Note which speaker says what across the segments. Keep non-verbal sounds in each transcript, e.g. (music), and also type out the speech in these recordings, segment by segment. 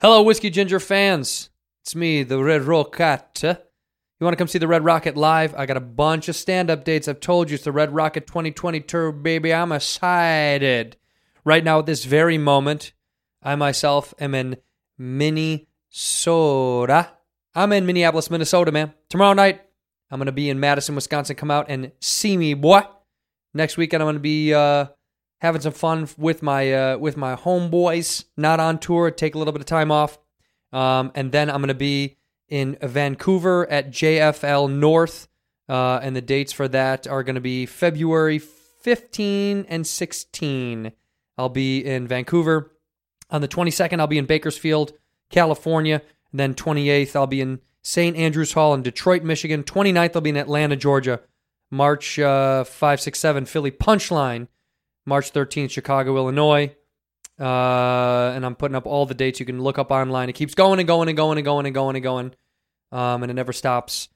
Speaker 1: Hello, Whiskey Ginger fans. It's me, the Red Rocket. You want to come see the Red Rocket live? I got a bunch of stand up dates. I've told you it's the Red Rocket 2020 tour, baby. I'm excited. Right now, at this very moment, I myself am in Minnesota. I'm in Minneapolis, Minnesota, man. Tomorrow night, I'm going to be in Madison, Wisconsin. Come out and see me, boy. Next weekend, I'm going to be uh, having some fun with my uh, with my homeboys. Not on tour. Take a little bit of time off, um, and then I'm going to be in Vancouver at JFL North, uh, and the dates for that are going to be February 15 and 16. I'll be in Vancouver on the 22nd. I'll be in Bakersfield, California. And then 28th, I'll be in St. Andrews Hall in Detroit, Michigan. 29th, I'll be in Atlanta, Georgia. March uh, 5, 6, 7, Philly Punchline. March 13th, Chicago, Illinois. Uh, and I'm putting up all the dates you can look up online. It keeps going and going and going and going and going and going. Um, and it never stops.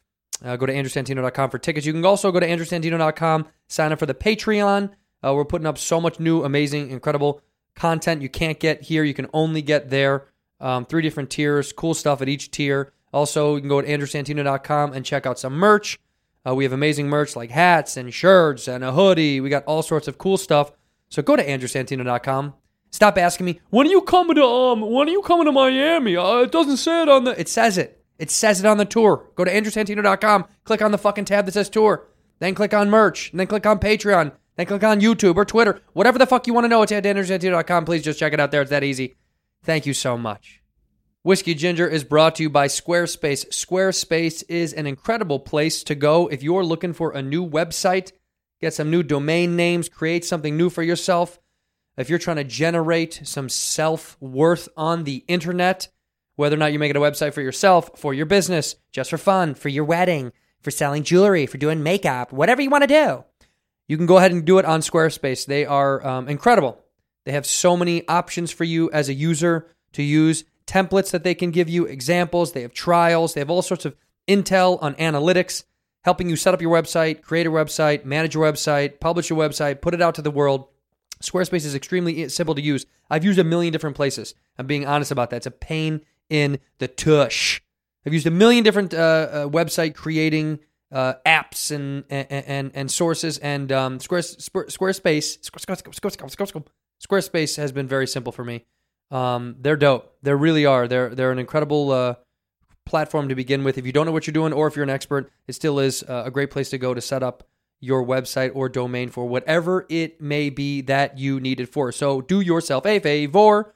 Speaker 1: Uh, go to andrewsantino.com for tickets. You can also go to andrewsantino.com, sign up for the Patreon. Uh, we're putting up so much new, amazing, incredible content you can't get here. You can only get there. Um, three different tiers, cool stuff at each tier. Also, you can go to andrewsantino.com and check out some merch. Uh, we have amazing merch like hats and shirts and a hoodie. We got all sorts of cool stuff. So go to andrewsantino.com. Stop asking me, when are you coming to um when are you coming to Miami? Uh, it doesn't say it on the It says it. It says it on the tour. Go to andrewsantino.com, click on the fucking tab that says tour, then click on merch, and then click on Patreon, then click on YouTube or Twitter. Whatever the fuck you want to know, it's at andrewsantino.com. Please just check it out there. It's that easy. Thank you so much. Whiskey Ginger is brought to you by Squarespace. Squarespace is an incredible place to go if you're looking for a new website, get some new domain names, create something new for yourself. If you're trying to generate some self worth on the internet, whether or not you're making a website for yourself, for your business, just for fun, for your wedding, for selling jewelry, for doing makeup, whatever you want to do, you can go ahead and do it on Squarespace. They are um, incredible. They have so many options for you as a user to use templates that they can give you, examples, they have trials, they have all sorts of intel on analytics, helping you set up your website, create a website, manage your website, publish your website, put it out to the world. Squarespace is extremely simple to use. I've used a million different places. I'm being honest about that. It's a pain in the tush. I've used a million different uh, uh, website creating uh, apps and, and and and sources and um, Squares, Square, Squarespace Squarespace Squarespace has been very simple for me. Um, they're dope. They really are. They're they're an incredible uh, platform to begin with. If you don't know what you're doing, or if you're an expert, it still is uh, a great place to go to set up your website or domain for whatever it may be that you need it for. So do yourself a favor.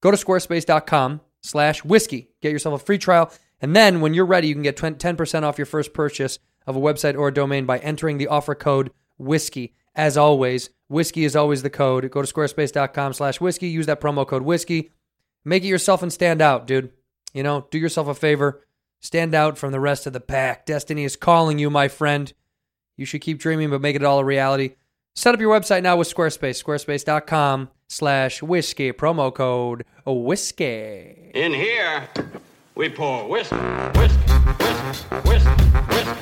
Speaker 1: Go to squarespace.com slash whiskey. Get yourself a free trial. And then when you're ready, you can get 10% off your first purchase of a website or a domain by entering the offer code whiskey. As always, whiskey is always the code. Go to squarespace.com slash whiskey. Use that promo code whiskey. Make it yourself and stand out, dude. You know, do yourself a favor. Stand out from the rest of the pack. Destiny is calling you, my friend. You should keep dreaming, but make it all a reality. Set up your website now with Squarespace. Squarespace.com slash whiskey. Promo code whiskey.
Speaker 2: In here, we pour whisk, whisk, whisk, whisk, whisk.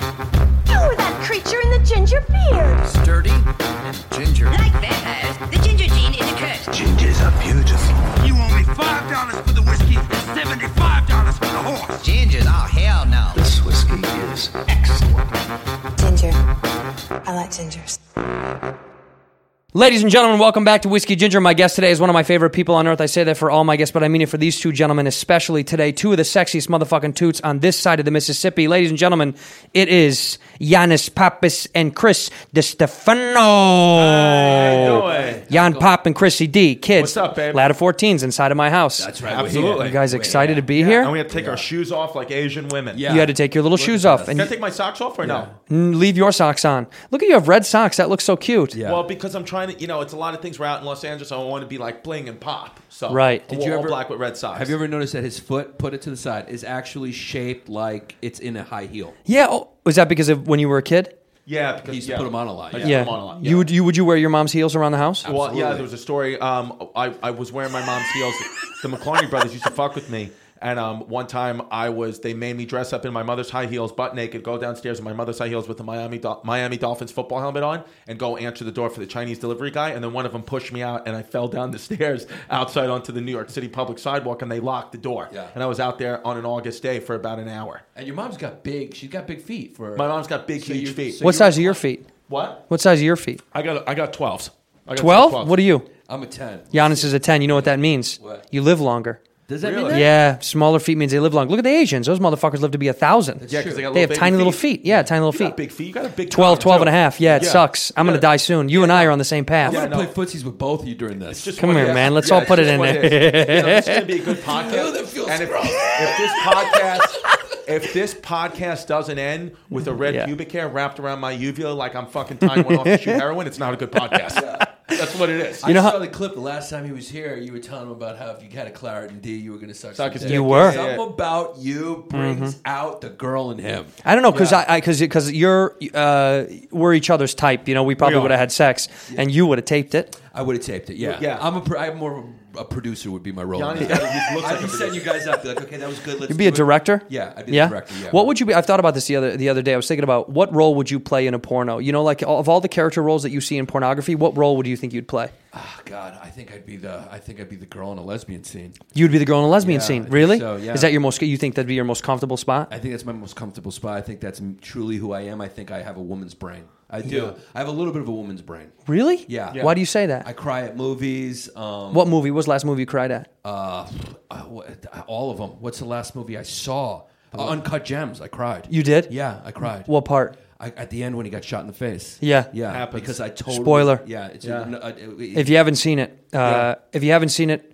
Speaker 3: You were Oh, that creature in the ginger beard.
Speaker 4: sturdy and ginger.
Speaker 5: Like vampires, the ginger gene is a curse.
Speaker 6: Gingers are beautiful.
Speaker 7: You owe me five dollars for the whiskey and seventy-five dollars for the horse.
Speaker 4: Gingers, oh hell no.
Speaker 6: This whiskey is excellent.
Speaker 8: Ginger. I like gingers.
Speaker 1: Ladies and gentlemen, welcome back to Whiskey Ginger. My guest today is one of my favorite people on earth. I say that for all my guests, but I mean it for these two gentlemen, especially today. Two of the sexiest motherfucking toots on this side of the Mississippi. Ladies and gentlemen, it is Giannis Pappas and Chris DeStefano. Jan Pop and Chrissy D. Kids.
Speaker 9: What's up, babe?
Speaker 1: Ladder 14s inside of my house.
Speaker 4: That's right.
Speaker 9: Absolutely.
Speaker 4: We're
Speaker 1: You guys excited to be here?
Speaker 9: And we have to take our shoes off like Asian women.
Speaker 4: Yeah.
Speaker 1: You had to take your little shoes off and
Speaker 9: Can I take my socks off or no?
Speaker 1: leave your socks on. Look at you have red socks. That looks so cute.
Speaker 4: Yeah.
Speaker 9: Well, because I'm trying kind of you know it's a lot of things. We're out in Los Angeles. I want to be like bling and pop. So
Speaker 1: Right.
Speaker 9: Did
Speaker 1: Did
Speaker 9: all,
Speaker 1: you
Speaker 9: all
Speaker 1: ever-
Speaker 9: black with red socks.
Speaker 10: Have you ever noticed that his foot, put it to the side, is actually shaped like it's in a high heel?
Speaker 1: Yeah. Oh, was that because of when you were a kid?
Speaker 9: Yeah, because
Speaker 10: He used to
Speaker 9: yeah.
Speaker 10: put 'em on a lot, yeah.
Speaker 9: I used to
Speaker 1: Yeah.
Speaker 9: put 'em on a lot,
Speaker 1: You would you would you wear your mom's heels around the house?
Speaker 9: Well, yeah,
Speaker 10: Absolutely.
Speaker 9: there was a story. Um, I, I was wearing my mom's heels. the McClarney brothers used to fuck with me. And um, one time I was, they made me dress up in my mother's high heels, butt naked, go downstairs in my mother's high heels with the Miami Dol- Miami Dolphins football helmet on, and go answer the door for the Chinese delivery guy. And then one of them pushed me out, and I fell down the (laughs) stairs outside onto the New York City public sidewalk, and they locked the door.
Speaker 10: Yeah.
Speaker 9: And I was out there on an August day for about an hour.
Speaker 10: And your mom's got big. She's got big feet for
Speaker 9: My mom's got big,
Speaker 10: So
Speaker 9: huge
Speaker 10: you-
Speaker 9: feet.
Speaker 10: so
Speaker 1: What
Speaker 10: you-
Speaker 1: size are your feet?
Speaker 9: What?
Speaker 1: What size are your feet?
Speaker 9: I got I got twelves.
Speaker 1: Twelve? What are you?
Speaker 10: I'm a ten.
Speaker 1: Giannis is a ten. You know what that means?
Speaker 10: What?
Speaker 1: You live longer.
Speaker 10: Does that mean
Speaker 9: Really?
Speaker 10: that?
Speaker 1: Yeah, smaller feet means they live long. Look at the Asians; those motherfuckers live to be a thousand.
Speaker 9: Yeah, 'cause they got
Speaker 1: they have
Speaker 9: little
Speaker 1: tiny
Speaker 9: baby
Speaker 1: little
Speaker 9: feet.
Speaker 1: feet. Yeah, tiny little
Speaker 9: You
Speaker 1: feet.
Speaker 9: got big feet. You got a big
Speaker 1: 12,
Speaker 9: cock,
Speaker 1: 12 and a
Speaker 9: too.
Speaker 1: half. Yeah, it sucks. I'm going to die soon. You and I are on the same path.
Speaker 10: I'm
Speaker 9: Yeah,
Speaker 10: gonna
Speaker 9: no.
Speaker 10: play footsies with both of you during this.
Speaker 9: Just
Speaker 1: Come
Speaker 9: what
Speaker 1: here,
Speaker 9: it is.
Speaker 1: man. Let's all
Speaker 9: it's
Speaker 1: put it
Speaker 9: just
Speaker 1: in
Speaker 9: what
Speaker 1: there.
Speaker 9: is. You know, this is going to be a
Speaker 1: (laughs)
Speaker 9: good podcast.
Speaker 10: Ew, that feels
Speaker 9: and if,
Speaker 10: gross.
Speaker 9: if this podcast, if this podcast doesn't end with a red
Speaker 1: Yeah.
Speaker 9: pubic hair wrapped around my uvula like I'm fucking tying one off
Speaker 1: (laughs)
Speaker 9: to shoot heroin, it's not a good podcast. That's what it is.
Speaker 10: you know
Speaker 1: know
Speaker 10: I saw
Speaker 1: how-
Speaker 10: the clip the last time he was here. You were telling him about how if you had a claret and D, you were going to suck.
Speaker 9: Suck
Speaker 10: some
Speaker 9: his
Speaker 10: dick.
Speaker 1: dick, You were. Mm-hmm. yeah,
Speaker 10: Something
Speaker 9: yeah.
Speaker 10: about you brings out the girl in him.
Speaker 1: I don't know because I because because you're uh, we're each other's type. You know, we probably
Speaker 9: are.
Speaker 1: would have had sex, and you would have taped it.
Speaker 10: I would have taped it. Yeah,
Speaker 9: Yeah.
Speaker 10: I'm a. Pro- I'm more of a producer. Would be my role.
Speaker 9: Yanni's
Speaker 10: in that.
Speaker 9: got a- he looks like
Speaker 10: I'd
Speaker 9: a
Speaker 10: be setting you guys up. Be like, okay, that was good. Let's
Speaker 1: You'd be a
Speaker 10: do it."
Speaker 1: director.
Speaker 10: Yeah, I'd be
Speaker 1: yeah.
Speaker 10: the director. Yeah.
Speaker 1: What would you be? I've thought about this the other the other day. I was thinking about what role would you play in a porno? You know, like all- of all the character roles that you see in pornography, what role would you think you'd play?
Speaker 10: Oh, God, I think I'd be the. I think I'd be the girl in a lesbian scene.
Speaker 1: You'd be the girl in a lesbian
Speaker 10: Yeah, I
Speaker 1: scene.
Speaker 10: think
Speaker 1: Really?
Speaker 10: so, yeah.
Speaker 1: Is that your most? You think that'd be your most comfortable spot?
Speaker 10: I think that's my most comfortable spot. I think that's m- truly who I am. I think I have a woman's brain. I do. I have a little bit of a woman's brain.
Speaker 1: really?
Speaker 10: Yeah.
Speaker 1: Why do you say that?
Speaker 10: I cry at movies. Um,
Speaker 1: what movie? What was the last movie you cried at?
Speaker 10: uh, uh, what- uh, all of them. What's the last movie I saw? Uh, Uncut Gems. I cried.
Speaker 1: You did?
Speaker 10: Yeah, I cried.
Speaker 1: What part?
Speaker 10: I, at the end when he got shot in the face.
Speaker 1: Yeah.
Speaker 10: yeah.
Speaker 9: Happens.
Speaker 10: Because I told
Speaker 1: Spoiler.
Speaker 10: Yeah, it's
Speaker 9: Yeah.
Speaker 10: A, no, uh, it-
Speaker 1: If you haven't seen it, uh, if you haven't seen it,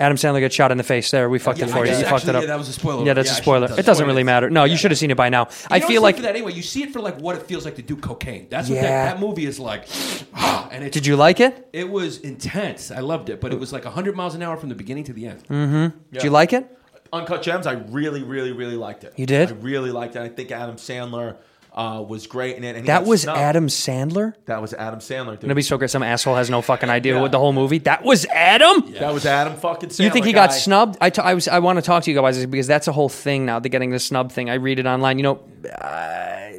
Speaker 1: Adam Sandler gets shot in the face. There, we fucked
Speaker 10: Yeah,
Speaker 1: it
Speaker 10: I
Speaker 1: for you.
Speaker 10: guess
Speaker 1: You fucked it
Speaker 10: actually,
Speaker 1: up.
Speaker 10: yeah, that was a spoiler.
Speaker 1: Yeah, that's
Speaker 10: Yeah,
Speaker 1: a
Speaker 10: I
Speaker 1: spoiler.
Speaker 10: should've
Speaker 1: It doesn't
Speaker 10: spoiled
Speaker 1: really
Speaker 10: it.
Speaker 1: matter. No, you should have seen it by now. I
Speaker 10: You
Speaker 1: feel
Speaker 10: don't see
Speaker 1: like.
Speaker 10: for that anyway. You see it for like what it feels like to do cocaine. That's what
Speaker 1: Yeah.
Speaker 10: that, that movie is like. (sighs) Ah, and it's
Speaker 1: Did you like it?
Speaker 10: It was intense. I loved it, but it was like 100 miles an hour from the beginning to the end.
Speaker 9: Mm.
Speaker 1: Did you like it?
Speaker 9: Uncut Gems, I really, really, really liked it.
Speaker 1: You did?
Speaker 9: I really liked it. I think Adam Sandler uh, was great in it. And he
Speaker 1: That
Speaker 9: got
Speaker 1: was
Speaker 9: snubbed.
Speaker 1: Adam Sandler.
Speaker 9: That was Adam Sandler. Dude.
Speaker 1: It'd be so great. Some asshole has no fucking idea what the whole movie. That was Adam.
Speaker 9: That was Adam fucking Sandler.
Speaker 1: You think he got
Speaker 9: guy.
Speaker 1: snubbed? I, t- I was. I want to talk to you guys about this because that's a whole thing now. The getting the snub thing. I read it online. You know, uh,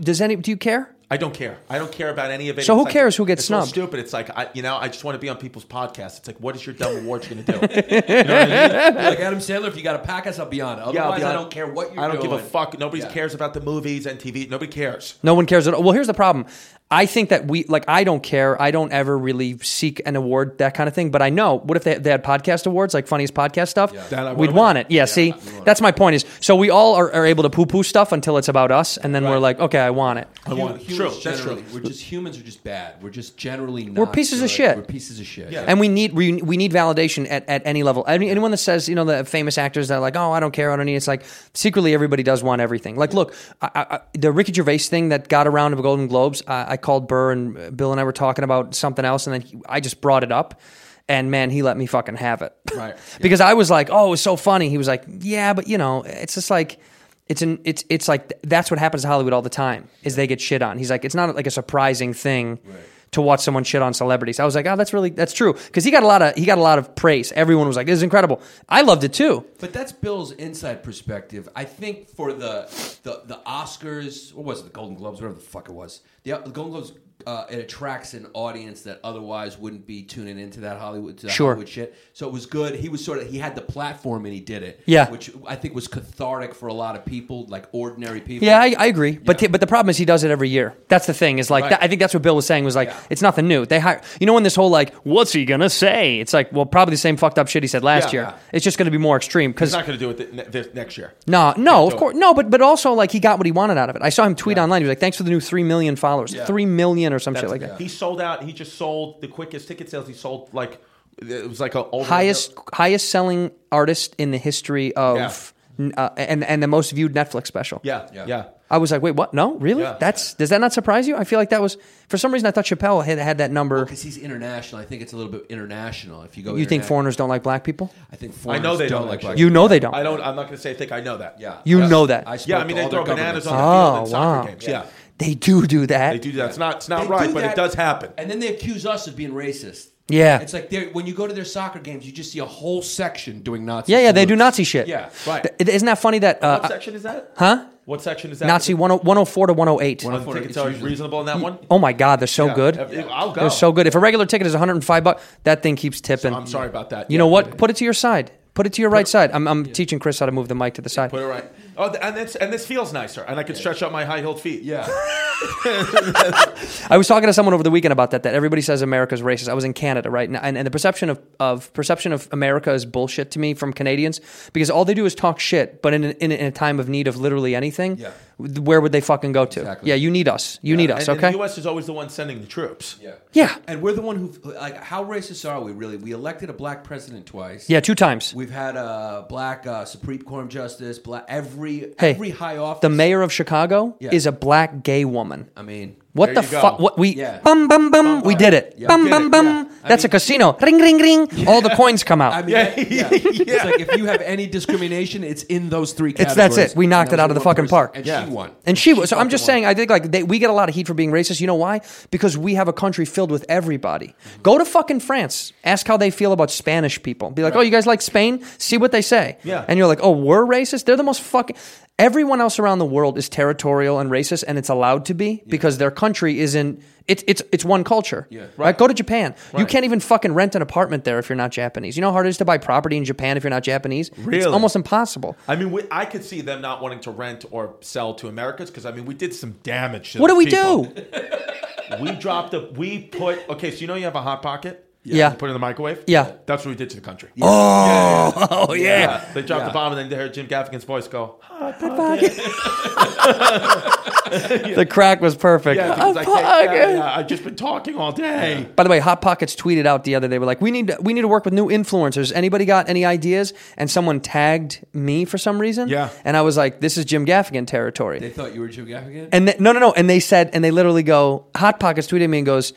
Speaker 1: does any? Do you care?
Speaker 9: I don't care. I don't care about any of it.
Speaker 1: So who
Speaker 9: like-
Speaker 1: cares who gets
Speaker 9: it's all
Speaker 1: snubbed?
Speaker 9: Stupid. It's like I, you know, I just want to be on people's podcasts. It's like, what is your dumb awards going
Speaker 1: (laughs)
Speaker 9: to do? You know what I mean?
Speaker 10: like Adam Sandler, if you got to pack us, I'll be on it. Otherwise,
Speaker 9: Yeah, I'll be
Speaker 10: I
Speaker 9: hon-
Speaker 10: don't care what you're
Speaker 9: I don't give a
Speaker 10: doing.
Speaker 9: fuck. Nobody
Speaker 10: Yeah.
Speaker 9: cares about the movies and TV. Nobody cares.
Speaker 1: No one cares at all. Well, here's the problem. I think that we like. I don't care. I don't ever really seek an award, that kind of thing. But I know. What if they, they had podcast awards, like funniest podcast stuff?
Speaker 9: That I
Speaker 1: We'd
Speaker 9: wanna
Speaker 1: want
Speaker 9: win.
Speaker 1: it. Yeah. see, that's my point. Is so we all are, are able to poo poo stuff until it's about us, and then we're like, okay, I want it.
Speaker 9: I want
Speaker 10: Humans
Speaker 9: true. That's
Speaker 10: generally-
Speaker 9: true.
Speaker 10: We're just humans are just bad. We're just generally not
Speaker 1: We're pieces of
Speaker 10: good.
Speaker 1: shit.
Speaker 10: We're pieces of shit.
Speaker 9: Yeah.
Speaker 1: and we need we, we need validation at, at any level. Any, anyone that says you know the famous actors that are like oh I don't care I don't need it," it's like secretly everybody does want everything. Like look, I, I, I- the Ricky Gervais thing that got around of Golden Globes. I, I called Burr and uh, Bill and I were talking about something else, and then he, I just brought it up. And man, he let me fucking have it.
Speaker 10: Right.
Speaker 1: (laughs) because I was like, "Oh, it was so funny." He was like, "Yeah, but you know, it's just like it's an it's it's like th- that's what happens in Hollywood all the time is they get shit on." He's like, "It's not like a surprising thing to watch someone shit on celebrities." I was like, "Oh, that's really that's true." Because he got a lot of he got a lot of praise. Everyone was like, "This is incredible." I loved it too.
Speaker 10: But that's Bill's inside perspective. I think for the the, the Oscars, what was it, the Golden Globes, whatever the fuck it was. The, the Golden Globes, uh, it attracts an audience that otherwise wouldn't be tuning into that Hollywood, to that
Speaker 1: Sure.
Speaker 10: Hollywood shit. So it was good. He was sort of he had the platform and he did it.
Speaker 1: Yeah.
Speaker 10: which I think was cathartic for a lot of people, like ordinary people.
Speaker 1: Yeah, I, I agree. But
Speaker 10: Yeah.
Speaker 1: the, but the problem is he does it every year. That's the thing. Is like
Speaker 10: Right.
Speaker 1: that, I think that's what Bill was saying was like
Speaker 10: Yeah.
Speaker 1: it's nothing new. They hire you know when this whole like what's he gonna say? It's like well probably the same fucked up shit he said last
Speaker 9: Yeah.
Speaker 1: year. It's just gonna be more extreme because
Speaker 9: He's not going to do it th- ne- this next year.
Speaker 1: No, no, of
Speaker 9: do it.
Speaker 1: course, no, but but also like he got what he wanted out of it. I saw him tweet online. He was like, "Thanks for the new three million followers, three million or some shit like that."
Speaker 9: He sold out. He just sold the quickest ticket sales. He sold like it was like a over-
Speaker 1: Highest highest selling artist in the history of,
Speaker 9: Yeah.
Speaker 1: n- uh, and and the most viewed Netflix special.
Speaker 9: Yeah, yeah.
Speaker 10: Yeah.
Speaker 1: I was like, wait, what? No, really?
Speaker 9: Yeah.
Speaker 1: That's does that not surprise you? I feel like that was for some reason I thought Chappelle had had that number.
Speaker 10: because he's international. I think it's a little bit international. If you go,
Speaker 1: you think
Speaker 10: interna-
Speaker 1: foreigners don't like black people?
Speaker 10: I think
Speaker 9: I
Speaker 10: foreigners
Speaker 9: know they
Speaker 10: don't,
Speaker 9: don't
Speaker 10: like
Speaker 9: actually.
Speaker 10: black.
Speaker 1: You know they don't.
Speaker 9: I don't. I'm not going to say. I think I know that.
Speaker 10: Yeah,
Speaker 1: You
Speaker 10: Yes.
Speaker 1: know that.
Speaker 10: spoke
Speaker 9: Yeah. I
Speaker 10: to
Speaker 9: mean, they
Speaker 10: all
Speaker 9: throw
Speaker 10: their
Speaker 9: bananas
Speaker 10: governments.
Speaker 9: on the field
Speaker 1: Oh,
Speaker 9: in soccer
Speaker 1: wow.
Speaker 9: games. Yeah.
Speaker 1: They do do that.
Speaker 9: They do that. It's not. It's not
Speaker 10: They
Speaker 9: right,
Speaker 10: do
Speaker 9: but
Speaker 10: that,
Speaker 9: it does happen.
Speaker 10: And then they accuse us of being racist.
Speaker 1: Yeah.
Speaker 10: it's like they're- when you go to their soccer games, you just see a whole section doing Nazi.
Speaker 1: yeah, yeah, they do
Speaker 10: salutes.
Speaker 1: Nazi shit.
Speaker 10: Yeah,
Speaker 9: right.
Speaker 1: Th- Isn't that funny that
Speaker 9: What
Speaker 1: uh,
Speaker 9: section is that?
Speaker 1: huh?
Speaker 9: What section is that?
Speaker 1: Nazi oh, 10- 104 to 108.
Speaker 9: I think it's always reasonable in that one.
Speaker 1: Oh my god, they're so
Speaker 9: Yeah.
Speaker 1: good.
Speaker 9: If- I'll go.
Speaker 1: They're so good. If a regular ticket is 105 bucks, that thing keeps tipping.
Speaker 9: I'm sorry about that.
Speaker 1: You
Speaker 9: Yeah.
Speaker 1: know what? Put it to your side. Put it to your right side. I'm, I'm teaching Chris how to move the mic to the side.
Speaker 9: Put it right. Oh, th- and this and this feels nicer, and I can stretch out my high heeled
Speaker 1: (laughs)
Speaker 9: feet.
Speaker 10: Yeah,
Speaker 1: I was talking to someone over the weekend about that. That everybody says America's racist. I was in Canada, right, and, and, and the perception of, of perception of America is bullshit to me from Canadians because all they do is talk shit. But in a, in, a, in a time of need of literally anything,
Speaker 10: Yeah.
Speaker 1: where would they fucking go to?
Speaker 10: Exactly.
Speaker 1: Yeah, you need us. You need
Speaker 9: And-
Speaker 1: us.
Speaker 9: and
Speaker 1: Okay.
Speaker 9: the U.S. is always the one sending the troops.
Speaker 10: yeah,
Speaker 1: Yeah.
Speaker 10: And we're the one who like how racist are we really? We elected a black president twice.
Speaker 1: yeah, two times.
Speaker 10: We've had a black uh, Supreme Court justice, black every
Speaker 1: Hey,
Speaker 10: every high office.
Speaker 1: The mayor of Chicago
Speaker 10: Yeah.
Speaker 1: is a black gay woman.
Speaker 10: I mean,
Speaker 1: What
Speaker 9: There
Speaker 1: the
Speaker 9: you
Speaker 1: fuck?
Speaker 9: go.
Speaker 1: What we
Speaker 10: Yeah.
Speaker 1: bum bum bum? We did it.
Speaker 10: Yeah.
Speaker 1: Bum
Speaker 10: Did
Speaker 1: bum
Speaker 10: it,
Speaker 1: bum.
Speaker 10: yeah. I
Speaker 1: That's a
Speaker 10: mean-
Speaker 1: casino. Ring ring ring. All
Speaker 10: (laughs)
Speaker 1: the coins come out.
Speaker 10: I mean,
Speaker 9: Yeah, (laughs)
Speaker 10: yeah. It's like if you have any discrimination, it's in those three
Speaker 1: It's-
Speaker 10: categories.
Speaker 1: that's it. We knocked
Speaker 10: And
Speaker 1: it out
Speaker 10: that
Speaker 1: of the
Speaker 10: was one
Speaker 1: fucking
Speaker 10: person.
Speaker 1: park.
Speaker 10: and
Speaker 9: Yeah.
Speaker 10: she won.
Speaker 1: and she was. So I'm just
Speaker 10: fucking
Speaker 1: saying. I think like they, we get a lot of heat for being racist. You know why? Because we have a country filled with everybody. Go to fucking France. Ask how they feel about Spanish people. Be like, oh, you guys like Spain? See what they say.
Speaker 9: Yeah.
Speaker 1: And you're like, oh, we're racist. They're the most fucking. Everyone else around the world is territorial and racist, and it's allowed to be because their country isn't. It's it's it's one culture. Yeah. Right. Go to Japan. You can't even fucking rent an apartment there if you're not Japanese. You know how hard it is to buy property in Japan if you're not Japanese. It's
Speaker 9: Really?
Speaker 1: almost impossible.
Speaker 9: I mean, we, I could see them not wanting to rent or sell to Americans because I mean, we did some damage. To
Speaker 1: What do we
Speaker 9: those people.
Speaker 1: do? (laughs)
Speaker 9: We dropped the. We put. Okay, so you know you have a hot pocket.
Speaker 1: Yeah.
Speaker 9: You put it in the microwave.
Speaker 1: Yeah.
Speaker 9: That's what we did to the country.
Speaker 1: (laughs) Oh yeah.
Speaker 9: Yeah, They dropped the bomb and then they heard Jim Gaffigan's voice go.
Speaker 1: The crack was perfect.
Speaker 9: Yeah,
Speaker 1: Hot
Speaker 9: because I can't,
Speaker 1: Pocket.
Speaker 9: yeah, yeah, I've just been talking all day.
Speaker 1: By the way, Hot Pockets tweeted out the other day. We're like, we need to, we need to work with new influencers. Anybody got any ideas? And someone tagged me for some reason.
Speaker 9: Yeah.
Speaker 1: And I was like, this is Jim Gaffigan territory.
Speaker 10: They thought you were Jim Gaffigan.
Speaker 1: and they, no, no, no. And they said, and they literally go, Hot Pockets tweeted me and goes,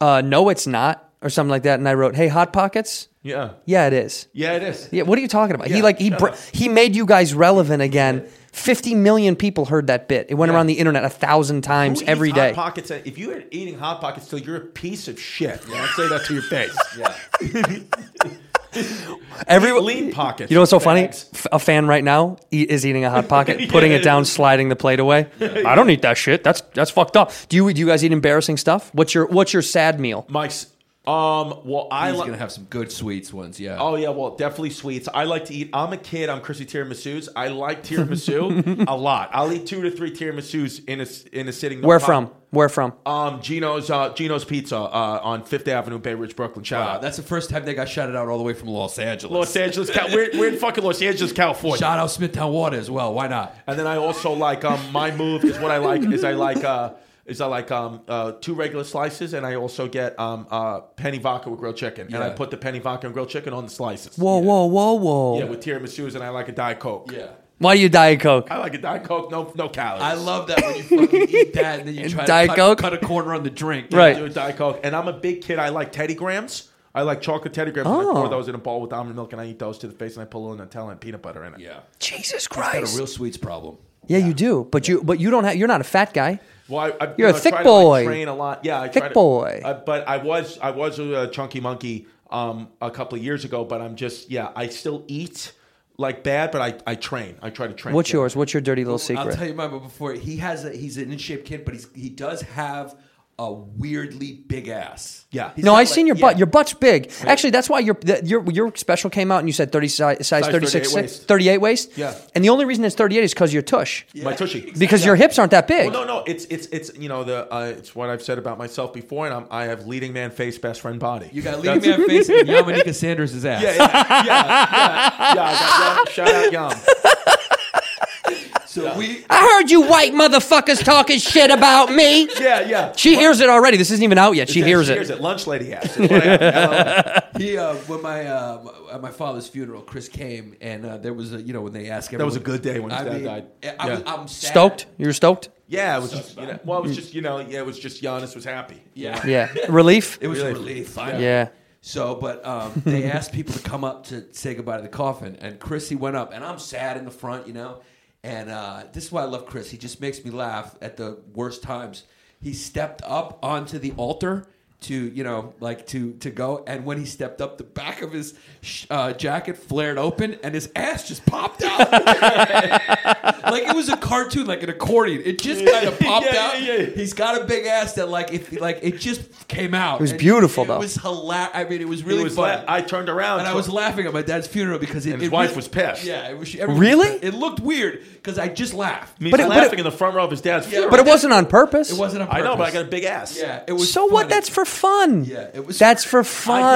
Speaker 1: uh, no, it's not, or something like that. And I wrote, hey, Hot Pockets,
Speaker 9: Yeah.
Speaker 1: yeah, it is.
Speaker 9: Yeah, it is.
Speaker 1: Yeah, what are you talking about? he
Speaker 9: Yeah,
Speaker 1: like he
Speaker 9: shut
Speaker 1: br-
Speaker 9: up.
Speaker 1: he made you guys relevant again. Fifty million people heard that bit. It went
Speaker 9: Yeah.
Speaker 1: around the internet a thousand
Speaker 9: Who
Speaker 1: times
Speaker 9: eats
Speaker 1: every
Speaker 9: Hot
Speaker 1: day.
Speaker 9: Pockets? If you're eating hot pockets, still you're a piece of shit. Yeah, say that to your face.
Speaker 10: Yeah.
Speaker 1: Every
Speaker 9: lean pockets.
Speaker 1: You know what's so funny?
Speaker 9: Bags.
Speaker 1: F- A fan right now e- is eating a hot pocket, putting it down, sliding the plate away. I don't eat that shit. That's that's fucked up. Do you do you guys eat embarrassing stuff? What's your what's your sad meal?
Speaker 9: Mike's. Um. Well, I
Speaker 10: He's
Speaker 9: like.
Speaker 10: gonna have some good sweets ones. Yeah. Uh,
Speaker 9: Oh yeah, well, definitely sweets. I like to eat. I'm a kid. I'm Chrissy Tiramisu's. I like
Speaker 10: (laughs)
Speaker 9: tiramisu a lot. I'll eat two to three tiramisu's in a s- in a sitting. no
Speaker 1: Where
Speaker 9: problem.
Speaker 1: from? Where from?
Speaker 9: Um, Gino's uh, Gino's Pizza uh, on Fifth Avenue, Bay Ridge, Brooklyn. Shout
Speaker 10: Wow,
Speaker 9: out.
Speaker 10: that's the first time they got shouted out all the way from Los Angeles.
Speaker 9: Los
Speaker 10: (laughs)
Speaker 9: Angeles. Cal- we're, we're in fucking Los Angeles, California.
Speaker 10: Shout out Smithtown Water as well. Why not?
Speaker 9: And then I also like um my move is what I like is I like uh is I like um uh two regular slices and I also get um uh penny vodka with grilled chicken and I
Speaker 10: Yeah.
Speaker 9: put the penny vodka and grilled chicken on the slices.
Speaker 1: Whoa, whoa, whoa, whoa!
Speaker 9: Yeah, with tiramisu's and I like a diet coke.
Speaker 1: Why do you diet coke?
Speaker 9: I like a diet coke, no no calories.
Speaker 10: I love that when you fucking eat that and
Speaker 1: (laughs)
Speaker 10: then you try
Speaker 1: Diet
Speaker 10: to
Speaker 1: Coke?
Speaker 10: cut, cut a corner on the drink.
Speaker 1: Right.
Speaker 9: do a diet coke and I'm a big kid. I like Teddy Grahams. I like chocolate Teddy Grahams. And I
Speaker 1: Oh.
Speaker 9: pour those in a bowl with almond milk and I eat those to the face and I put a little Nutella and peanut butter in it.
Speaker 10: Yeah.
Speaker 1: Jesus
Speaker 10: Got
Speaker 1: Christ!
Speaker 10: a real sweets problem.
Speaker 1: yeah, you do, but you but you don't have. You're not a fat guy.
Speaker 9: Well, I, I,
Speaker 1: You're a
Speaker 9: you know,
Speaker 1: thick
Speaker 9: I try to, like,
Speaker 1: boy.
Speaker 9: train a lot. Yeah, I
Speaker 1: Thick
Speaker 9: try to,
Speaker 1: boy.
Speaker 9: I- but I was I was a chunky monkey um, a couple of years ago. But I'm just yeah. I still eat like bad, but I, I train. I try to train.
Speaker 1: What's
Speaker 9: Yeah.
Speaker 1: yours? What's your dirty little
Speaker 10: I'll tell
Speaker 1: secret?
Speaker 10: you mine, but before he has a he's an in shape kid, but he's he does have a weirdly big ass.
Speaker 9: Yeah.
Speaker 10: He's
Speaker 1: No,
Speaker 10: got
Speaker 1: I've seen your
Speaker 10: like-
Speaker 1: butt.
Speaker 10: yeah.
Speaker 1: Your butt's big. Actually, that's why your the, your your special came out and you said thirty size, size thirty
Speaker 9: 38
Speaker 1: six
Speaker 9: waist.
Speaker 1: thirty eight waist.
Speaker 9: Yeah.
Speaker 1: And the only reason it's thirty eight is because you're tush.
Speaker 9: My tushy.
Speaker 1: (laughs) Because your hips aren't that big.
Speaker 9: Well, no, no. It's it's it's you know the uh, it's what I've said about myself before, and I'm, I have leading man face, best friend body.
Speaker 10: You
Speaker 9: (laughs)
Speaker 10: got leave me
Speaker 1: (laughs)
Speaker 10: on face and Yamanika Sanders' ass.
Speaker 9: yeah, yeah, yeah, yeah, yeah, I got Yum. Shout out Yum.
Speaker 10: So we
Speaker 1: I heard you white motherfuckers talking shit about me.
Speaker 9: Yeah, yeah.
Speaker 1: She hears it already. This isn't even out yet. She hears
Speaker 9: She
Speaker 1: it.
Speaker 9: hears it. Lunch lady ass. It's what I- I love it.
Speaker 10: he uh, when my uh, m- at my father's funeral, Chris came and uh, there was a you know when they asked everyone,
Speaker 9: was a good day when his
Speaker 10: I
Speaker 9: dad
Speaker 10: mean,
Speaker 9: died.
Speaker 10: I,
Speaker 9: Yeah.
Speaker 10: was, I'm sad.
Speaker 1: Stoked? You were stoked?
Speaker 9: yeah, it was just you know, well, it was just you know, yeah, it was just Giannis was happy.
Speaker 10: Yeah, (laughs)
Speaker 1: Yeah. Relief?
Speaker 10: It was a relief. finally.
Speaker 1: Yeah.
Speaker 10: So, but
Speaker 9: (laughs)
Speaker 10: um, they asked people to come up to say goodbye to the coffin, and Chris he went up, and I'm sad in the front, you know. And uh, this is why I love Chris. He just makes me laugh at the worst times. He stepped up onto the altar to, you know, like to to go, and when he stepped up, the back of his sh- uh, jacket flared open, and his ass just popped out, (laughs) like it was a cartoon, like an accordion. It just kind of popped
Speaker 9: (laughs) Yeah,
Speaker 10: out.
Speaker 9: yeah, yeah.
Speaker 10: He's got a big ass that, like, if like it just came out. It
Speaker 1: was beautiful,
Speaker 10: it
Speaker 1: though.
Speaker 10: was hilarious. I mean, it was
Speaker 9: It
Speaker 10: really
Speaker 9: was
Speaker 10: funny.
Speaker 9: la- I turned around
Speaker 10: and I
Speaker 9: to-
Speaker 10: was laughing at my dad's funeral because it,
Speaker 9: And his
Speaker 10: it
Speaker 9: wife
Speaker 10: really-
Speaker 9: was pissed.
Speaker 10: Yeah, it was. she- everyone
Speaker 1: Really?
Speaker 10: was pissed. it looked weird because I just laughed.
Speaker 9: I mean,
Speaker 1: But
Speaker 9: he's
Speaker 1: it- but
Speaker 9: laughing
Speaker 1: it-
Speaker 9: in the front row of his dad's funeral.
Speaker 1: But it wasn't on purpose.
Speaker 10: It wasn't. On
Speaker 9: I
Speaker 10: purpose.
Speaker 9: know, but I got a big ass.
Speaker 10: Yeah, it was.
Speaker 1: So what?
Speaker 10: funny.
Speaker 1: That's for fun.
Speaker 10: Yeah, it was
Speaker 1: That's for
Speaker 9: I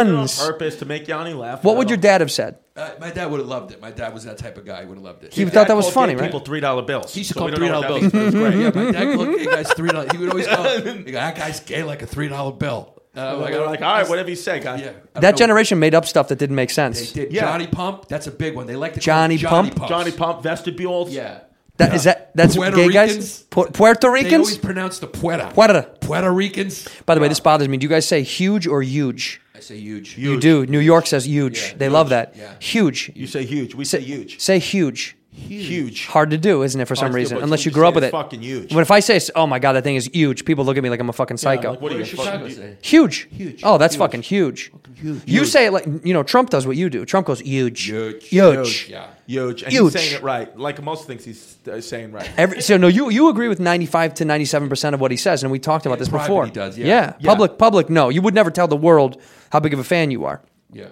Speaker 9: did it on
Speaker 1: fun.
Speaker 9: purpose to make Yanni laugh.
Speaker 1: What would your dad have said?
Speaker 10: Uh, my dad would have loved it. My dad was that type of guy. He would have loved it.
Speaker 1: He
Speaker 10: Yeah.
Speaker 1: thought that was funny, right?
Speaker 9: People three dollar bills.
Speaker 10: He used to
Speaker 9: So
Speaker 10: call
Speaker 9: we don't
Speaker 10: three
Speaker 9: know
Speaker 10: dollar
Speaker 9: what
Speaker 10: bills.
Speaker 9: that means, but it's
Speaker 10: (laughs) yeah,
Speaker 9: great.
Speaker 10: my dad called big guys three dollar. He would
Speaker 9: (laughs)
Speaker 10: always call he'd go, that guy's gay like a three dollar bill. And I'm I
Speaker 9: Like, I'm
Speaker 10: don't-
Speaker 9: like, all right, whatever you say, guy.
Speaker 10: Yeah, I don't
Speaker 1: That
Speaker 10: know.
Speaker 1: generation made up stuff that didn't make sense.
Speaker 10: They did.
Speaker 9: Yeah.
Speaker 10: Johnny Pump. That's a big one. They like to call
Speaker 1: Johnny
Speaker 10: him Johnny
Speaker 1: Pump?
Speaker 10: Pumps.
Speaker 9: Johnny Pump vestibules.
Speaker 10: Yeah.
Speaker 1: That is that. That's
Speaker 10: Puerto
Speaker 1: gay guys.
Speaker 10: Ricans?
Speaker 1: Pu- Puerto
Speaker 10: They always
Speaker 1: Ricans.
Speaker 10: pronounce the puerta.
Speaker 1: Puerta.
Speaker 10: Puerto Ricans.
Speaker 1: By the way, this bothers me. Do you guys say huge or huge?
Speaker 10: I say huge.
Speaker 1: You do. New York says huge.
Speaker 10: Yeah,
Speaker 1: they love that.
Speaker 10: Yeah.
Speaker 1: Huge.
Speaker 9: You say huge. We say huge.
Speaker 1: Say huge.
Speaker 9: Huge.
Speaker 1: Hard to do, isn't it? For some
Speaker 9: Hard to do,
Speaker 1: reason,
Speaker 9: but
Speaker 1: unless
Speaker 9: you
Speaker 1: you grew
Speaker 9: say
Speaker 1: up with
Speaker 9: it's
Speaker 1: it.
Speaker 9: fucking huge.
Speaker 1: When if I say, "Oh my god, that thing is huge," people look at me like I'm a fucking psycho.
Speaker 9: Like, what are
Speaker 10: What
Speaker 9: you
Speaker 10: does Chicago
Speaker 9: fucking?
Speaker 10: say?
Speaker 1: Huge.
Speaker 10: Huge.
Speaker 1: Oh, that's
Speaker 10: Huge.
Speaker 1: fucking huge.
Speaker 10: huge.
Speaker 1: You say it like you know Trump does what you do. Trump goes huge.
Speaker 10: Huge.
Speaker 1: Huge.
Speaker 10: Yeah.
Speaker 9: Huge. And
Speaker 1: Huge.
Speaker 9: he's saying it right. Like most things, he's uh, saying right.
Speaker 1: Every, so no, you you agree with ninety five to ninety seven percent of what he says, and we talked about this
Speaker 10: private
Speaker 1: before.
Speaker 10: he does, yeah.
Speaker 9: Yeah.
Speaker 1: public, public, no. You would never tell the world how big of a fan you are.
Speaker 10: Yeah.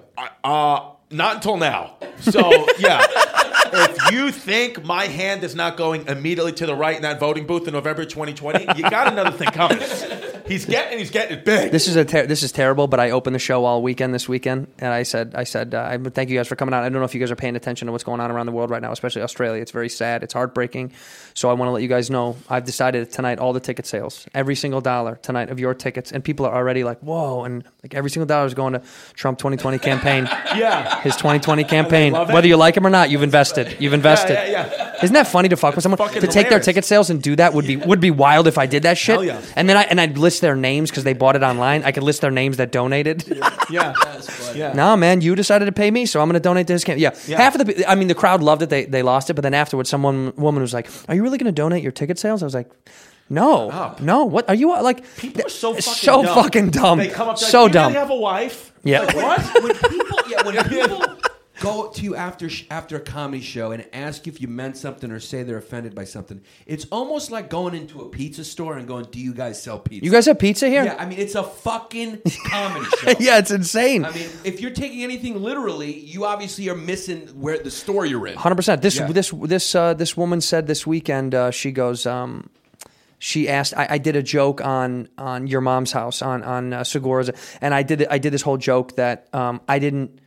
Speaker 9: Uh, not until now. So (laughs) yeah, if you think my hand is not going immediately to the right in that voting booth in November 2020, you got another thing coming. He's getting, he's getting it big.
Speaker 1: This is a ter- this is terrible. But I opened the show all weekend this weekend, and I said I said uh, I would thank you guys for coming out. I don't know if you guys are paying attention to what's going on around the world right now, especially Australia. It's very sad. It's heartbreaking. So I want to let you guys know I've decided tonight all the ticket sales, every single dollar tonight of your tickets, and people are already like whoa, and like every single dollar is going to Trump 2020 campaign.
Speaker 9: yeah.
Speaker 1: His
Speaker 9: (laughs)
Speaker 1: 2020 campaign,
Speaker 9: love it.
Speaker 1: whether you like him or not, you've invested. You've invested.
Speaker 9: Yeah, yeah,
Speaker 1: Isn't that funny to fuck with someone? To
Speaker 9: fucking
Speaker 1: take their
Speaker 9: hilarious.
Speaker 1: ticket sales and do that would be would be wild if I did that shit.
Speaker 9: Hell yeah.
Speaker 1: And then I and I'd list their names because they bought it online. I could list their names that donated.
Speaker 9: yeah,
Speaker 10: (laughs)
Speaker 9: yeah.
Speaker 1: (laughs) nah, man, you decided to pay me, so I'm gonna donate to his camp. Yeah.
Speaker 9: Yeah.
Speaker 1: Half of the pe- I mean the crowd loved it, they they lost it, but then afterwards someone woman was like, Are you really gonna donate your ticket sales? I was like, No.
Speaker 9: up.
Speaker 1: No, what are you like
Speaker 9: People are so fucking
Speaker 1: so
Speaker 9: dumb.
Speaker 1: fucking dumb.
Speaker 9: They come up to like,
Speaker 1: so
Speaker 9: "You really
Speaker 1: dumb.
Speaker 9: have a wife?
Speaker 1: yeah.
Speaker 9: What?
Speaker 10: When people, yeah,
Speaker 9: (laughs)
Speaker 10: when people go to you after sh- after a comedy show and ask if you meant something or say they're offended by something, it's almost like going into a pizza store and going, "Do you guys sell pizza?"
Speaker 1: You guys have pizza here?
Speaker 10: yeah, I mean, it's a
Speaker 1: (laughs)
Speaker 10: fucking comedy show.
Speaker 1: Yeah, it's insane.
Speaker 10: I mean, if you're taking anything literally, you obviously are missing where the store you're in.
Speaker 1: Hundred percent. This
Speaker 10: Yeah.
Speaker 1: this this uh, this woman said this weekend. Uh, she goes. Um, she asked. I, I did a joke on on your mom's house on on uh, Segura's, and I did I did this whole joke that um, I didn't.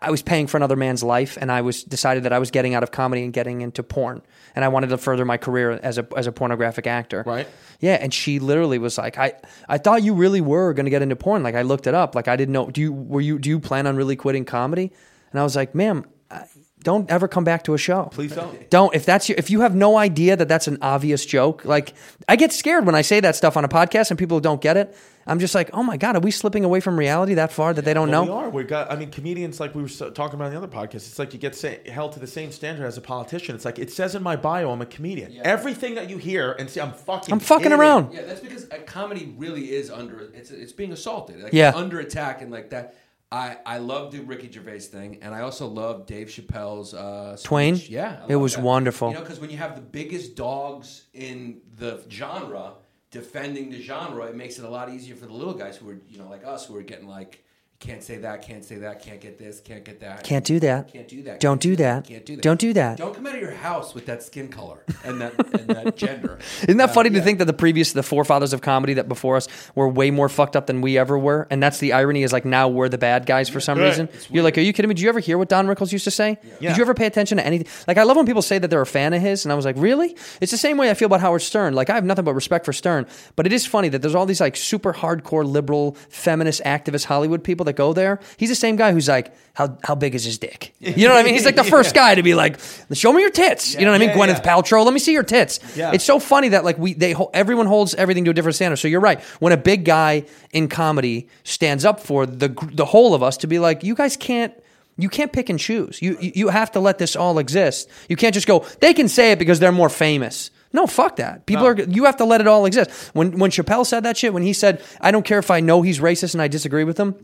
Speaker 1: I was paying for another man's life, and I was decided that I was getting out of comedy and getting into porn, and I wanted to further my career as a as a pornographic actor.
Speaker 9: Right.
Speaker 1: Yeah, and she literally was like, "I I thought you really were going to get into porn. Like I looked it up. Like I didn't know. Do you were you do you plan on really quitting comedy?" And I was like, "Ma'am, I- don't ever come back to a show.
Speaker 9: Please don't.
Speaker 1: Don't if that's your, if you have no idea that that's an obvious joke. Like I get scared when I say that stuff on a podcast and people don't get it. I'm just like, "Oh my god, are we slipping away from reality that far that they don't
Speaker 9: Well,
Speaker 1: know?"
Speaker 9: we are. We got. I mean, comedians like we were so- talking about in the other podcast. It's like you get sa- held to the same standard as a politician. It's like it says in my bio, I'm a comedian. Everything that you hear and see, I'm fucking.
Speaker 1: I'm fucking
Speaker 9: in it.
Speaker 1: around.
Speaker 10: Yeah, that's because uh, comedy really is under it's it's being assaulted. Like,
Speaker 1: Yeah.
Speaker 10: it's under attack and like that. I I love the Ricky Gervais thing, and I also love Dave Chappelle's uh, speech.
Speaker 1: Twain?
Speaker 10: Yeah, I
Speaker 1: It
Speaker 10: love
Speaker 1: was
Speaker 10: that.
Speaker 1: wonderful.
Speaker 10: You know, because when you have the biggest dogs in the genre defending the genre, it makes it a lot easier for the little guys who are you know like us who are getting like Can't say that. Can't say that. Can't get this. Can't get that.
Speaker 1: Can't do that.
Speaker 10: Can't do that.
Speaker 1: Don't
Speaker 10: can't
Speaker 1: do that.
Speaker 10: Can't do that.
Speaker 1: Don't do that.
Speaker 10: Don't come out of your house with that skin color and that and that
Speaker 1: (laughs)
Speaker 10: gender.
Speaker 1: Isn't that funny to think that the previous, the forefathers of comedy that before us were way more fucked up than we ever were? And that's the irony is like now we're the bad guys for some reason. You're like, are you kidding me? Did you ever hear what Don Rickles used to say? Did you ever pay attention to anything? Like, I love when people say that they're a fan of his. And I was like, really? It's the same way I feel about Howard Stern. Like, I have nothing but respect for Stern. But it is funny that there's all these like super hardcore liberal, feminist, activist Hollywood people that go there. He's the same guy who's like, how, how big is his dick? You know what I mean? He's
Speaker 9: (laughs)
Speaker 1: like the first guy to be like, show me your tits. You know what I mean?
Speaker 9: Yeah,
Speaker 1: Gwyneth
Speaker 9: yeah.
Speaker 1: Paltrow, let me see your tits.
Speaker 9: Yeah.
Speaker 1: It's so so funny that like we they ho- everyone holds everything to a different standard. So you're right. When a big guy in comedy stands up for the gr- the whole of us to be like, you guys can't. You can't pick and choose. You, you you have to let this all exist. You can't just go. They can say it because they're more famous. No, fuck that. People are. You have to let it all exist. When when Chappelle said that shit, when he said, "I don't care if I know he's racist and I disagree with him,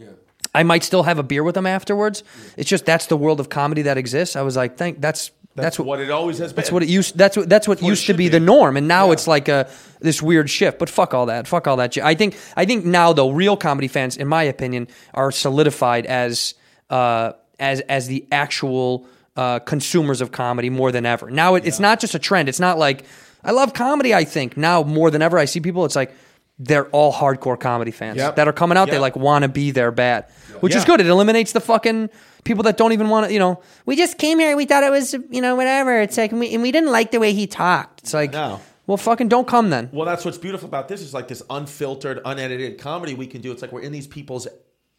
Speaker 1: I might still have a beer with him afterwards." It's just that's the world of comedy that exists. I was like, thank. That's that's,
Speaker 9: That's what it always has
Speaker 1: That's
Speaker 9: been.
Speaker 1: what it used. That's what that's what
Speaker 9: what it
Speaker 1: used to
Speaker 9: should
Speaker 1: be,
Speaker 9: be.
Speaker 1: the norm, and now
Speaker 9: Yeah.
Speaker 1: it's like a this weird shift. But fuck all that. Fuck all that. shit. I think I think now though, real comedy fans, in my opinion, are solidified as uh, as as the actual uh, consumers of comedy more than ever. Now it, it's not just a trend. It's not like I love comedy. I think now more than ever, I see people. It's like. They're all hardcore comedy fans
Speaker 9: Yep.
Speaker 1: that are coming out. They
Speaker 9: Yep.
Speaker 1: like want to be there bad, which is
Speaker 9: Yeah.
Speaker 1: good. It eliminates the fucking people that don't even want to. You know, we just came here. We thought it was you know whatever. It's like we, and we didn't like the way he talked. It's like
Speaker 9: No.
Speaker 1: well, fucking don't come then.
Speaker 9: Well, that's what's beautiful about this is like this unfiltered, unedited comedy we can do. It's like we're in these people's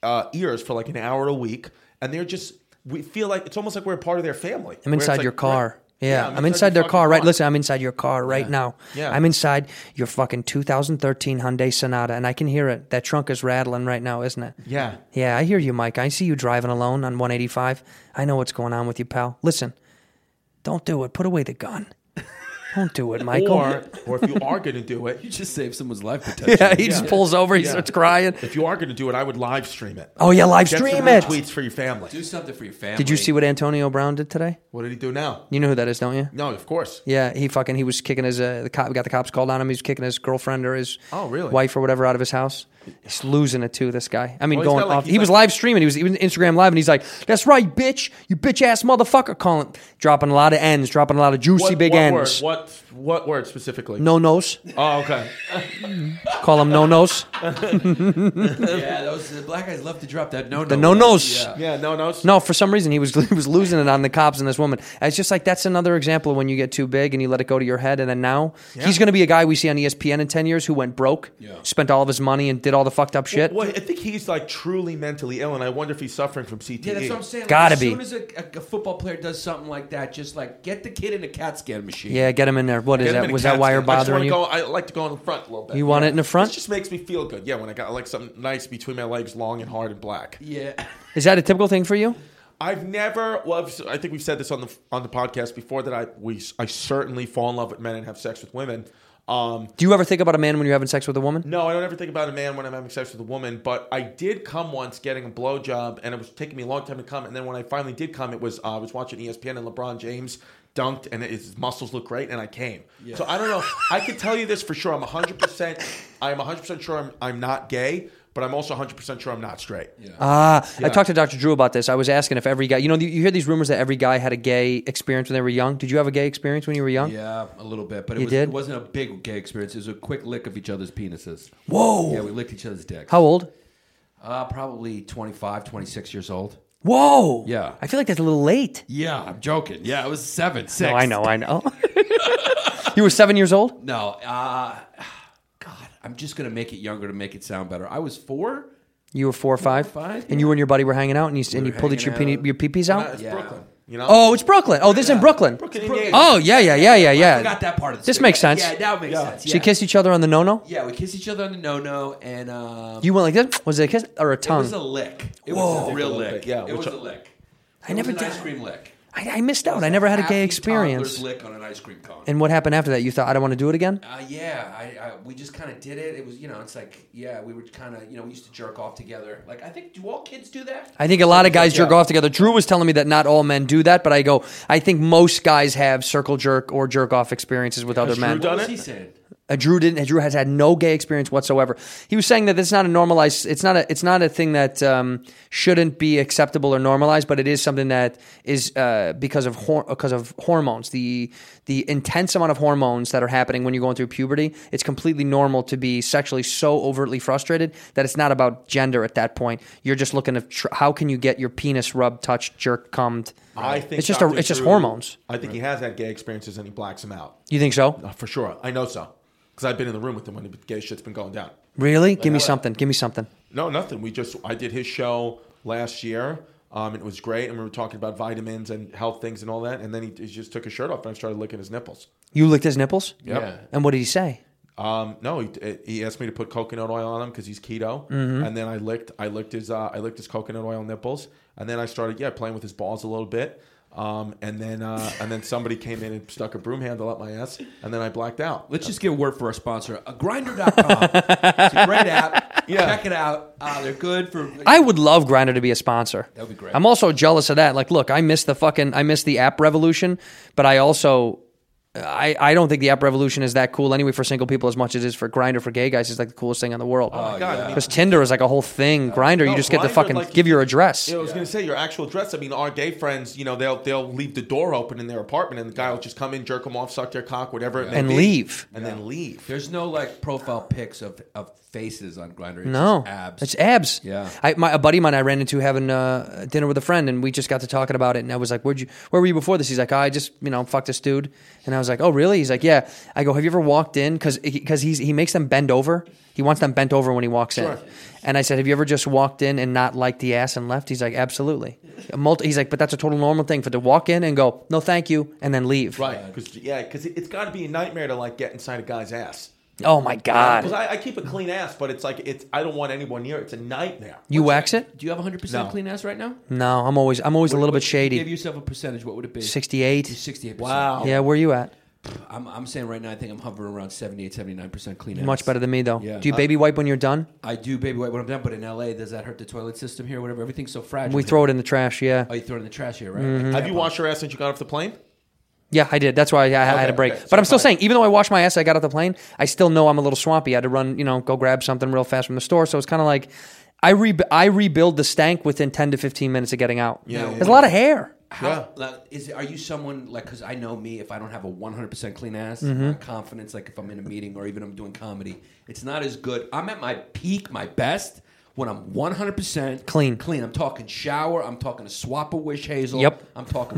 Speaker 9: uh, ears for like an hour a week, and they're just we feel like it's almost like we're a part of their family.
Speaker 1: I'm
Speaker 9: Where it's
Speaker 1: inside
Speaker 9: like,
Speaker 1: your car.
Speaker 9: right-
Speaker 1: Yeah, I'm, inside,
Speaker 9: your
Speaker 1: their car.
Speaker 9: fucking
Speaker 1: Right, listen, I'm inside your car right now.
Speaker 9: Yeah.
Speaker 1: I'm inside your fucking 2013 Hyundai Sonata, and I can hear it. That trunk is rattling right now, isn't it?
Speaker 9: Yeah.
Speaker 1: Yeah, I hear you, Mike. I see you driving alone on 185. I know what's going on with you, pal. Listen, don't do it. Put away the
Speaker 9: (laughs)
Speaker 1: gun. Don't do it, Michael.
Speaker 9: Or, or
Speaker 1: (laughs)
Speaker 9: if you are going to do
Speaker 10: You
Speaker 9: it,
Speaker 10: just saved someone's life
Speaker 1: yeah,
Speaker 10: potentially.
Speaker 1: he just pulls over. He starts crying.
Speaker 9: if you are going to do it, I would live stream it.
Speaker 1: Oh yeah, live
Speaker 9: Get
Speaker 1: stream
Speaker 9: some
Speaker 1: it.
Speaker 9: retweets for your family.
Speaker 10: Do something for your family.
Speaker 1: Did you see what Antonio Brown did today?
Speaker 9: What did he do now?
Speaker 1: You know who that is, don't you?
Speaker 9: No, of course.
Speaker 1: Yeah, he fucking he was kicking his uh, the cop got the cops called on him. He was kicking his girlfriend or his
Speaker 9: Oh, really?
Speaker 1: wife or whatever out of his house. He's losing it too. This guy. I mean,
Speaker 9: Well, he's
Speaker 1: going
Speaker 9: got, like-
Speaker 1: off.
Speaker 9: he's
Speaker 1: He was
Speaker 9: like-
Speaker 1: live streaming. He was even Instagram live, and he's like, "That's right, bitch. You bitch ass motherfucker." Calling, dropping a lot of ends, dropping a lot of juicy
Speaker 9: What,
Speaker 1: big
Speaker 9: what word?
Speaker 1: ends.
Speaker 9: What what word specifically?
Speaker 1: No nos. (laughs)
Speaker 9: Oh, okay.
Speaker 1: Call him no
Speaker 9: (laughs)
Speaker 1: nos.
Speaker 10: Yeah, those the black guys love to drop that no no.
Speaker 1: The no nos.
Speaker 10: Yeah.
Speaker 9: Yeah. No. No. it's-
Speaker 1: No, for some reason he was (laughs) he was losing it on the cops and this woman. And It's just like that's another example of when you get too big and you let it go to your head. And then now he's going to be a guy we see on E ESPN in ten years who went broke, spent all of his money, and did all the fucked up shit.
Speaker 9: Well, I think he's like truly mentally ill, and I wonder if he's suffering from E. CTE.
Speaker 10: Yeah, that's what I'm saying. Like,
Speaker 1: Gotta
Speaker 10: as
Speaker 1: be.
Speaker 10: soon as a, a, a football player does something like that, just like get the kid in a CAT scan machine.
Speaker 1: Yeah, get him in there. What is
Speaker 9: Get him
Speaker 1: that?
Speaker 9: in a
Speaker 1: Was that why you're
Speaker 9: CAT scan.
Speaker 1: bothering
Speaker 9: I
Speaker 1: you?
Speaker 9: just wanna Go, I like to go in the front a little bit.
Speaker 1: You want it in the
Speaker 9: It
Speaker 1: front?
Speaker 9: just makes me feel good. Yeah, when I got like something nice between my legs, long and hard and black.
Speaker 10: Yeah.
Speaker 1: Is that a typical thing for you?
Speaker 9: I've never. Well, I've, I think we've said this on the on the podcast before that I we I certainly fall in love with men and have sex with women. Um,
Speaker 1: Do you ever think about a man when you're having sex with a woman?
Speaker 9: no, I don't ever think about a man when I'm having sex with a woman. But I did come once getting a blowjob, and it was taking me a long time to come. And then when I finally did come, it was uh, I was watching ESPN and LeBron James dunked, and his muscles look great, and I came. So I don't know. I can tell you this for sure. I'm 100. percent I'm 100 percent sure I'm I'm not gay, but I'm also 100 percent sure I'm not straight.
Speaker 1: (laughs)
Speaker 9: Mm-hmm. Yeah.
Speaker 1: Uh, I talked to Dr. Drew about this. I was asking if every guy, you know, you hear these rumors that every guy had a gay experience when they were young. Did you have a gay experience when you were young?
Speaker 10: Yeah, a little bit, but it,
Speaker 1: You
Speaker 10: was,
Speaker 1: did?
Speaker 10: it wasn't a big gay experience. It was a quick lick of each other's penises.
Speaker 1: Whoa.
Speaker 10: Yeah, we licked each other's dicks.
Speaker 1: How old?
Speaker 10: Uh, probably 25, 26 years old.
Speaker 1: Whoa.
Speaker 10: Yeah.
Speaker 1: I feel like that's a little late.
Speaker 10: Yeah, I'm joking. Yeah, it was seven, six.
Speaker 1: No, I know, I know. (laughs) you were seven years old?
Speaker 10: No, uh, (sighs) God, I'm just gonna make it younger to make it sound better. I was four.
Speaker 1: You were four or five?
Speaker 10: five,
Speaker 1: And you and your buddy were hanging out and you, and you
Speaker 10: were
Speaker 1: pulled each your,
Speaker 10: hanging
Speaker 1: pee
Speaker 10: out.
Speaker 1: your peepees out?
Speaker 9: It's Brooklyn. You know.
Speaker 1: Oh, it's Brooklyn. Oh, this is in Brooklyn.
Speaker 9: Brooklyn.
Speaker 1: Oh, yeah, yeah, yeah, yeah, yeah.
Speaker 10: I got that part of the
Speaker 1: This
Speaker 10: story.
Speaker 1: makes sense.
Speaker 10: Yeah, now it makes sense. Yeah.
Speaker 1: So you kissed each other on the no no?
Speaker 10: Yeah, we kissed each other on the no no, and um,
Speaker 1: You went like this? Was it a kiss or a
Speaker 10: it
Speaker 1: tongue?
Speaker 10: was a lick. It was
Speaker 9: Whoa.
Speaker 10: a real
Speaker 9: Lick,
Speaker 10: lick.
Speaker 9: yeah,
Speaker 10: it was
Speaker 9: which-
Speaker 10: a lick.
Speaker 1: I never
Speaker 10: it was an
Speaker 1: did.
Speaker 10: ice cream lick.
Speaker 1: I, I missed out. I never had a gay
Speaker 10: Happy
Speaker 1: experience.
Speaker 10: toddler's lick on an ice cream cone.
Speaker 1: And what happened after that? You thought I don't want to do it again?
Speaker 10: Uh, yeah, I, I we just kind of did it. It was you know it's like yeah we were kind of you know we used to jerk off together. Like I think do all kids do that?
Speaker 1: I think a lot of guys jerk off together. Drew was telling me that not all men do that, but I go, I think most guys have circle jerk or jerk off experiences with other
Speaker 9: Drew
Speaker 1: men.
Speaker 9: done
Speaker 10: What was
Speaker 9: it?
Speaker 10: he saying?
Speaker 1: Uh, Drew didn't. Drew has had no gay experience whatsoever. He was saying that it's not a normalized. It's not a. It's not a thing that um, shouldn't be acceptable or normalized, but it is something that is uh, because of hor- because of hormones. The the intense amount of hormones that are happening when you're going through puberty. It's completely normal to be sexually so overtly frustrated that it's not about gender at that point. You're just looking at tr- how can you get your penis rubbed, touched, jerk, cummed.
Speaker 9: I think
Speaker 1: it's just
Speaker 9: Dr.
Speaker 1: a, it's just
Speaker 9: Drew-
Speaker 1: hormones.
Speaker 9: I think he has had gay experiences and he blacks them out.
Speaker 1: You think so?
Speaker 9: Uh, for sure. I know so. Because I've been in the room with him when the gay shit's been going down.
Speaker 1: Really? Give me something. Give me something.
Speaker 9: No, nothing. We just, I did his show last year. Um, it was great. And we were talking about vitamins and health things and all that. And then he, he just took his shirt off and I started licking his nipples.
Speaker 1: You licked his nipples?
Speaker 9: Yeah.
Speaker 1: And what did he say?
Speaker 9: Um, no, he, he asked me to put coconut oil on him because he's keto, and then I licked I licked his uh, I licked his coconut oil nipples, and then I started yeah playing with his balls a little bit, um, and then uh, and then somebody came in and stuck a broom handle up my ass, and then I blacked
Speaker 10: (laughs)
Speaker 9: out.
Speaker 10: Let's just get a word for our sponsor, uh, grinder.com. it's a
Speaker 1: (laughs)
Speaker 10: great app.
Speaker 9: Yeah.
Speaker 10: Check it out. Uh, they're good for.
Speaker 1: I would love Grinder to be a sponsor. That
Speaker 10: would be great.
Speaker 1: I'm also jealous of that. Like, look, I miss the fucking I miss the app revolution, but I also I, I don't think the app revolution is that cool anyway for single people as much as it is for Grinder for gay guys. It's like the coolest thing in the world. Oh my
Speaker 9: God, yeah. I mean-
Speaker 1: Because Tinder is like a whole thing. Grinder, you
Speaker 9: No,
Speaker 1: just get the
Speaker 9: Grindr,
Speaker 1: fucking
Speaker 9: like,
Speaker 1: give your address.
Speaker 9: Yeah, I was gonna say your actual address. I mean, our gay friends, you know, they'll they'll leave the door open in their apartment, and the guy will just come in, jerk them off, suck their cock, whatever, it may
Speaker 1: And
Speaker 9: be,
Speaker 1: leave.
Speaker 9: and then leave.
Speaker 10: There's no like profile pics of, of faces on Grinder.
Speaker 1: No,
Speaker 10: abs.
Speaker 1: It's abs.
Speaker 10: Yeah.
Speaker 1: I, my, a buddy of mine I ran into having uh, dinner with a friend, and we just got to talking about it. And I was like, "Where'd you? Where were you before this?" He's like, oh, "I just, you know, fucked this dude." And I was like, "Oh, really?" He's like, "Yeah." I go, "Have you ever walked in? Because because he's he makes them bend over. He wants them bent over when he walks in." And I said, "Have you ever just walked in and not liked the ass and left?" He's like, "Absolutely." A multi, he's like, "But that's a total normal thing for to walk in and go, no, thank you, and then leave."
Speaker 9: Right? Because yeah, because it, it's got to be a nightmare to like get inside a guy's ass.
Speaker 1: Oh my
Speaker 9: Because
Speaker 1: god.
Speaker 9: I, I keep a clean ass, but it's like it's I don't want anyone near. it. It's a nightmare.
Speaker 1: You wax it?
Speaker 10: Do you have 100%
Speaker 9: No.
Speaker 10: clean ass right now?
Speaker 1: No, I'm always I'm always a little bit
Speaker 10: Give
Speaker 1: shady.
Speaker 10: yourself a percentage. What would it be?
Speaker 1: 68.
Speaker 10: 68%.
Speaker 1: Yeah, where you at?
Speaker 10: I'm, I'm saying right now, I think I'm hovering around 78, 79% clean ass.
Speaker 1: Much better than me though.
Speaker 10: Yeah.
Speaker 1: Do you baby wipe when you're done?
Speaker 10: I do baby wipe when I'm done, but in LA, does that hurt the toilet system here? Whatever, everything's so fragile.
Speaker 1: We throw it Mm-hmm. in the trash. Yeah,
Speaker 10: Oh, you throw it in the trash here, right?
Speaker 9: Have you washed your ass since you got off the plane?
Speaker 1: yeah, I did. That's why I, I had a break.
Speaker 9: okay.
Speaker 1: but I'm still
Speaker 9: Fine.
Speaker 1: saying, even though I washed my ass, I got off the plane. I still know I'm a little swampy. I had to run, you know, go grab something real fast from the store. So it's kind of like I re- I rebuild the stank within 10 to 15 minutes of getting out.
Speaker 9: Yeah, yeah,
Speaker 1: there's a lot of hair.
Speaker 10: How,
Speaker 9: Yeah.
Speaker 10: like, is are you someone like? Because I know me, if I don't have a 100% clean ass,
Speaker 1: Mm-hmm.
Speaker 10: my confidence, like if I'm in a meeting or even I'm doing comedy, it's not as good. I'm at my peak, my best when I'm 100%
Speaker 1: Clean.
Speaker 10: Clean. I'm talking shower. I'm talking a swap of wish hazel.
Speaker 1: Yep.
Speaker 10: I'm talking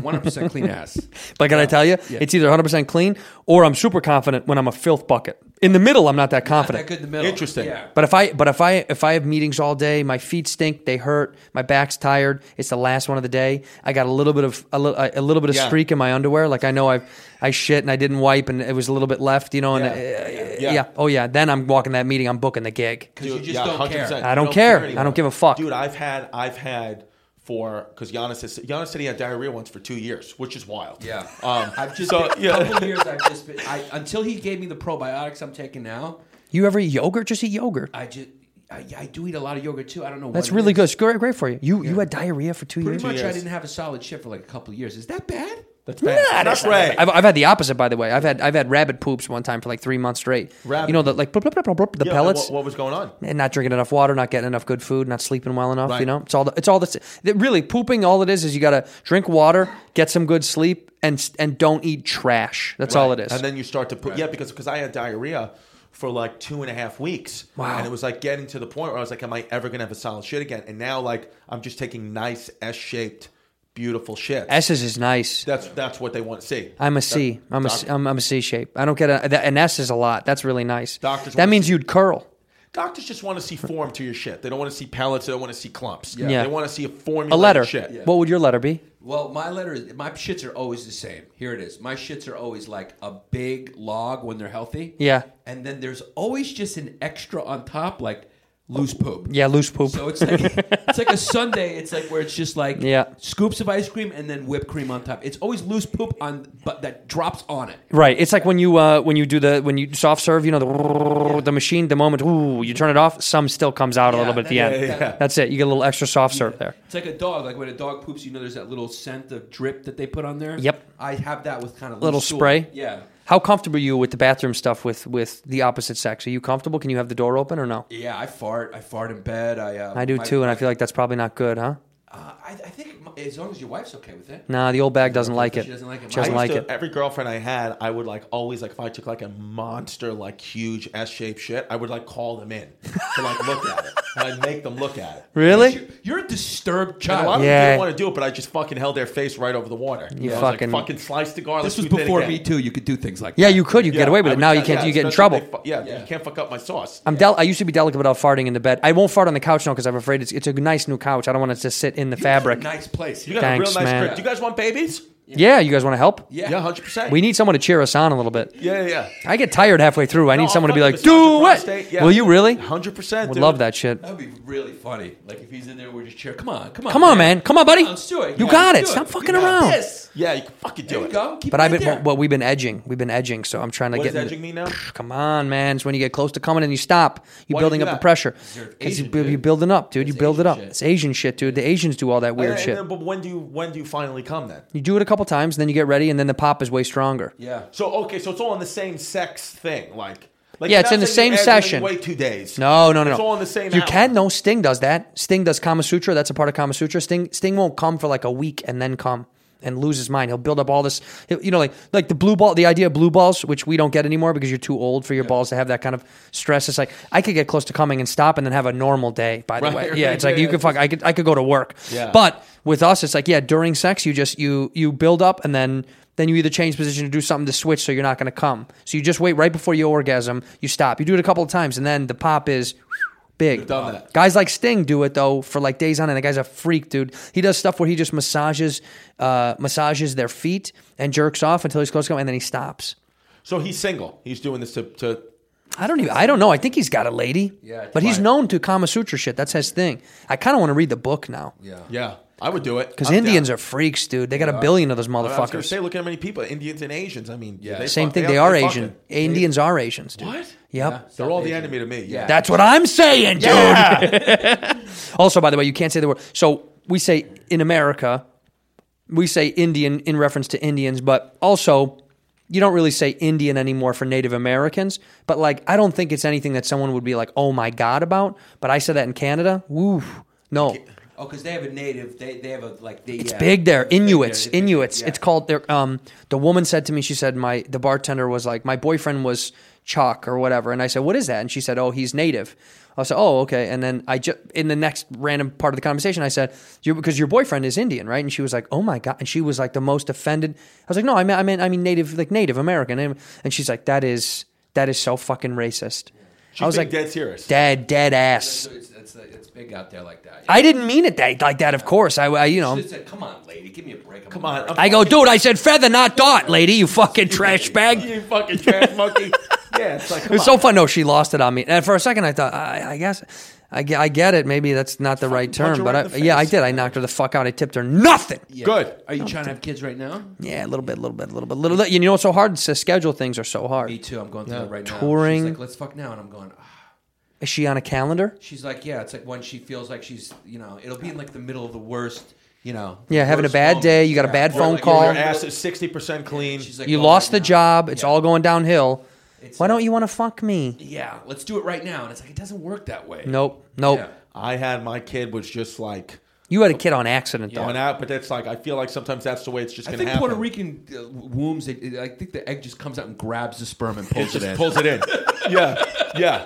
Speaker 1: (laughs)
Speaker 10: 100% clean ass.
Speaker 1: But can I tell you, it's either 100 percent clean or I'm super confident when I'm a filth bucket. In the middle, I'm not that
Speaker 10: Not
Speaker 1: confident.
Speaker 10: that good in the middle.
Speaker 9: Interesting.
Speaker 10: Yeah.
Speaker 1: But if I but if I if I have meetings all day, my feet stink, they hurt, my back's tired. It's the last one of the day. I got a little bit of a, li- a little bit of
Speaker 9: Yeah.
Speaker 1: streak in my underwear. Like I know I I shit and I didn't wipe and it was a little bit left, you know. And yeah,
Speaker 9: Yeah.
Speaker 1: yeah. oh yeah. Then I'm walking that meeting. I'm booking the gig.
Speaker 10: Because you
Speaker 9: Dude,
Speaker 10: just
Speaker 9: yeah,
Speaker 10: don't care.
Speaker 9: 100%.
Speaker 1: I
Speaker 9: You
Speaker 1: don't care. I
Speaker 9: anymore.
Speaker 1: don't give a fuck.
Speaker 9: Dude, I've had I've had for because Giannis has, Giannis said he had diarrhea once for two years, which is wild.
Speaker 10: Yeah.
Speaker 9: Um,
Speaker 10: I've just
Speaker 9: so,
Speaker 10: been,
Speaker 9: yeah.
Speaker 10: couple years. I've just been, I, until he gave me the probiotics I'm taking now.
Speaker 1: You ever eat yogurt? Just eat yogurt.
Speaker 10: I just I, I do eat a lot of yogurt too. I don't know.
Speaker 1: That's
Speaker 10: what it
Speaker 1: really
Speaker 10: is.
Speaker 1: good. It's great, great for you. You you had diarrhea for two
Speaker 10: Pretty
Speaker 1: years.
Speaker 10: much, I
Speaker 9: years.
Speaker 10: didn't have a solid shit for like a couple of years. Is that bad?
Speaker 9: That's bad. That's right.
Speaker 1: I've, I've had the opposite, by the way. I've had I've had rabbit poops one time for like three months straight.
Speaker 9: Rabbit.
Speaker 1: You know the like blub, blub, blub, blub, blub, the
Speaker 9: Yeah, and
Speaker 1: pellets.
Speaker 9: What, what was going on?
Speaker 1: and not drinking enough water, not getting enough good food, not sleeping well enough. You
Speaker 9: Right.
Speaker 1: know, it's all the, it's all the that really pooping. All it is is you got to drink water, get some good sleep, and s- and don't eat trash. That's all it is.
Speaker 9: And then you start to put yeah because because I had diarrhea for like two and a half weeks.
Speaker 1: Wow.
Speaker 9: And it was like getting to the point where I was like, am I ever gonna have a solid shit again? And now like I'm just taking nice S shaped, beautiful shit.
Speaker 1: S's is nice.
Speaker 9: That's that's what they want to see.
Speaker 1: I'm a C. I'm a C, I'm, I'm a C shape. I don't get a, that- an S is a lot. That's really nice.
Speaker 9: Doctors
Speaker 1: that
Speaker 9: wanna
Speaker 1: means
Speaker 9: see-
Speaker 1: you'd curl.
Speaker 9: Doctors just want to see form to your shit. They don't want to see pellets. They don't want to see clumps.
Speaker 1: Yeah.
Speaker 9: They want to see a
Speaker 1: A
Speaker 9: formula.
Speaker 1: letter.
Speaker 9: Shit.
Speaker 1: What would your letter be?
Speaker 10: Well, my letter is my shits are always the same. Here it is. My shits are always like a big log when they're healthy.
Speaker 1: Yeah.
Speaker 10: And then there's always just an extra on top, like loose poop.
Speaker 1: Yeah, loose poop.
Speaker 10: So it's like it's like a Sunday. It's like where it's just like
Speaker 1: Yeah.
Speaker 10: scoops of ice cream and then whipped cream on top. It's always loose poop on, but that drops on it.
Speaker 1: Right. It's like when you uh, when you do the when you soft serve, you know the the machine. The moment ooh, you turn it off, some still comes out a little bit at the
Speaker 10: that-
Speaker 1: end.
Speaker 10: yeah, yeah.
Speaker 1: That's it. You get a little extra soft serve there.
Speaker 10: It's like a dog. Like when a dog poops, you know, there's that little scent of drip that they put on there.
Speaker 1: Yep.
Speaker 10: I have that with kind of
Speaker 1: Little
Speaker 10: stool.
Speaker 1: spray?
Speaker 10: Yeah.
Speaker 1: How comfortable are you with the bathroom stuff with with the opposite sex? Are you comfortable? Can you have the door open or no?
Speaker 10: Yeah, I fart. I fart in bed. I uh,
Speaker 1: I do
Speaker 10: my-
Speaker 1: too, and I feel like that's probably not good, huh?
Speaker 10: Uh, I, I think my- as long as your wife's okay with it.
Speaker 1: Nah, the old bag doesn't like it.
Speaker 10: She doesn't like it.
Speaker 1: She doesn't
Speaker 9: I
Speaker 1: like
Speaker 9: used
Speaker 1: it.
Speaker 9: to- Every girlfriend I had, I would like always like if I took like a monster, like huge S shaped shit, I would like call them in to like look at it. And I'd make them look at it.
Speaker 1: Really?
Speaker 10: You're a disturbed
Speaker 9: And a lot
Speaker 10: child.
Speaker 9: of
Speaker 1: Yeah.
Speaker 9: them didn't want to do it, but I just fucking held their face right over the water. You know, I was
Speaker 1: fucking-
Speaker 9: like, fucking sliced the garlic.
Speaker 10: This was
Speaker 9: too thin
Speaker 10: before
Speaker 9: again.
Speaker 10: Me Too. You could do things like
Speaker 1: Yeah,
Speaker 10: that.
Speaker 1: you could. You could
Speaker 9: Yeah,
Speaker 1: get away with
Speaker 9: I
Speaker 1: it.
Speaker 9: would
Speaker 1: Now you
Speaker 9: tell-
Speaker 1: can't.
Speaker 9: yeah,
Speaker 1: you get in
Speaker 9: especially
Speaker 1: trouble.
Speaker 9: if they fu- yeah, you can't fuck up my sauce.
Speaker 1: I'm del- I used to be delicate about farting in the bed. I won't fart on the couch now because I'm afraid it's, it's a nice new couch. I don't want it to sit in the
Speaker 10: You got a
Speaker 1: fabric.
Speaker 10: nice place.
Speaker 9: You got
Speaker 1: Thanks,
Speaker 9: a real nice
Speaker 1: man.
Speaker 9: crib. Do you guys want babies?
Speaker 1: Yeah, you guys want to help?
Speaker 10: Yeah.
Speaker 9: Yeah, hundred percent.
Speaker 1: We need someone to cheer us on a little bit.
Speaker 9: Yeah, yeah, yeah.
Speaker 1: I get tired halfway through. I need
Speaker 9: No,
Speaker 1: someone to be like,
Speaker 9: fucking massage your
Speaker 1: "Do it."
Speaker 9: prostate, yeah.
Speaker 1: Will you really?
Speaker 9: Hundred percent.
Speaker 1: Would love that shit.
Speaker 10: That'd be really funny. Like if he's in there, we're just cheering. Come on, come on,
Speaker 1: Come on, man. Come on, buddy.
Speaker 10: Let's do it.
Speaker 1: You
Speaker 10: Yeah,
Speaker 1: got
Speaker 10: let's
Speaker 1: it.
Speaker 10: do
Speaker 1: Stop fucking
Speaker 10: You got
Speaker 1: around.
Speaker 10: This.
Speaker 9: Yeah, you can fucking do
Speaker 10: There you
Speaker 9: it.
Speaker 10: go. Keep
Speaker 1: But
Speaker 10: it
Speaker 1: I've
Speaker 10: right
Speaker 1: been
Speaker 10: there.
Speaker 1: well, well, we've been edging. We've been edging, so I'm trying to
Speaker 9: What
Speaker 1: get.
Speaker 9: does
Speaker 1: in the-
Speaker 9: edging mean now?
Speaker 1: Come on, man. It's when you get close to coming and you stop. You're
Speaker 9: Why do you
Speaker 1: building
Speaker 9: do
Speaker 1: up the
Speaker 9: that?
Speaker 1: pressure
Speaker 10: You're
Speaker 1: because you,
Speaker 10: Asian,
Speaker 1: bu- you
Speaker 10: dude.
Speaker 1: build it up, dude. you
Speaker 10: That's
Speaker 1: build it
Speaker 10: Asian
Speaker 1: up.
Speaker 10: shit.
Speaker 1: It's Asian shit, dude. The Asians do all that weird
Speaker 9: And
Speaker 1: shit.
Speaker 9: then- but when do you when do you finally come then?
Speaker 1: you do it a couple times, then you get ready, and then the pop is way stronger.
Speaker 10: Yeah.
Speaker 9: So okay, so it's all in the same sex thing, like. like
Speaker 1: Yeah,
Speaker 9: you're
Speaker 1: it's
Speaker 9: not
Speaker 1: in the
Speaker 9: saying you
Speaker 1: same
Speaker 9: add it and
Speaker 1: session.
Speaker 9: Wait two days.
Speaker 1: No, no, no,
Speaker 9: It's
Speaker 1: no.
Speaker 9: all in the same.
Speaker 1: You
Speaker 9: hour.
Speaker 1: can. No, Sting does that. Sting does Kama Sutra. That's a part of Kama Sutra. Sting Sting won't come for like a week and then come and lose his mind. He'll build up all this. he'll- You know, like like the blue ball. The idea of blue balls, which we don't get anymore because you're too old for your balls to have that kind of stress. It's like I could get close to coming and stop and then have a normal day. By the
Speaker 9: Right,
Speaker 1: way,
Speaker 9: right,
Speaker 1: yeah, it's like
Speaker 9: yeah,
Speaker 1: you could
Speaker 9: yeah.
Speaker 1: fuck. I could I could go to work.
Speaker 9: Yeah.
Speaker 1: But with us, it's like yeah, during sex, you just you you build up and then. Then you either change position or do something to switch, so you're not going to come. So you just wait right before you orgasm. You stop. You do it a couple of times, and then the pop is big.
Speaker 9: done that.
Speaker 1: Uh, Guys like Sting do it though for like days on end. The guy's a freak, dude. He does stuff where he just massages, uh, massages their feet and jerks off until he's close to come, and then he stops.
Speaker 9: So he's single. He's doing this to. to
Speaker 1: I don't even. I don't know. I think he's got a lady.
Speaker 10: Yeah, it's
Speaker 1: but he's
Speaker 10: fine.
Speaker 1: known to Kama Sutra shit. That's his thing. I kind of want to read the book now.
Speaker 9: yeah, I would do it
Speaker 1: Because Indians are freaks, dude. They got a billion of those
Speaker 9: I was gonna
Speaker 1: motherfuckers.
Speaker 9: say, look at how many people Indians and Asians. I mean, yeah,
Speaker 1: Same thing. They are Asian. Indians are Asians, dude.
Speaker 9: What?
Speaker 1: Yep.
Speaker 9: They're all the enemy to me. Yeah.
Speaker 1: That's what I'm saying, dude. (laughs) also, by the way, you can't say the word. So we say in America, we say Indian in reference to Indians, but also you don't really say Indian anymore for Native Americans. But like, I don't think it's anything that someone would be like, "Oh my god," about. But I said that in Canada. Woo, no,
Speaker 10: Oh, because they have a native. They they have a like. They,
Speaker 1: it's
Speaker 10: yeah.
Speaker 1: big there.
Speaker 10: It's big there.
Speaker 1: Inuits,
Speaker 10: It's big there.
Speaker 1: Inuits.
Speaker 10: Yeah.
Speaker 1: It's called. There, um, the woman said to me, she said, my the bartender was like, my boyfriend was Chalk or whatever, and I said, what is that? And she said, oh, he's native. I said, oh, okay. And then I just in the next random part of the conversation, I said, you because your boyfriend is Indian, right? And she was like, oh my god, and she was like the most offended. I was like, no, I mean, I mean, I mean, native, like Native American, and and she's like, that is that is so fucking racist.
Speaker 9: She's
Speaker 1: I was
Speaker 9: being
Speaker 1: like,
Speaker 9: dead serious.
Speaker 1: dead, dead ass.
Speaker 10: So it's, it's, it's big out there like that.
Speaker 1: I didn't mean it that like that. Of course, I, I you know.
Speaker 10: Just said, come on, lady, give me a break.
Speaker 9: Come on,
Speaker 1: I go, dude, I said feather, not dot, lady, you fucking trash bag.
Speaker 10: (laughs)
Speaker 9: (laughs) you fucking trash monkey. (laughs) yeah, it's like
Speaker 1: It
Speaker 9: come
Speaker 1: was
Speaker 9: on.
Speaker 1: so fun. No, she lost it on me. And for a second, I thought, I, I guess, I, ge- I get it. Maybe that's not the right
Speaker 9: punch
Speaker 1: term.
Speaker 9: her
Speaker 1: But
Speaker 9: right
Speaker 1: I,
Speaker 9: in the
Speaker 1: yeah, I
Speaker 9: face.
Speaker 1: did. I knocked her the fuck out. I tipped her nothing. Yeah,
Speaker 9: Good.
Speaker 10: Are you trying to have kids right now?
Speaker 1: a little bit, a little bit, a little bit, little. You know what's so hard? It's the schedule things are so
Speaker 10: Me
Speaker 1: hard.
Speaker 10: too. I'm going through that right now.
Speaker 1: Touring.
Speaker 10: She's like, let's fuck now, and I'm going. "Ah."
Speaker 1: Is she on a calendar?
Speaker 10: She's like, yeah. It's like when she feels like she's, you know, it'll be in like the middle of the worst, you know.
Speaker 1: Yeah, having a
Speaker 10: worst
Speaker 1: bad
Speaker 10: moment.
Speaker 1: day, you got a bad
Speaker 10: Or
Speaker 1: phone
Speaker 10: like
Speaker 1: call.
Speaker 9: Your
Speaker 10: you're-
Speaker 9: ass is sixty percent clean.
Speaker 10: She's like,
Speaker 1: You
Speaker 10: "Oh,
Speaker 1: lost the
Speaker 10: right now."
Speaker 1: job. It's
Speaker 10: Yeah.
Speaker 1: all going downhill.
Speaker 10: It's
Speaker 1: Why
Speaker 10: like-
Speaker 1: don't you want to fuck me?
Speaker 10: Yeah, let's do it right now. And it's like it doesn't work that way.
Speaker 1: Nope, nope.
Speaker 10: Yeah.
Speaker 9: I had my kid was just like
Speaker 1: You had a kid on accident though.
Speaker 9: going out, but that's like I feel like sometimes that's the way it's just
Speaker 10: I
Speaker 9: gonna
Speaker 10: think
Speaker 9: happen.
Speaker 10: Puerto Rican uh, wombs. It, it- I think the egg just comes out and grabs the sperm and pulls
Speaker 9: It
Speaker 10: it,
Speaker 9: just
Speaker 10: in.
Speaker 9: pulls it in. (laughs) yeah, yeah.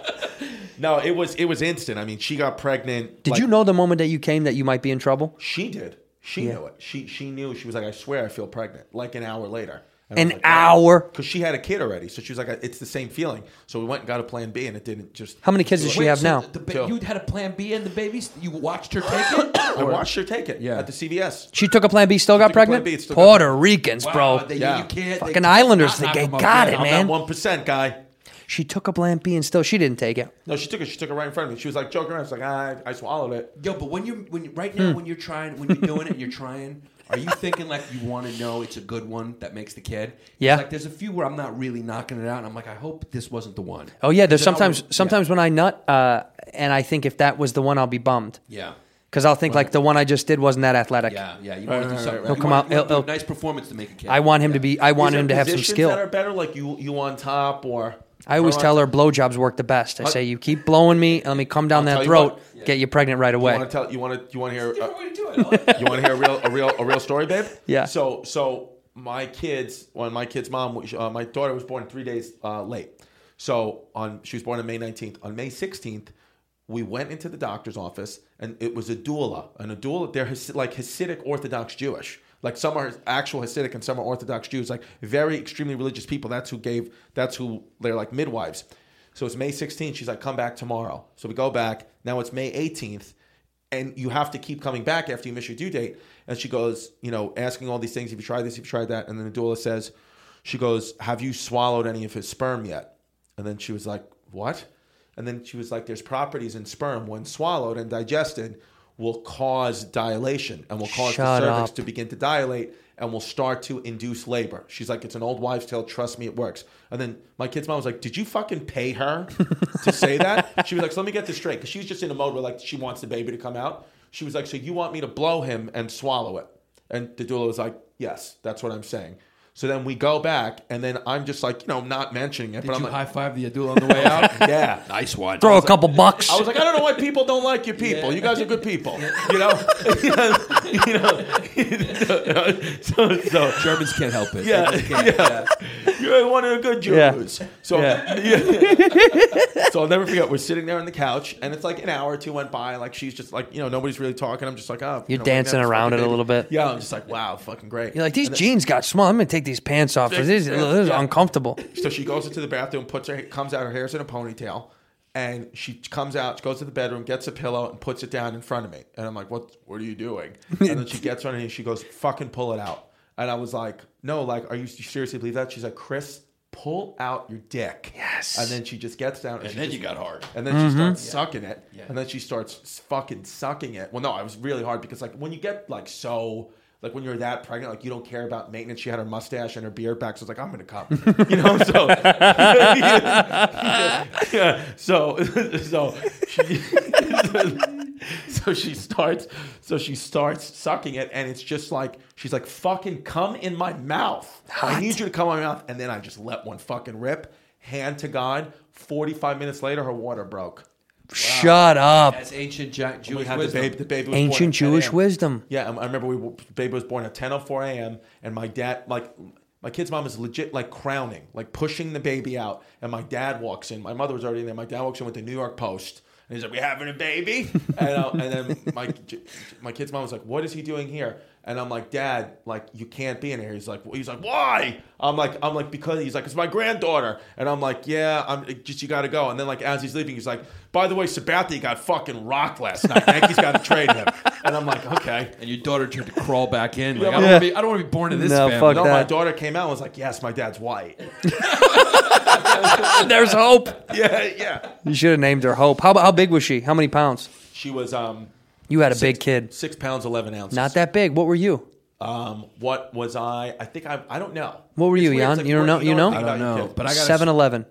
Speaker 9: No, it was it was instant. I mean, she got pregnant.
Speaker 1: Did
Speaker 9: like,
Speaker 1: you know the moment that you came that you might be in trouble?
Speaker 9: She did. She knew it. She she knew. She was like, I swear, I feel pregnant. Like an hour later.
Speaker 1: An hour?
Speaker 9: Because she had a kid already, so she was like, it's the same feeling. So we went and got a plan B, and it didn't just.
Speaker 1: How many kids does she
Speaker 10: Wait,
Speaker 1: have
Speaker 10: so
Speaker 1: now?
Speaker 10: The, the,
Speaker 9: Two.
Speaker 10: ba- you had a plan B and the babies. You watched her
Speaker 1: (coughs)
Speaker 10: take it.
Speaker 9: I watched her take it
Speaker 10: Yeah.
Speaker 9: at the CVS.
Speaker 1: She took a plan B, still got
Speaker 9: took a plan
Speaker 1: pregnant.
Speaker 9: B, still got-
Speaker 1: Puerto Ricans,
Speaker 10: Wow,
Speaker 1: bro.
Speaker 10: They,
Speaker 9: Yeah.
Speaker 10: you can't, they
Speaker 1: Fucking
Speaker 10: can't
Speaker 1: Islanders,
Speaker 10: knock
Speaker 1: they
Speaker 10: them
Speaker 1: got
Speaker 10: up.
Speaker 1: got it,
Speaker 9: I'm
Speaker 1: man.
Speaker 9: that one percent guy.
Speaker 1: She took a plan B and still she didn't take it.
Speaker 9: No, she took it. She took it right in front of me. She was like joking around. She's like, I, I swallowed it.
Speaker 10: Yo, but when you're when you, right
Speaker 1: Hmm.
Speaker 10: now when you're trying when you're doing it and you're trying, are you thinking like you want to know it's a good one that makes the kid? 'Cause,
Speaker 1: Yeah.
Speaker 10: Like there's a few where I'm not really knocking it out, and I'm like, I hope this wasn't the one.
Speaker 1: Oh yeah, there's
Speaker 10: Then I
Speaker 1: sometimes
Speaker 10: would- yeah.
Speaker 1: sometimes when I nut, uh, and I think if that was the one, I'll be bummed
Speaker 10: Yeah.
Speaker 1: because I'll think like the one I just did wasn't that athletic.
Speaker 10: Yeah, yeah. You want to do something.
Speaker 1: He'll
Speaker 10: you
Speaker 1: come
Speaker 10: want-
Speaker 1: out-
Speaker 10: you want to
Speaker 1: he'll-
Speaker 10: do a nice performance to make a catch.
Speaker 1: I want him to be. I want
Speaker 9: Is there
Speaker 1: him to have some
Speaker 9: positions
Speaker 1: skill.
Speaker 9: That are better, like you, you on top, or
Speaker 1: I always
Speaker 9: or on
Speaker 1: tell her blowjobs work the best. I say you keep blowing me, and let me come down
Speaker 9: tell
Speaker 1: that
Speaker 9: you what.
Speaker 1: throat, get you pregnant right
Speaker 9: You
Speaker 1: away.
Speaker 9: want to tell? You want to? You want to hear? uh,
Speaker 10: Different way to do it. I like that.
Speaker 9: you want to hear a real, a real, a real story, babe?
Speaker 1: Yeah.
Speaker 9: So, so my kids, when my kid's mom, which, uh, my daughter was born three days uh, late. So on, she was born on May nineteenth. On May sixteenth, we went into the doctor's office, and it was a doula, and a doula. They're Hasi- like Hasidic Orthodox Jewish. Like some are actual Hasidic and some are Orthodox Jews, like very extremely religious people. That's who gave. That's who they're like midwives. So it's May 16th. She's like, come back tomorrow. So we go back. Now it's May 18th and you have to keep coming back after you miss your due date. And she goes, you know, asking all these things. Have you tried this? Have you tried that? And then the doula says, she goes, have you swallowed any of his sperm yet? And then she was like, what? And then she was like, there's properties in sperm when swallowed and digested will cause dilation and will cause
Speaker 1: Shut
Speaker 9: the cervix
Speaker 1: up.
Speaker 9: to begin to dilate and will start to induce labor. She's like, it's an old wives' tale. Trust me, it works. And then my kid's mom was like, did you fucking pay her to
Speaker 10: (laughs)
Speaker 9: say that? She was like, so let me get this straight. Because she was just in a mode where like she wants the baby to come out. She was like, so you want me to blow him and swallow it? And the doula was like, yes, that's what I'm saying. So then we go back, and then I'm just like, you know, not mentioning it,
Speaker 10: Did
Speaker 9: but I'm
Speaker 10: you
Speaker 9: like,
Speaker 10: high five the Adul on the way
Speaker 9: (laughs)
Speaker 10: out? (laughs)
Speaker 9: yeah.
Speaker 10: nice one.
Speaker 1: Throw a couple bucks.
Speaker 9: I was like, I don't know why people don't like you people. You guys are good people. You know?
Speaker 10: (laughs)
Speaker 9: you know? so, so,
Speaker 10: Germans can't help it.
Speaker 9: yeah,
Speaker 10: They just
Speaker 9: yeah.
Speaker 10: can't.
Speaker 9: You're one of the good
Speaker 1: Yeah.
Speaker 9: Jews. So, (laughs) so I'll never forget. We're sitting there on the couch, and it's like an hour or two went by. Like she's just like, you know, nobody's really talking. I'm just like, oh,
Speaker 1: You're dancing around it a little bit.
Speaker 9: Yeah, I'm just like, wow, fucking great.
Speaker 1: You're like these jeans got small. I'm gonna take these pants off. This is, this is uncomfortable.
Speaker 9: So she goes into the bathroom, puts her comes out, her hair's in a ponytail, and she comes out, she goes to the bedroom, gets a pillow, and puts it down in front of me. And I'm like, What what are you doing? And then she gets on it and she goes, Fucking pull it out. And I was like, No, like, are you, you seriously believe that? She's like, Chris, pull out your dick. Yes. And then she just gets down and, she
Speaker 10: then
Speaker 9: just-
Speaker 10: you got hard.
Speaker 9: And then she starts sucking it. And then she starts s- fucking sucking it. Well, no, I was really hard because like when you get like so like when you're that pregnant, like you don't care about maintenance. She had her mustache and her beard back, so it's like I'm gonna come, (laughs) you know. So, yeah, so, (laughs) so she, (laughs) so she starts, so she starts sucking it, and it's just like she's like, "Fucking come in my mouth! I need you to come in my mouth." And then I just let one fucking rip. Hand to God. Forty-five minutes later, her water broke.
Speaker 1: Shut up.
Speaker 10: That's ancient Jack
Speaker 9: We
Speaker 10: Jewish
Speaker 9: had the
Speaker 10: wisdom.
Speaker 9: baby. The baby was born
Speaker 1: Ancient
Speaker 9: at 10
Speaker 1: Jewish
Speaker 9: a.m.
Speaker 1: wisdom.
Speaker 9: Yeah, I I remember we baby was born at 10:04 a.m. and my dad like my kid's mom is legit like crowning, like pushing the baby out and my dad walks in. My mother was already in there. My dad walks in with the New York Post and he's like, "We having a baby?" (laughs) and, uh, and then my my kid's mom was like, "What is he doing here?" And I'm like, "Dad, like you can't be in here." He's like, "He's like, why?" I'm like, "I'm like because he's like it's my granddaughter." And I'm like, "Yeah, I'm just you got to go." And then like as he's leaving, he's like, "By the way, Sabathia got fucking rocked last night. Yankees got to trade him." And I'm like, "Okay."
Speaker 10: and your daughter tried to crawl back in. Like, I, don't
Speaker 1: Yeah.
Speaker 10: wanna be, I don't want to be born in this
Speaker 1: No,
Speaker 10: family.
Speaker 1: fuck
Speaker 9: No,
Speaker 1: that.
Speaker 9: my daughter came out and was like, "Yes, my
Speaker 1: (laughs)
Speaker 9: dad's white."
Speaker 1: There's Hope.
Speaker 9: yeah, yeah.
Speaker 1: You should have named her Hope. How how big was she? How many pounds?
Speaker 9: She was um
Speaker 1: You had a big kid.
Speaker 9: six pounds eleven ounces.
Speaker 1: Not that big. What were you?
Speaker 9: Um, what was I? I think I. I don't know.
Speaker 1: What were
Speaker 9: It's
Speaker 1: you,
Speaker 9: weird.
Speaker 1: Jan?
Speaker 9: It's like
Speaker 1: You don't
Speaker 9: what-
Speaker 1: know- you know?
Speaker 9: think
Speaker 10: I don't
Speaker 9: about your
Speaker 10: know,
Speaker 9: kid.
Speaker 10: but I got
Speaker 1: Seven eleven.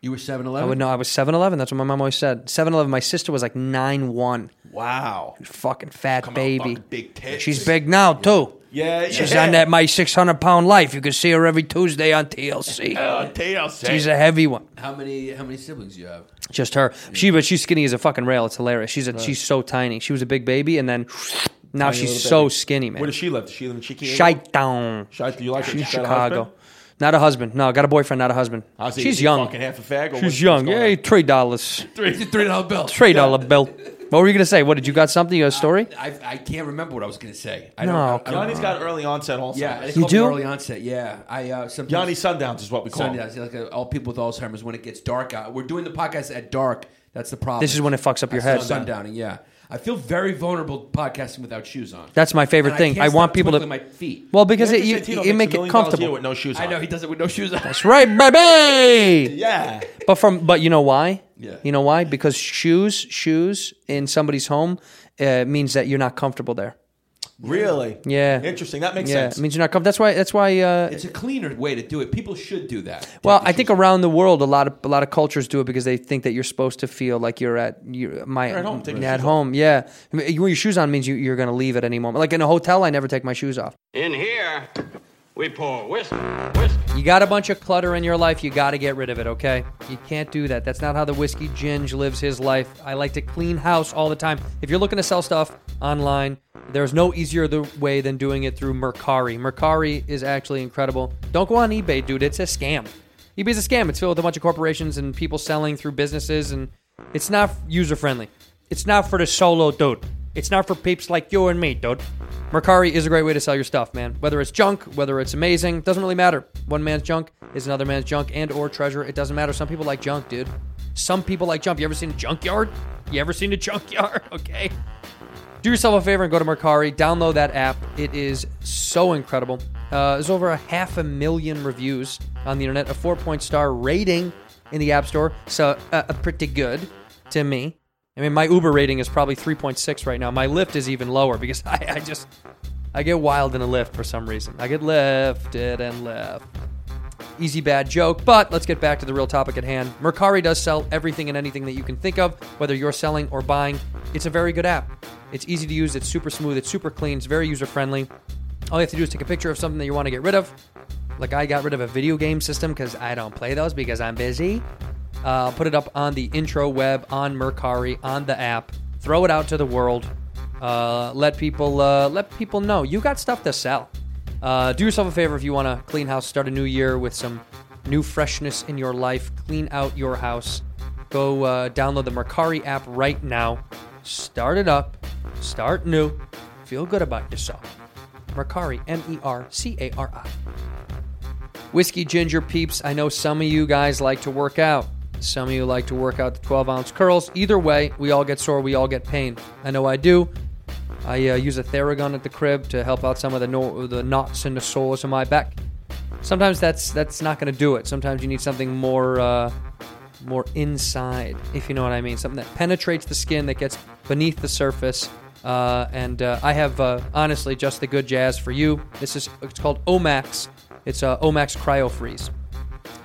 Speaker 10: You were seven
Speaker 1: I would
Speaker 10: eleven.
Speaker 1: know. I was seven eleven. That's what my mom always said. Seven eleven. My sister was like nine one.
Speaker 9: wow.
Speaker 1: Fucking fat
Speaker 9: Come on,
Speaker 1: baby.
Speaker 9: fucking big tits.
Speaker 1: She's big now too.
Speaker 9: Yeah,
Speaker 1: She's
Speaker 9: yeah.
Speaker 1: on that my six hundred pound life. You can see her every Tuesday on
Speaker 9: (laughs)
Speaker 1: TLC.
Speaker 9: Uh, TLC.
Speaker 1: She's a heavy one.
Speaker 10: How many how many siblings do you have?
Speaker 1: Just her. She, but she's skinny as a fucking rail. It's hilarious. She's a, she's so tiny. She was a big baby, and then now she's
Speaker 9: little
Speaker 1: so
Speaker 9: baby.
Speaker 1: skinny, man.
Speaker 9: Where does she live? Does she live in Chicago?
Speaker 1: Shite down.
Speaker 9: Shite. Do you like her?
Speaker 1: She's
Speaker 9: She got a
Speaker 1: Chicago.
Speaker 9: husband?
Speaker 1: Not a husband. No, got a boyfriend. Not a husband.
Speaker 9: How's he- is
Speaker 1: she's
Speaker 9: he
Speaker 1: young.
Speaker 9: Fucking half a fag. Or what's- what's
Speaker 1: She's young.
Speaker 9: going
Speaker 1: Yay,
Speaker 9: on?
Speaker 1: three dollars.
Speaker 10: Three three dollar bill.
Speaker 1: Three dollar bill. What were you gonna say? What did you got something? You got a story?
Speaker 10: I, I can't remember what I was going to say. I
Speaker 1: No,
Speaker 10: don't, I don't,
Speaker 1: come
Speaker 9: Yanni's got early onset also.
Speaker 10: Yeah, they
Speaker 1: You
Speaker 10: call me
Speaker 1: do?
Speaker 10: early onset. Yeah, I uh, sometimes
Speaker 9: Yanni Sundowns is what we call.
Speaker 10: Sunday,
Speaker 9: him.
Speaker 10: I see, like, uh, all people with Alzheimer's when it gets dark out. We're doing the podcast at dark. That's the problem.
Speaker 1: This is when it fucks up your
Speaker 10: That's
Speaker 1: head.
Speaker 10: Sundowning, yeah. I feel very vulnerable podcasting without shoes on.
Speaker 1: That's my favorite
Speaker 10: And
Speaker 1: thing.
Speaker 10: can't
Speaker 1: I want
Speaker 10: stop
Speaker 1: people to-
Speaker 10: twiddling my feet.
Speaker 1: Well, because it,
Speaker 9: Anthony
Speaker 1: you,
Speaker 9: Santino
Speaker 1: you
Speaker 9: makes
Speaker 1: make it
Speaker 9: a million dollars a year
Speaker 1: comfortable.
Speaker 9: with no shoes on.
Speaker 10: I know he does it with no shoes on.
Speaker 1: That's (laughs) right, baby.
Speaker 9: Yeah.
Speaker 1: But from but you know why?
Speaker 10: Yeah.
Speaker 1: You know why? Because shoes shoes in somebody's home uh, means that you're not comfortable there.
Speaker 9: Really?
Speaker 1: Yeah.
Speaker 9: Interesting. That makes
Speaker 1: yeah,
Speaker 9: sense.
Speaker 1: it means you're not comfortable. That's why. That's why. Uh,
Speaker 10: It's a cleaner way to do it. People should do that.
Speaker 1: well, I think around the world, a lot of a lot of cultures do it because they think that you're supposed to feel like you're at you my
Speaker 9: You're at home, take your
Speaker 1: at
Speaker 9: shoes off.
Speaker 1: home. Yeah, I mean, you wear your shoes on means you, you're going to leave at any moment. Like in a hotel, I never take my shoes off.
Speaker 2: In here, we pour whisk, whisk,
Speaker 1: You got a bunch of clutter in your life. You got to get rid of it. Okay, you can't do that. That's not how the whiskey ginge lives his life. I like to clean house all the time. If you're looking to sell stuff online, there's no easier the way than doing it through Mercari. Mercari is actually incredible. Don't go on eBay, dude. It's a scam. eBay's a scam. It's filled with a bunch of corporations and people selling through businesses, and it's not user friendly. It's not for the solo dude. It's not for peeps like you and me, dude. Mercari is a great way to sell your stuff, man. Whether it's junk, whether it's amazing, doesn't really matter. One man's junk is another man's junk and or treasure. It doesn't matter. Some people like junk, dude. Some people like junk. You ever seen a junkyard? You ever seen a junkyard? (laughs) Okay. Do yourself a favor and go to Mercari. Download that app. It is so incredible. Uh, there's over a half a million reviews on the internet, a four point star rating in the App Store. So, uh, uh, pretty good to me. I mean, my Uber rating is probably 3.6 right now. My Lyft is even lower because (laughs) I, I just, I get wild in a Lyft for some reason. I get lifted and left easy bad joke. But let's get back to the real topic at hand. Mercari does sell everything and anything that you can think of, whether you're selling or buying. It's a very good app. It's easy to use, it's super smooth, it's super clean, it's very user friendly. All you have to do is take a picture of something that you want to get rid of. Like I got rid of a video game system because I don't play those because I'm busy. Uh, put it up on the intro web, on Mercari, on the app. Throw it out to the world. Uh, let people uh, let people know you got stuff to sell. Uh, do yourself a favor if you want to clean house, start a new year with some new freshness in your life. Clean out your house. Go uh, download the Mercari app right now. Start it up. Start new. Feel good about yourself. Mercari, M E R C A R I. Whiskey Ginger Peeps, I know some of you guys like to work out. Some of you like to work out the 12 ounce curls. Either way, we all get sore, we all get pain. I know I do. I uh, use a Theragun at the crib to help out some of the no- the knots and the sores in my back. Sometimes that's that's not going to do it. Sometimes you need something more uh, more inside, if you know what I mean. Something that penetrates the skin, that gets beneath the surface. Uh, and uh, I have uh, honestly just the good jazz for you. This is it's called Omax. It's uh, Omax Cryo Freeze.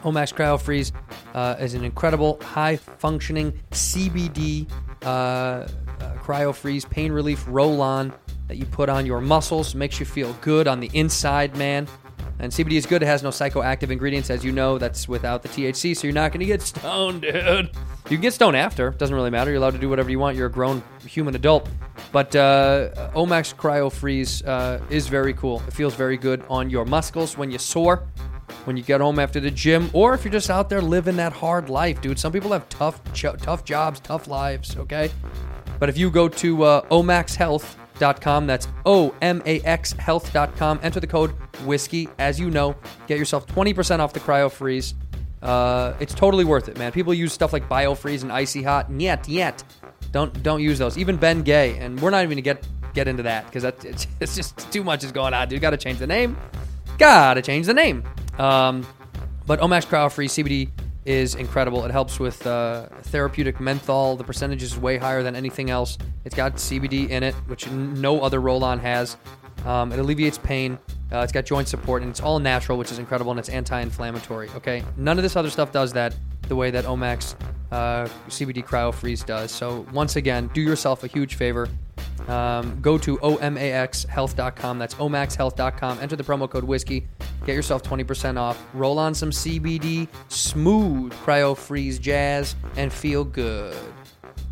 Speaker 1: Omax Cryo Freeze uh, is an incredible, high functioning CBD uh, uh, cryo freeze pain relief roll on that you put on your muscles. Makes you feel good on the inside, man. And CBD is good. It has no psychoactive ingredients, as you know. That's without the THC, so you're not going to get stoned, dude. You can get stoned after. Doesn't really matter. You're allowed to do whatever you want. You're a grown human adult. But uh, Omax Cryo Freeze uh, is very cool. It feels very good on your muscles when you sore when you get home after the gym, or if you're just out there living that hard life, dude. Some people have tough, jo- tough jobs, tough lives. Okay, but if you go to uh, omaxhealth.com, that's o m a x health.com. Enter the code whiskey, as you know, get yourself 20% off the cryo freeze. Uh, it's totally worth it, man. People use stuff like biofreeze and icy hot, and yet, yet, don't don't use those. Even Ben Gay, and we're not even gonna get get into that because that's it's, (laughs) it's just too much is going on, dude. Got to change the name gotta change the name. Um, but Omax Cryo Free CBD is incredible. It helps with uh, therapeutic menthol. The percentage is way higher than anything else. It's got CBD in it, which n- no other roll-on has. Um, it alleviates pain. Uh, it's got joint support, and it's all natural, which is incredible, and it's anti-inflammatory. Okay, none of this other stuff does that the way that Omax uh, CBD Cryo Freeze does. So once again, do yourself a huge favor. Um, go to omaxhealth.com. That's omaxhealth.com. Enter the promo code whiskey. Get yourself 20% off. Roll on some CBD, smooth cryo freeze jazz, and feel good.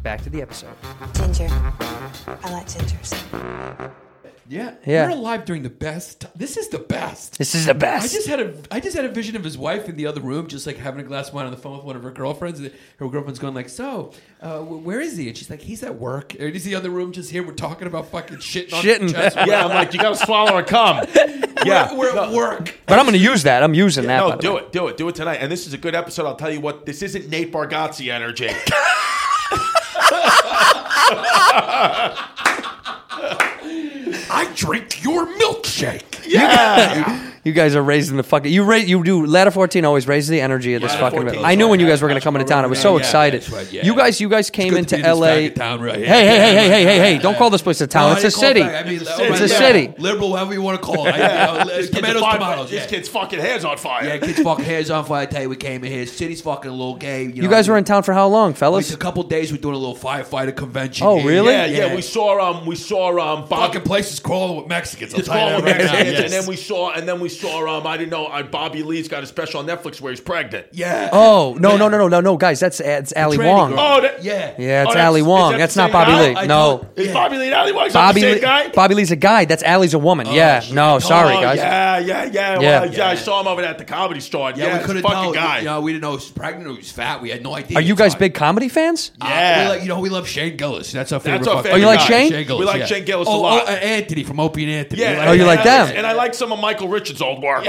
Speaker 1: Back to the episode.
Speaker 8: Ginger. I like gingers.
Speaker 10: Yeah,
Speaker 1: Yeah.
Speaker 10: We're alive during the best. This is the best.
Speaker 1: This is the
Speaker 10: I
Speaker 1: best.
Speaker 10: just had a I just had a vision of his wife in the other room, just like having a glass of wine on the phone with one of her girlfriends. And her girlfriend's going like, "So, uh, wh- where is he?" And she's like, "He's at work." And he's in the other room, just here. We're talking about fucking shitting. On
Speaker 1: Shitting. (laughs)
Speaker 10: Jeff's wife.
Speaker 9: (laughs) Yeah, I'm like, you got to swallow or (laughs) come. Yeah.
Speaker 10: we're at
Speaker 9: No.
Speaker 10: work.
Speaker 1: but I'm going to use that. I'm using that.
Speaker 9: No, do it, do it, do it tonight. And this is a good episode. I'll tell you what, this isn't Nate Bargatze (laughs) energy.
Speaker 10: I drink your milkshake.
Speaker 9: Yeah.
Speaker 1: You guys are raising the fucking. You ra- you do. Ladder 14 always raises the energy of this
Speaker 10: Ladder
Speaker 1: fucking.
Speaker 10: 14 's
Speaker 1: I knew
Speaker 10: right.
Speaker 1: when you
Speaker 10: That's-
Speaker 1: guys were going to
Speaker 10: that's
Speaker 1: come into
Speaker 10: where
Speaker 1: town. I
Speaker 10: we're
Speaker 1: was
Speaker 10: at.
Speaker 1: so
Speaker 10: Yeah,
Speaker 1: excited.
Speaker 10: that's right, yeah.
Speaker 1: You guys, you guys came
Speaker 10: good to
Speaker 1: into
Speaker 10: be in this
Speaker 1: LA.
Speaker 10: faggot town right
Speaker 1: hey,
Speaker 10: here.
Speaker 1: hey, hey, hey, hey, hey, hey! Don't call this place a town.
Speaker 10: No,
Speaker 1: it's
Speaker 10: I
Speaker 1: a
Speaker 10: didn't call it
Speaker 1: city.
Speaker 10: back. I mean,
Speaker 1: it's
Speaker 10: oh,
Speaker 1: a
Speaker 10: yeah.
Speaker 1: city.
Speaker 10: Liberal, however you want to call
Speaker 1: (laughs)
Speaker 10: it. I- I- tomatoes,
Speaker 9: fucking-
Speaker 10: tomatoes.
Speaker 9: This
Speaker 10: yeah.
Speaker 9: kid's fucking hands on fire.
Speaker 10: Yeah, kids fucking hands on fire. I tell you, we came in here. City's fucking a little gay. You,
Speaker 1: You guys were in town for how long,
Speaker 10: It's
Speaker 1: fellas?
Speaker 10: a couple days. We're doing a little firefighter convention.
Speaker 1: Oh,
Speaker 10: here.
Speaker 1: really?
Speaker 9: Yeah, yeah, we saw um, we saw um, Bob.
Speaker 10: fucking place is crawling with Mexicans. I'll
Speaker 9: It's
Speaker 10: tell you
Speaker 9: called
Speaker 10: that right now,
Speaker 9: Mexicans,
Speaker 10: yes.
Speaker 9: and then we saw, and then we saw. Um, I didn't know. Uh, Bobby Lee's got a special on Netflix where he's pregnant.
Speaker 10: yeah.
Speaker 1: Oh no no no no no no guys! That's it's Ali
Speaker 10: tranny
Speaker 1: Wong.
Speaker 10: girl.
Speaker 9: Oh, that,
Speaker 10: Yeah.
Speaker 1: Yeah,
Speaker 9: Oh,
Speaker 1: it's
Speaker 9: that's-
Speaker 1: Ali
Speaker 9: is
Speaker 1: Wong.
Speaker 9: that the
Speaker 1: That's
Speaker 9: same
Speaker 1: not Bobby
Speaker 9: guy?
Speaker 1: Lee.
Speaker 10: I
Speaker 1: no,
Speaker 10: thought-
Speaker 9: Is
Speaker 10: Yeah.
Speaker 9: Bobby Lee and Ali Wong's not the
Speaker 1: Bobby.
Speaker 9: same
Speaker 1: Lee,
Speaker 9: guy?
Speaker 1: Bobby Lee's a guy. That's Ali's a woman. yeah. No, sorry
Speaker 9: Oh,
Speaker 1: guys.
Speaker 9: Yeah, yeah, yeah. Well,
Speaker 1: Yeah.
Speaker 9: I- yeah. I saw him over at the comedy store. Yeah,
Speaker 10: Yeah, we
Speaker 9: it's
Speaker 10: couldn't tell.
Speaker 9: fucking guy.
Speaker 10: You know, we didn't know he was pregnant or he was fat. We had no idea.
Speaker 1: Are you guys
Speaker 10: It's
Speaker 1: big comedy fans?
Speaker 10: fine. Uh,
Speaker 9: Yeah.
Speaker 10: we like, you know, we love Shane Gillis. That's our favorite.
Speaker 9: That's our
Speaker 10: fucking
Speaker 9: favorite.
Speaker 1: Oh, you like
Speaker 9: guy.
Speaker 1: Shane?
Speaker 10: Gillis,
Speaker 9: We like
Speaker 10: yeah.
Speaker 9: Shane Gillis
Speaker 10: oh,
Speaker 9: a lot.
Speaker 10: Oh, uh, Anthony from Opie and Anthony.
Speaker 9: yeah.
Speaker 10: We
Speaker 1: Oh, you like
Speaker 9: and
Speaker 1: them?
Speaker 9: I- And I like some of Michael Richards' old work.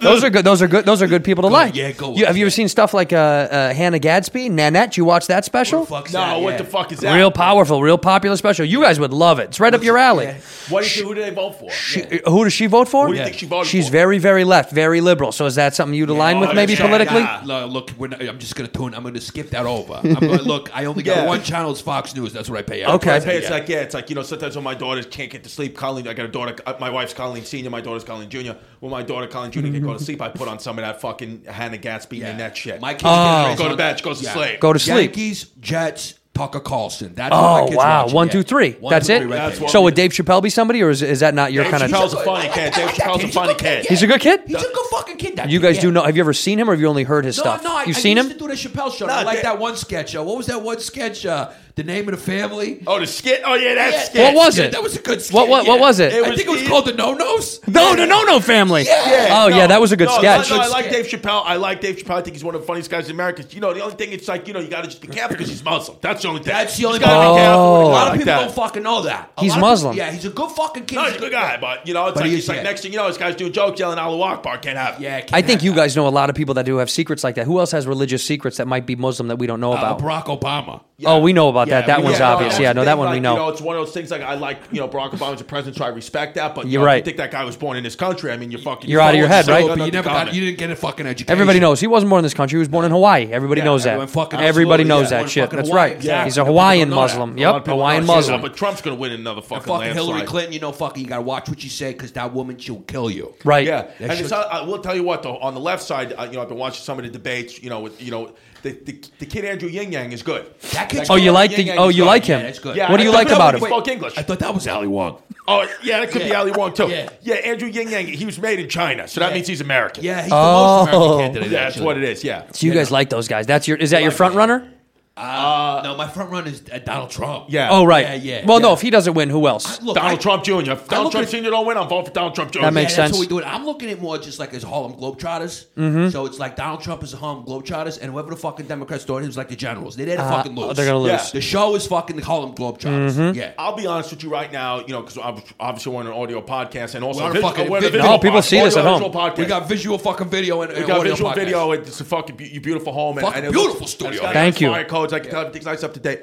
Speaker 1: Those are good. Those are good. Those are good people to like.
Speaker 10: yeah, go
Speaker 1: You, have you ever
Speaker 10: with
Speaker 1: seen stuff like uh, uh, Hannah Gadsby, Nanette? You watch that special?
Speaker 10: Fuck's
Speaker 9: no,
Speaker 10: that,
Speaker 9: what
Speaker 10: yeah.
Speaker 9: the fuck is that?
Speaker 1: Real powerful, real popular special. You guys would love it. It's right up your alley.
Speaker 9: What is she, who do they vote for?
Speaker 1: She, Who does she vote for?
Speaker 9: Who do you think she voted
Speaker 1: She's
Speaker 9: for?
Speaker 1: very, very left, very liberal. So is that something you'd align with,
Speaker 9: Oh,
Speaker 1: maybe
Speaker 9: yeah.
Speaker 1: politically?
Speaker 9: Yeah.
Speaker 10: No, look, we're not, I'm just gonna tune. I'm gonna skip that over.
Speaker 1: (laughs)
Speaker 10: I'm gonna, look, I only got
Speaker 9: Yeah.
Speaker 10: one channel. It's Fox News. That's what I pay.
Speaker 1: Okay.
Speaker 9: Hey, it's like yeah, it's like you know. Sometimes when my daughters can't get to sleep, Colleen, I got a daughter. uh, My wife's Colleen Senior. My daughter's Colleen Junior. When my daughter Colleen Junior can go to sleep, I put on some of that fucking Hannah Gatsby and that shit.
Speaker 10: My kids
Speaker 1: Oh.
Speaker 10: get raised
Speaker 9: go to
Speaker 10: on-
Speaker 9: bed. She goes to
Speaker 10: Yeah.
Speaker 9: sleep.
Speaker 1: Go to sleep.
Speaker 10: Yankees, Jets, Tucker Carlson. That's
Speaker 1: Oh
Speaker 10: what my kids
Speaker 1: wow!
Speaker 10: watch.
Speaker 1: One,
Speaker 10: Yeah.
Speaker 1: two, three.
Speaker 10: One,
Speaker 1: That's
Speaker 10: two,
Speaker 1: it.
Speaker 10: three right
Speaker 9: That's
Speaker 10: there.
Speaker 9: what
Speaker 1: so
Speaker 9: we-
Speaker 1: would Dave Chappelle be somebody, or is, is that not your
Speaker 9: Dave
Speaker 1: kind
Speaker 9: Chappelle's
Speaker 1: of?
Speaker 9: a funny kid. Dave Chappelle's a funny kid.
Speaker 1: He's a good kid.
Speaker 10: He's a good fucking kid. That
Speaker 1: You
Speaker 10: kid,
Speaker 1: guys
Speaker 10: yeah.
Speaker 1: do know? Have you ever seen him, or have you only heard his
Speaker 10: No,
Speaker 1: stuff?
Speaker 10: no, I,
Speaker 1: You've
Speaker 10: I
Speaker 1: seen
Speaker 10: used
Speaker 1: him?
Speaker 10: to do the Chappelle show.
Speaker 9: No,
Speaker 10: I like
Speaker 9: they-
Speaker 10: that one sketch. Uh, what was that one sketch? Uh, the name of the family.
Speaker 9: Oh, the skit. Oh yeah, that
Speaker 10: Yeah,
Speaker 9: skit.
Speaker 1: What was
Speaker 10: yeah,
Speaker 1: it?
Speaker 10: That was a good skit.
Speaker 1: What- what- what
Speaker 10: yeah.
Speaker 1: was it? It
Speaker 10: I
Speaker 9: was
Speaker 10: think it was
Speaker 9: the-
Speaker 10: called the No Nos.
Speaker 1: No, the No No Family.
Speaker 10: Yeah.
Speaker 1: Oh yeah, that was a good
Speaker 9: no,
Speaker 1: sketch.
Speaker 9: No, no, I like
Speaker 10: Sketch.
Speaker 9: Dave Chappelle. I like Dave Chappelle. I think he's one of the funniest guys in America. You know, the only thing it's like you know you got to just be careful because he's Muslim. That's the only thing.
Speaker 10: That's the only
Speaker 9: You gotta
Speaker 1: part.
Speaker 9: be careful. with
Speaker 1: Oh.
Speaker 10: A
Speaker 9: guy
Speaker 10: lot of
Speaker 9: like
Speaker 10: people
Speaker 9: that.
Speaker 10: don't fucking know that. A
Speaker 1: He's
Speaker 10: lot of people-
Speaker 1: Muslim.
Speaker 10: yeah, he's a good fucking kid.
Speaker 9: No, he's a good guy, but you know, it's
Speaker 10: But
Speaker 9: like,
Speaker 10: he
Speaker 9: it's
Speaker 10: is,
Speaker 9: like
Speaker 10: yeah.
Speaker 9: next thing you know, this guy's doing jokes, yelling "Allah Akbar," can't have. it.
Speaker 10: Yeah, kid
Speaker 1: I think
Speaker 10: had
Speaker 1: you
Speaker 10: that.
Speaker 1: guys know a lot of people that do have secrets like that. Who else has religious secrets that might be Muslim that we don't know
Speaker 10: Uh,
Speaker 1: about?
Speaker 10: Barack Obama.
Speaker 1: Oh, we know about that.
Speaker 10: Yeah,
Speaker 1: That
Speaker 10: we
Speaker 1: one's
Speaker 10: know.
Speaker 1: obvious.
Speaker 9: that's
Speaker 1: Yeah,
Speaker 9: the
Speaker 1: no, that
Speaker 9: thing,
Speaker 1: one
Speaker 9: like,
Speaker 1: we know.
Speaker 9: You know, it's one of those things. Like I like, you know, Barack Obama's a president, so I respect that. But you
Speaker 1: You're
Speaker 9: know, if
Speaker 1: right.
Speaker 9: You think that guy was born in this country? I mean, you're fucking.
Speaker 1: You're out of your head,
Speaker 9: following
Speaker 1: right?
Speaker 10: So, but
Speaker 9: yourself,
Speaker 10: you
Speaker 9: nothing
Speaker 10: never got,
Speaker 9: common.
Speaker 10: you didn't get a fucking education.
Speaker 1: Everybody knows he wasn't born in this country. He was born in Hawaii. Everybody
Speaker 10: Yeah,
Speaker 1: knows that.
Speaker 10: everyone fucking-
Speaker 1: Everybody
Speaker 10: absolutely,
Speaker 1: knows
Speaker 10: yeah.
Speaker 1: that shit.
Speaker 10: Everyone
Speaker 1: That's
Speaker 10: fucking
Speaker 1: right.
Speaker 10: Hawaii, exactly.
Speaker 1: He's a
Speaker 10: People don't
Speaker 1: Hawaiian
Speaker 10: know that.
Speaker 1: Muslim.
Speaker 10: A lot
Speaker 9: A lot of
Speaker 1: Yep,
Speaker 9: people
Speaker 1: Hawaiian
Speaker 9: don't understand that,
Speaker 1: Muslim.
Speaker 9: But Trump's gonna win another fucking,
Speaker 10: fucking Hillary
Speaker 9: landslide.
Speaker 10: Clinton, you know, fucking, you gotta watch what you say because that woman, she'll kill you.
Speaker 1: Right.
Speaker 9: Yeah,
Speaker 10: That
Speaker 9: and it's,
Speaker 10: shit's-
Speaker 9: I will tell you what though. On the left side, uh, you know, I've been watching some of the debates. You know, with, you know, the, the, the kid Andrew Yang Yang is good.
Speaker 10: That kid's
Speaker 1: Oh, you
Speaker 10: good.
Speaker 1: like
Speaker 10: Yeah,
Speaker 1: the?
Speaker 10: yeah,
Speaker 1: Oh,
Speaker 10: he's
Speaker 1: you
Speaker 10: good.
Speaker 1: like
Speaker 10: Yeah,
Speaker 1: him?
Speaker 10: that's good.
Speaker 9: Yeah,
Speaker 1: What do
Speaker 9: I
Speaker 1: you
Speaker 9: thought
Speaker 1: like
Speaker 9: that
Speaker 1: about
Speaker 9: was-
Speaker 1: him?
Speaker 9: spoke English.
Speaker 10: I thought that was Ali Wong.
Speaker 9: Oh yeah, that could be
Speaker 10: Yeah.
Speaker 9: Ali Wong too.
Speaker 10: Yeah.
Speaker 9: Yeah. Andrew Yang Yang. He was made in China, so that
Speaker 10: Yeah.
Speaker 9: means he's American.
Speaker 10: Yeah, he's
Speaker 1: Oh.
Speaker 10: the most American candidate.
Speaker 9: Yeah, that's
Speaker 10: actually.
Speaker 9: what it is. Yeah.
Speaker 1: So you guys like those guys? That's your. Is that your front runner?
Speaker 10: No, my front runner is uh, Donald Trump.
Speaker 9: Yeah.
Speaker 1: Oh right.
Speaker 10: Yeah, yeah,
Speaker 1: Well, no.
Speaker 10: yeah.
Speaker 1: If he doesn't win, who else?
Speaker 10: Look,
Speaker 9: Donald
Speaker 10: I-
Speaker 9: Trump Jr. If
Speaker 10: I look
Speaker 9: Donald Trump
Speaker 10: at-
Speaker 9: Sr. don't win, I'm voting for Donald Trump Jr.
Speaker 1: That
Speaker 10: Yeah,
Speaker 1: makes
Speaker 10: that's
Speaker 1: sense.
Speaker 10: what we do it. I'm looking at more just like as Harlem Globetrotters.
Speaker 1: Mm-hmm.
Speaker 10: So it's like Donald Trump is the Harlem Globetrotters, and whoever the fucking Democrats thought he was like the generals. They're there to fucking lose.
Speaker 1: Oh, they're gonna lose. Mm-hmm.
Speaker 9: Yeah.
Speaker 10: The show is fucking the Harlem Globetrotters. Yeah.
Speaker 9: I'll be honest with you right now, you know, because obviously we're on an audio podcast and also
Speaker 10: We're on a
Speaker 9: visual-
Speaker 10: fucking
Speaker 9: we're on a
Speaker 10: video-
Speaker 9: visual
Speaker 10: No,
Speaker 1: people
Speaker 9: pod-
Speaker 1: see this
Speaker 9: audio
Speaker 1: at
Speaker 9: visual
Speaker 1: home.
Speaker 9: podcast.
Speaker 10: We got visual fucking video and,
Speaker 9: We
Speaker 10: and
Speaker 9: got
Speaker 10: audio
Speaker 9: visual
Speaker 10: podcast.
Speaker 9: video. It's a fucking be- beautiful home. And,
Speaker 10: Fucking
Speaker 9: and it
Speaker 10: beautiful
Speaker 9: looks-
Speaker 10: studio.
Speaker 9: and it's got
Speaker 1: Thank
Speaker 9: nice
Speaker 1: you.
Speaker 9: Fire codes. I can tell everything's nice up to date.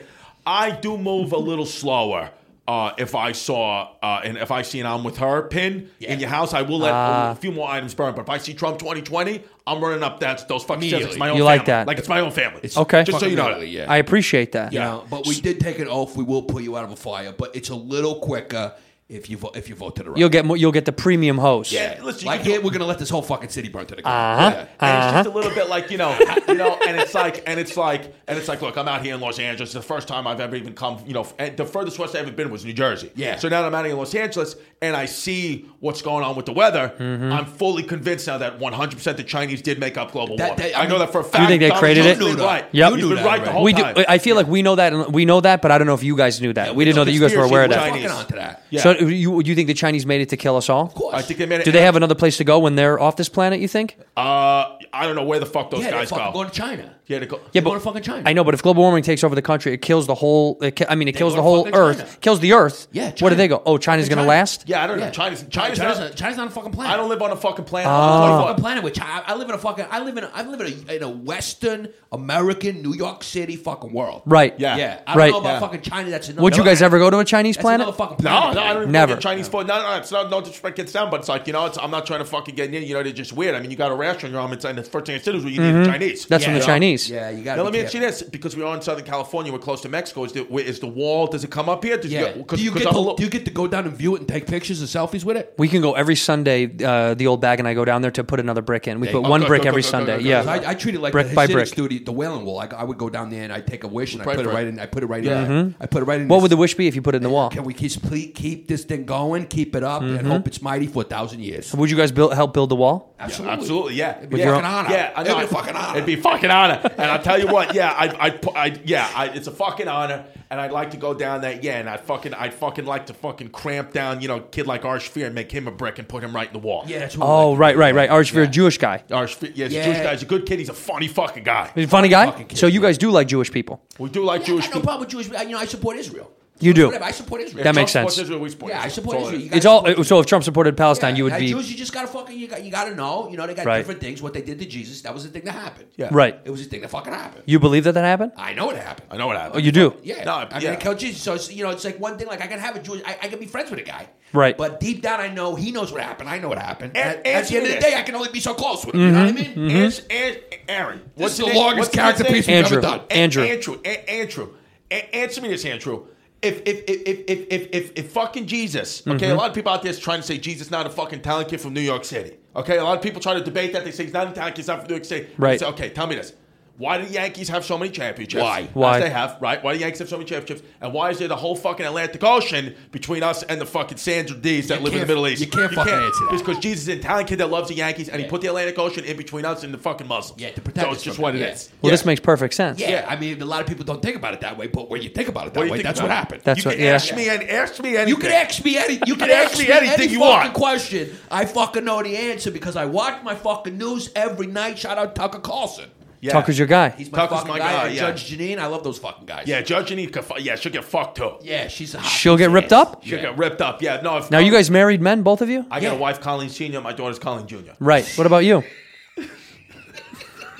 Speaker 9: I do move a little slower. Uh, if I saw uh, and if I see an "I'm with her" pin in your house, I will let
Speaker 1: Ah.
Speaker 9: a few more items burn. But if I see Trump 2020, I'm running up that those fucking steps. It's
Speaker 10: Immediately.
Speaker 9: my own
Speaker 1: You like
Speaker 9: family.
Speaker 1: that.
Speaker 9: Like it's my own family. It's
Speaker 1: Okay.
Speaker 9: Just so you know,
Speaker 10: Immediately, yeah.
Speaker 1: I appreciate that.
Speaker 10: You
Speaker 9: Yeah.
Speaker 10: know, but we did take an oath. We will pull you out of a fire, but it's a little quicker if you vo- if you vote to the right.
Speaker 1: You'll get. mo- You'll get the premium host.
Speaker 9: Yeah, listen, you
Speaker 10: like
Speaker 9: can do
Speaker 10: here,
Speaker 9: it.
Speaker 10: we're gonna let this whole fucking city burn to the ground.
Speaker 1: Uh-huh.
Speaker 9: And it's just a little bit like you know, you know, and it's like, and it's like, and it's like, look, I'm out here in Los Angeles. It's the first time I've ever even come, you know, and the furthest west I ever been was New Jersey.
Speaker 10: Yeah.
Speaker 9: So now that I'm out here in Los Angeles, and I see what's going on with the weather.
Speaker 1: Mm-hmm.
Speaker 9: I'm fully convinced now that 100 percent the Chinese did make up global
Speaker 10: That-
Speaker 9: warming.
Speaker 10: that-
Speaker 9: I,
Speaker 10: I
Speaker 9: know
Speaker 10: mean-
Speaker 9: that for a
Speaker 1: you
Speaker 9: fact.
Speaker 1: think they
Speaker 9: Donald
Speaker 1: created
Speaker 9: Trump's
Speaker 1: it?
Speaker 9: been Right.
Speaker 1: Yep.
Speaker 9: He's
Speaker 10: You knew
Speaker 9: been
Speaker 10: that
Speaker 9: right the
Speaker 10: already.
Speaker 9: whole
Speaker 1: We do,
Speaker 9: time.
Speaker 1: I feel like we know that. and We know that, but I don't know if you guys knew that. we didn't know that you guys were aware of
Speaker 10: We're
Speaker 1: that.
Speaker 9: Conspiracy
Speaker 10: fucking
Speaker 9: Chinese.
Speaker 10: on to that.
Speaker 9: Yeah.
Speaker 1: So you you think the Chinese made it to kill us all? Of
Speaker 10: course.
Speaker 9: I think they made it.
Speaker 1: Do they have another place to go when they're off this planet? You think?
Speaker 9: Uh, I don't know where the fuck those
Speaker 10: Yeah, they're
Speaker 9: guys
Speaker 10: fucking
Speaker 9: go.
Speaker 10: going to China.
Speaker 9: He had to go.
Speaker 1: Yeah,
Speaker 10: They
Speaker 1: but
Speaker 10: go to fucking Uh, China.
Speaker 1: I know, but if global warming takes over the country, it kills the whole. It, ki- I mean, it kills
Speaker 10: go
Speaker 1: the
Speaker 10: to
Speaker 1: whole
Speaker 10: fucking
Speaker 1: Earth.
Speaker 10: China.
Speaker 1: Kills the Earth.
Speaker 10: Yeah,
Speaker 1: Where do
Speaker 10: China.
Speaker 1: they go? Oh, China's
Speaker 10: Fucking
Speaker 1: gonna
Speaker 10: China.
Speaker 1: last.
Speaker 9: Yeah, I don't know. China's China's,
Speaker 10: China's
Speaker 9: not,
Speaker 10: not, China's not a fucking planet.
Speaker 9: I don't live on a fucking
Speaker 1: Ah.
Speaker 9: planet.
Speaker 10: I'm on a
Speaker 9: I'm
Speaker 10: fucking
Speaker 9: 24
Speaker 10: planet. Which I, I live in a fucking. I live in. A, I live in a, in a Western American New York City fucking world.
Speaker 1: Right.
Speaker 9: Yeah.
Speaker 10: Yeah. I
Speaker 1: Right.
Speaker 10: don't know about
Speaker 1: Yeah.
Speaker 10: fucking China. That's another.
Speaker 1: Would you guys ever go to a Chinese
Speaker 10: That's
Speaker 1: planet?
Speaker 10: another fucking
Speaker 9: No,
Speaker 10: planet.
Speaker 9: no, I don't even
Speaker 1: Never.
Speaker 9: Never. Chinese food. No, no, no, it's not. No disrespect gets down, but it's like you know, it's, I'm not trying to fucking get in. You know, they're just weird. I mean, you got a restaurant, you're on, and the first thing I said is, "Well, you need Chinese."
Speaker 1: Mm-hmm. That's from the
Speaker 9: You know?
Speaker 1: Chinese.
Speaker 10: Yeah, you got.
Speaker 9: Now let me ask you this: because we're in Southern California, we're close to Mexico. Is the, where- is the wall? Does it come up here? Does
Speaker 10: Yeah.
Speaker 9: it go- 'cause-
Speaker 10: do you
Speaker 9: 'cause
Speaker 10: get
Speaker 9: I'm
Speaker 10: to,
Speaker 9: a little-
Speaker 10: do you get to go down and view it and take pictures and selfies with it?
Speaker 1: We can go every Sunday. Uh, the old bag and I go down there to put another brick in. We put
Speaker 9: go,
Speaker 1: one
Speaker 9: go,
Speaker 1: brick
Speaker 9: go,
Speaker 1: every
Speaker 9: go, go,
Speaker 1: Sunday.
Speaker 9: go, go,
Speaker 1: yeah,
Speaker 9: go.
Speaker 10: I, I treat it like
Speaker 1: Brick
Speaker 10: the
Speaker 1: by
Speaker 10: Hasidic
Speaker 1: brick.
Speaker 10: studio, the Wailing Wall. I, go- I would go down there and I take a wish and I
Speaker 9: Right,
Speaker 10: put it
Speaker 9: right.
Speaker 10: right in. I put it right in. there. I put it right in.
Speaker 1: Mm-hmm. what
Speaker 10: this-
Speaker 1: would the wish be if you put it in the Mm-hmm. wall?
Speaker 10: (laughs) Can we keep please keep this thing going? Keep it up and hope it's mighty for a thousand years.
Speaker 1: Would you guys build, help build the wall?
Speaker 10: Absolutely.
Speaker 9: Absolutely, yeah. It'd
Speaker 10: be
Speaker 9: yeah.
Speaker 1: your
Speaker 10: fucking honor.
Speaker 9: Yeah, I
Speaker 10: It'd
Speaker 9: know.
Speaker 10: be a fucking honor.
Speaker 9: It'd be a fucking honor. And I'll tell you what, yeah, I, I, pu- I yeah, I, it's a fucking honor. And I'd like to go down that, yeah, and I fucking, I'd fucking like to fucking cramp down, you know, kid like Arshfear and make him a brick and put him right in the wall.
Speaker 10: Yeah, that's what I
Speaker 1: Oh,
Speaker 10: like.
Speaker 1: right, right, right. Arch, you're a Jewish guy.
Speaker 9: Arshfear, yeah, he's
Speaker 10: Yeah.
Speaker 9: a Jewish guy. He's a good kid. He's a funny fucking guy.
Speaker 1: He's a funny guy.
Speaker 10: fucking kid,
Speaker 1: So you
Speaker 10: bro.
Speaker 1: guys do like Jewish people.
Speaker 9: We do like
Speaker 10: Yeah,
Speaker 9: Jewish
Speaker 10: I got no
Speaker 9: people.
Speaker 10: problem with Jewish. I- You know, I support Israel.
Speaker 1: You do.
Speaker 10: Whatever, I support Israel.
Speaker 1: That
Speaker 9: Trump
Speaker 1: makes sense.
Speaker 9: supports Israel, we support
Speaker 10: Yeah, I
Speaker 9: Israel.
Speaker 10: support
Speaker 9: That's all
Speaker 10: Israel.
Speaker 9: it
Speaker 10: You gotta
Speaker 9: is.
Speaker 1: It's all.
Speaker 10: support
Speaker 1: So if Trump supported Palestine,
Speaker 10: Yeah,
Speaker 1: you would
Speaker 10: yeah,
Speaker 1: be
Speaker 10: Jews. You just gotta fucking. You got. You gotta know. You know, they got
Speaker 1: Right.
Speaker 10: different things. What they did to Jesus, that was the thing that happened.
Speaker 9: Yeah.
Speaker 1: right.
Speaker 10: It was the thing that fucking happened.
Speaker 1: You believe that that happened?
Speaker 10: I know it happened.
Speaker 9: I know what happened.
Speaker 1: Oh, you do.
Speaker 10: Yeah,
Speaker 9: No,
Speaker 10: I mean,
Speaker 9: yeah.
Speaker 10: it killed Jesus. So it's, you know, it's like one thing. Like I can have a Jewish, I, I can be friends with a guy,
Speaker 1: Right.
Speaker 10: But deep down, I know he knows what happened. I know what happened.
Speaker 9: And- Mm-hmm.
Speaker 10: at, at
Speaker 9: answer
Speaker 10: the end of the
Speaker 9: this.
Speaker 10: day, I can only be so close with him. You know what I mean?
Speaker 9: Ans- An- Aaron,
Speaker 10: Mm-hmm.
Speaker 9: what's
Speaker 10: is
Speaker 9: your
Speaker 10: the
Speaker 9: name?
Speaker 10: longest
Speaker 9: What's your
Speaker 10: character
Speaker 9: name?
Speaker 10: piece we've
Speaker 1: Andrew.
Speaker 10: ever done.
Speaker 9: A-
Speaker 1: Andrew.
Speaker 9: Andrew. A- Andrew. A- answer me this, Andrew. If if if if if if, if fucking Jesus, okay,
Speaker 10: Mm-hmm.
Speaker 9: a lot of people out there is trying to say Jesus not a fucking talent kid from New York City. Okay, a lot of people try to debate that. They say he's not a talent kid, he's not from New York City.
Speaker 1: Right.
Speaker 9: I Say, okay, tell me this. Why do the Yankees have so many championships?
Speaker 10: Why?
Speaker 9: As
Speaker 1: Why?
Speaker 9: they have, right? Why do the Yankees have so many championships? And why is there the whole fucking Atlantic Ocean between us and the fucking Sandra D's that
Speaker 10: You
Speaker 9: live in the
Speaker 10: can't-
Speaker 9: Middle East?
Speaker 10: you can't fucking answer that.
Speaker 9: It's because Jesus is a talent kid that loves the Yankees, and he
Speaker 10: Yeah.
Speaker 9: put the Atlantic Ocean in between us and the fucking Muslims.
Speaker 10: Yeah, to protect
Speaker 9: So
Speaker 10: us
Speaker 9: it's just
Speaker 10: from
Speaker 9: what
Speaker 10: it,
Speaker 9: it
Speaker 10: yeah.
Speaker 9: is.
Speaker 1: Well, this makes perfect sense.
Speaker 10: Yeah, I mean, a lot of people don't think about it that way, but when you think about it
Speaker 9: What do
Speaker 10: that
Speaker 9: you
Speaker 10: way,
Speaker 9: think
Speaker 10: that's
Speaker 9: about
Speaker 10: what
Speaker 9: it?
Speaker 10: happened.
Speaker 1: That's
Speaker 9: you
Speaker 1: what-
Speaker 9: can
Speaker 1: yeah.
Speaker 9: ask me and ask me anything.
Speaker 10: You can ask me any. You can ask me
Speaker 9: anything
Speaker 10: any
Speaker 9: you
Speaker 10: fucking
Speaker 9: want.
Speaker 10: question. I fucking know the answer because I watch my fucking news every night. Shout out Tucker Carlson.
Speaker 9: Yeah.
Speaker 1: Tucker's your guy.
Speaker 10: He's my
Speaker 9: Tucker's
Speaker 10: fucking
Speaker 9: my
Speaker 10: guy.
Speaker 9: guy,
Speaker 10: and
Speaker 9: yeah.
Speaker 10: Judge Janine, I love those fucking guys.
Speaker 9: Yeah, Judge Janine could. Fu- yeah, she'll get fucked too.
Speaker 10: yeah, she's a hot
Speaker 1: She'll get
Speaker 10: piece of
Speaker 1: ripped
Speaker 10: ass.
Speaker 1: up?
Speaker 9: She'll get ripped up. Yeah, no. If
Speaker 1: Now you guys married men, both of you?
Speaker 9: I
Speaker 10: Yeah.
Speaker 9: got a wife, Colleen Senior. My daughter's Colleen Junior.
Speaker 1: Right. What about you?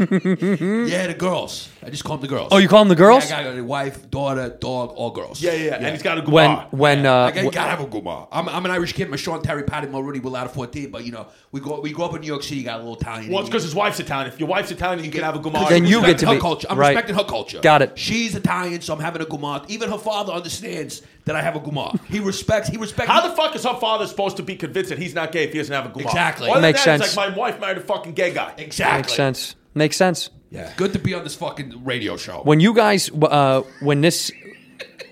Speaker 10: Ah, Yeah, the girls. I just call them the girls.
Speaker 1: Oh, you call them the girls?
Speaker 10: Yeah, I got a wife, daughter, dog, all girls.
Speaker 9: Yeah, yeah, yeah. And he's got a good
Speaker 1: When when uh
Speaker 10: I gotta, gotta have a guma. I'm, I'm an Irish kid. I'm a Sean Terry Patty Mulrooney. We're out of 14, but you know, we go we grow up in New York City. You got a little Italian.
Speaker 9: Well, it's because his wife's Italian. If your wife's Italian, you can have a gumar.
Speaker 1: Then
Speaker 10: I'm
Speaker 1: you get to
Speaker 10: respecting her
Speaker 1: be-
Speaker 10: culture. I'm
Speaker 1: right.
Speaker 10: respecting her culture.
Speaker 1: Got it.
Speaker 10: She's Italian, so I'm having a guma. Even her father understands that I have a guma. He respects. He respects.
Speaker 9: How the fuck is her father supposed to be convinced that he's not gay if he doesn't have a gumar?
Speaker 10: Exactly.
Speaker 9: Other than
Speaker 1: Makes
Speaker 9: that, it's
Speaker 1: sense.
Speaker 9: like my wife married a fucking gay guy.
Speaker 10: exactly?
Speaker 1: makes sense. Makes sense.
Speaker 10: Yeah. Good to be on this fucking radio show.
Speaker 1: When you guys uh when this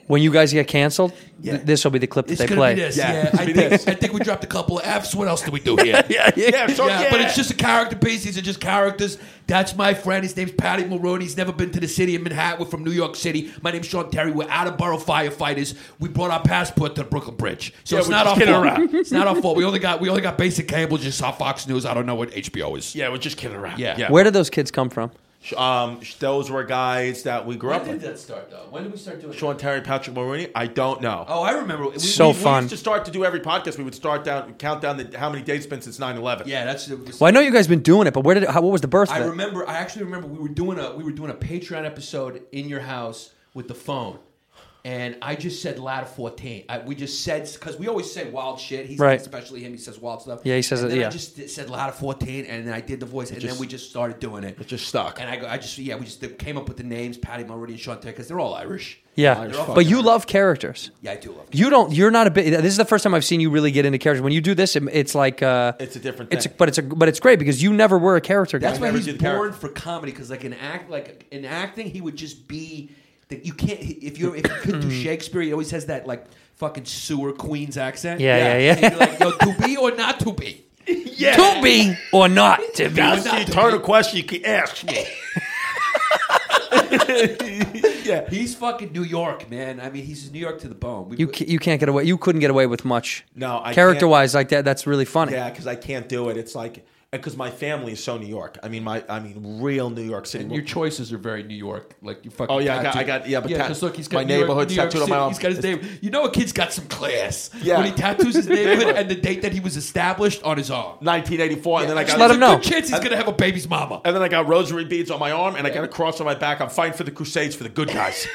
Speaker 1: when you guys get canceled, th- this will be the clip that
Speaker 10: it's
Speaker 1: they
Speaker 10: gonna
Speaker 1: play.
Speaker 10: be this.
Speaker 9: Yeah,
Speaker 10: Yeah.
Speaker 9: it's
Speaker 10: I
Speaker 9: gonna be
Speaker 10: think
Speaker 9: this.
Speaker 10: I think we dropped a couple of Fs. What else do we do
Speaker 9: (laughs)
Speaker 10: here?
Speaker 9: Yeah, so yeah.
Speaker 10: Yeah, but it's just a character piece. These are just characters. That's my friend. His name's Patty Maroney. He's never been to the city of Manhattan. We're from New York City. My name's Sean Terry. We're out of borough firefighters. We brought our passport to the Brooklyn Bridge. So
Speaker 9: Yeah,
Speaker 10: it's
Speaker 9: we're
Speaker 10: not our
Speaker 9: just
Speaker 10: fault.
Speaker 9: kidding around.
Speaker 10: It's not our fault. We only got we only got basic cable, just saw Fox News. I don't know what HBO is.
Speaker 9: yeah. We're just kidding around.
Speaker 10: Yeah.
Speaker 1: (laughs) Where did those kids come from?
Speaker 9: Um, those were guys that we grew up with.
Speaker 10: that start though? When did we start doing
Speaker 9: Sean Terry, Patrick Mulrooney. I don't know.
Speaker 10: Oh, I remember. We,
Speaker 1: So
Speaker 10: we-
Speaker 9: we
Speaker 1: fun.
Speaker 9: used to start to do every podcast. We would start down, count down the, how many days it's been since 9-11.
Speaker 10: yeah, that's.
Speaker 1: Well, I know you guys been doing it, but where did it, how, what was the birth?
Speaker 10: I
Speaker 1: of it?
Speaker 10: remember. I actually remember we were doing a we were doing a Patreon episode in your house with the phone, and I just said ladder fourteen. I, we just said because we always say wild shit. He's
Speaker 1: Right.
Speaker 10: especially him. He says wild stuff.
Speaker 1: Yeah, he says
Speaker 10: and
Speaker 1: it,
Speaker 10: Then
Speaker 1: yeah.
Speaker 10: I just did- said ladder fourteen, and then I did the voice, and
Speaker 9: just-
Speaker 10: then we just started doing it.
Speaker 9: It just stuck.
Speaker 10: And I, go- I just yeah, we just came up with the names Patty Mulrooney and Sean Terry because they're all Irish.
Speaker 1: Yeah,
Speaker 10: They're all
Speaker 1: but
Speaker 10: fucking
Speaker 1: you
Speaker 10: Irish.
Speaker 1: love characters.
Speaker 10: Yeah, I do love.
Speaker 1: You don't. You're not a bit. This is the first time I've seen you really get into characters. When you do this, it, it's like uh,
Speaker 9: It's a different
Speaker 1: It's
Speaker 9: thing.
Speaker 1: but it's a but it's great because you never were a character guy.
Speaker 10: That's why
Speaker 9: never
Speaker 10: he's
Speaker 9: did
Speaker 10: born
Speaker 9: the character.
Speaker 10: for comedy because, like in act, like in acting, he would just be. That you can't if you if you could
Speaker 9: (clears throat)
Speaker 10: do Shakespeare, he always has that like fucking sewer Queens accent.
Speaker 1: Yeah, yeah, yeah.
Speaker 10: And you'd be like, Yo, to be or not to be.
Speaker 9: yeah.
Speaker 1: to be or not to be.
Speaker 9: That's the eternal question you can ask me. (laughs) yeah.
Speaker 10: He's fucking New York, man. I mean, he's New York to the bone. We,
Speaker 1: You ca- you can't get away. You couldn't get away with much.
Speaker 9: No, I
Speaker 1: character
Speaker 9: can't.
Speaker 1: wise like that. That's really funny.
Speaker 9: Yeah, because I can't do it. It's like because my family is so New York. I mean, my I mean, real New York City.
Speaker 10: And your choices are very New York, like you fucking.
Speaker 9: Oh, yeah, I got- I
Speaker 10: tattooed-
Speaker 9: got- yeah, but tat-
Speaker 10: 'cause look, he's got
Speaker 9: my
Speaker 10: New York-
Speaker 9: neighborhood's
Speaker 10: New York
Speaker 9: tattooed on my
Speaker 10: City,
Speaker 9: arm.
Speaker 10: He's got his name. You know, a kid's got some class.
Speaker 9: Yeah.
Speaker 10: when he tattoos
Speaker 9: (laughs)
Speaker 10: his neighborhood and the date that he was established on his arm.
Speaker 9: 1984, and then I
Speaker 10: There's
Speaker 9: got
Speaker 1: let
Speaker 10: a
Speaker 1: him know.
Speaker 10: Good chance he's gonna have a baby's mama.
Speaker 9: and then I got rosary beads on my arm, and I got a cross on my back. I'm fighting for the Crusades for the good (laughs) guys.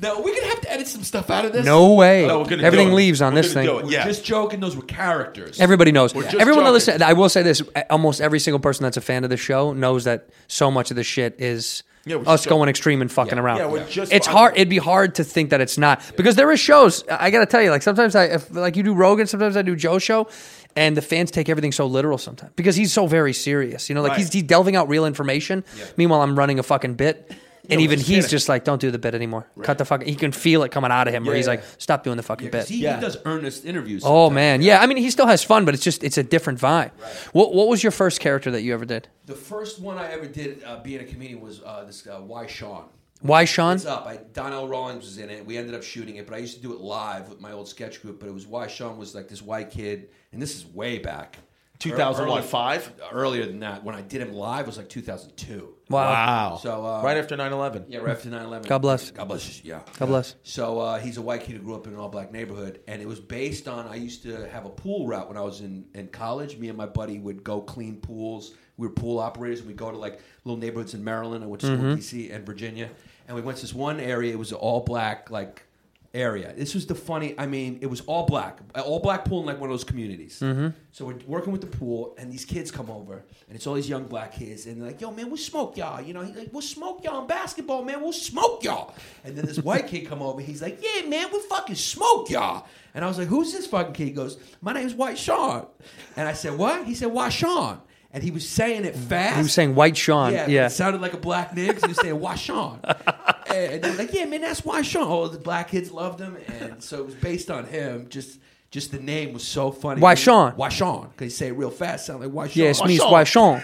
Speaker 10: No, we're gonna have to edit some stuff out of this.
Speaker 1: No way.
Speaker 9: No, we're gonna do
Speaker 1: Everything
Speaker 9: it.
Speaker 1: leaves on
Speaker 9: We're
Speaker 1: this
Speaker 9: gonna
Speaker 1: thing.
Speaker 9: do it.
Speaker 10: We're
Speaker 9: Yeah.
Speaker 10: just joking. Those were characters.
Speaker 1: Everybody knows.
Speaker 9: We're just
Speaker 1: Everyone that
Speaker 9: joking.
Speaker 1: listens, I will say this: almost every single person that's a fan of the show knows that so much of the shit is
Speaker 9: Yeah, we're
Speaker 1: us
Speaker 9: just
Speaker 1: going
Speaker 9: joking.
Speaker 1: extreme and fucking around.
Speaker 9: Yeah, we're just-
Speaker 1: it's hard. It'd be hard to think that it's not because there is shows. I gotta tell you, like sometimes I, if, like you do Rogan, sometimes I do Joe's show, and the fans take everything so literal sometimes because he's so very serious. You know, like
Speaker 9: Right.
Speaker 1: he's, he's delving out real information. Meanwhile, I'm running a fucking bit. And
Speaker 9: we're
Speaker 1: even
Speaker 9: just
Speaker 1: he's
Speaker 9: kidding.
Speaker 1: just like, don't do the bit anymore. Cut the fucking. He can feel it coming out of him, where
Speaker 9: Yeah,
Speaker 1: he's
Speaker 9: yeah.
Speaker 1: like, stop doing the fucking
Speaker 10: Yeah, 'cause
Speaker 1: bit.
Speaker 10: he, he
Speaker 9: Yeah.
Speaker 10: does earnest interviews.
Speaker 1: Oh
Speaker 10: sometimes.
Speaker 1: man, yeah. I mean, he still has fun, but it's just it's a different vibe. What What was your first character that you ever did?
Speaker 10: The first one I ever did uh, being a comedian was uh, this uh, Why Sean.
Speaker 1: Why Sean?
Speaker 10: It's uh, up. I, Donnell Rawlings was in it. We ended up shooting it, but I used to do it live with my old sketch group. But it was why Sean was like this white kid, and this is way back,
Speaker 9: 2001,
Speaker 10: Early-
Speaker 9: five?
Speaker 10: earlier than that. When I did him live was like 2002.
Speaker 1: Wow.
Speaker 10: So uh,
Speaker 9: right after 9/11.
Speaker 10: yeah, right after 9/11.
Speaker 1: God bless.
Speaker 10: God bless. Yeah.
Speaker 1: God bless.
Speaker 10: So uh, he's a white kid who grew up in an all-black neighborhood, and it was based on. I used to have a pool route when I was in, in college. Me and my buddy would go clean pools. We were pool operators, and we would go to like little neighborhoods in Maryland. I went to school in DC and Virginia, and we went to this one area. It was an all-black like area. This was the funny. I mean, it was all black, a all black pool in like one of those communities. So we're working with the pool, and these kids come over, and it's all these young black kids, and they're like, "Yo, man, we'll smoke y'all." You know, he's like, "We'll smoke y'all in basketball, man. We'll smoke y'all." And then this white kid come over, he's like, "Yeah, man, we'll fucking smoke y'all." And I was like, "Who's this fucking kid?" He goes, "My name's White Sean," and I said, "What?" He said, "Why Sean?" And he was saying it fast.
Speaker 1: He was saying White Sean.
Speaker 10: Yeah, uh,
Speaker 1: Yeah.
Speaker 10: It sounded like a black nigga. 'cause He was
Speaker 1: (laughs)
Speaker 10: saying Washon. and they're like, yeah, man, that's Washon. All the black kids loved him, and so it was based on him. Just, just the name was so funny.
Speaker 1: Washon.
Speaker 10: Washon. Because he say it real fast, sound like Washon.
Speaker 1: yeah, it's me, it's
Speaker 9: Sean.
Speaker 1: Why Sean.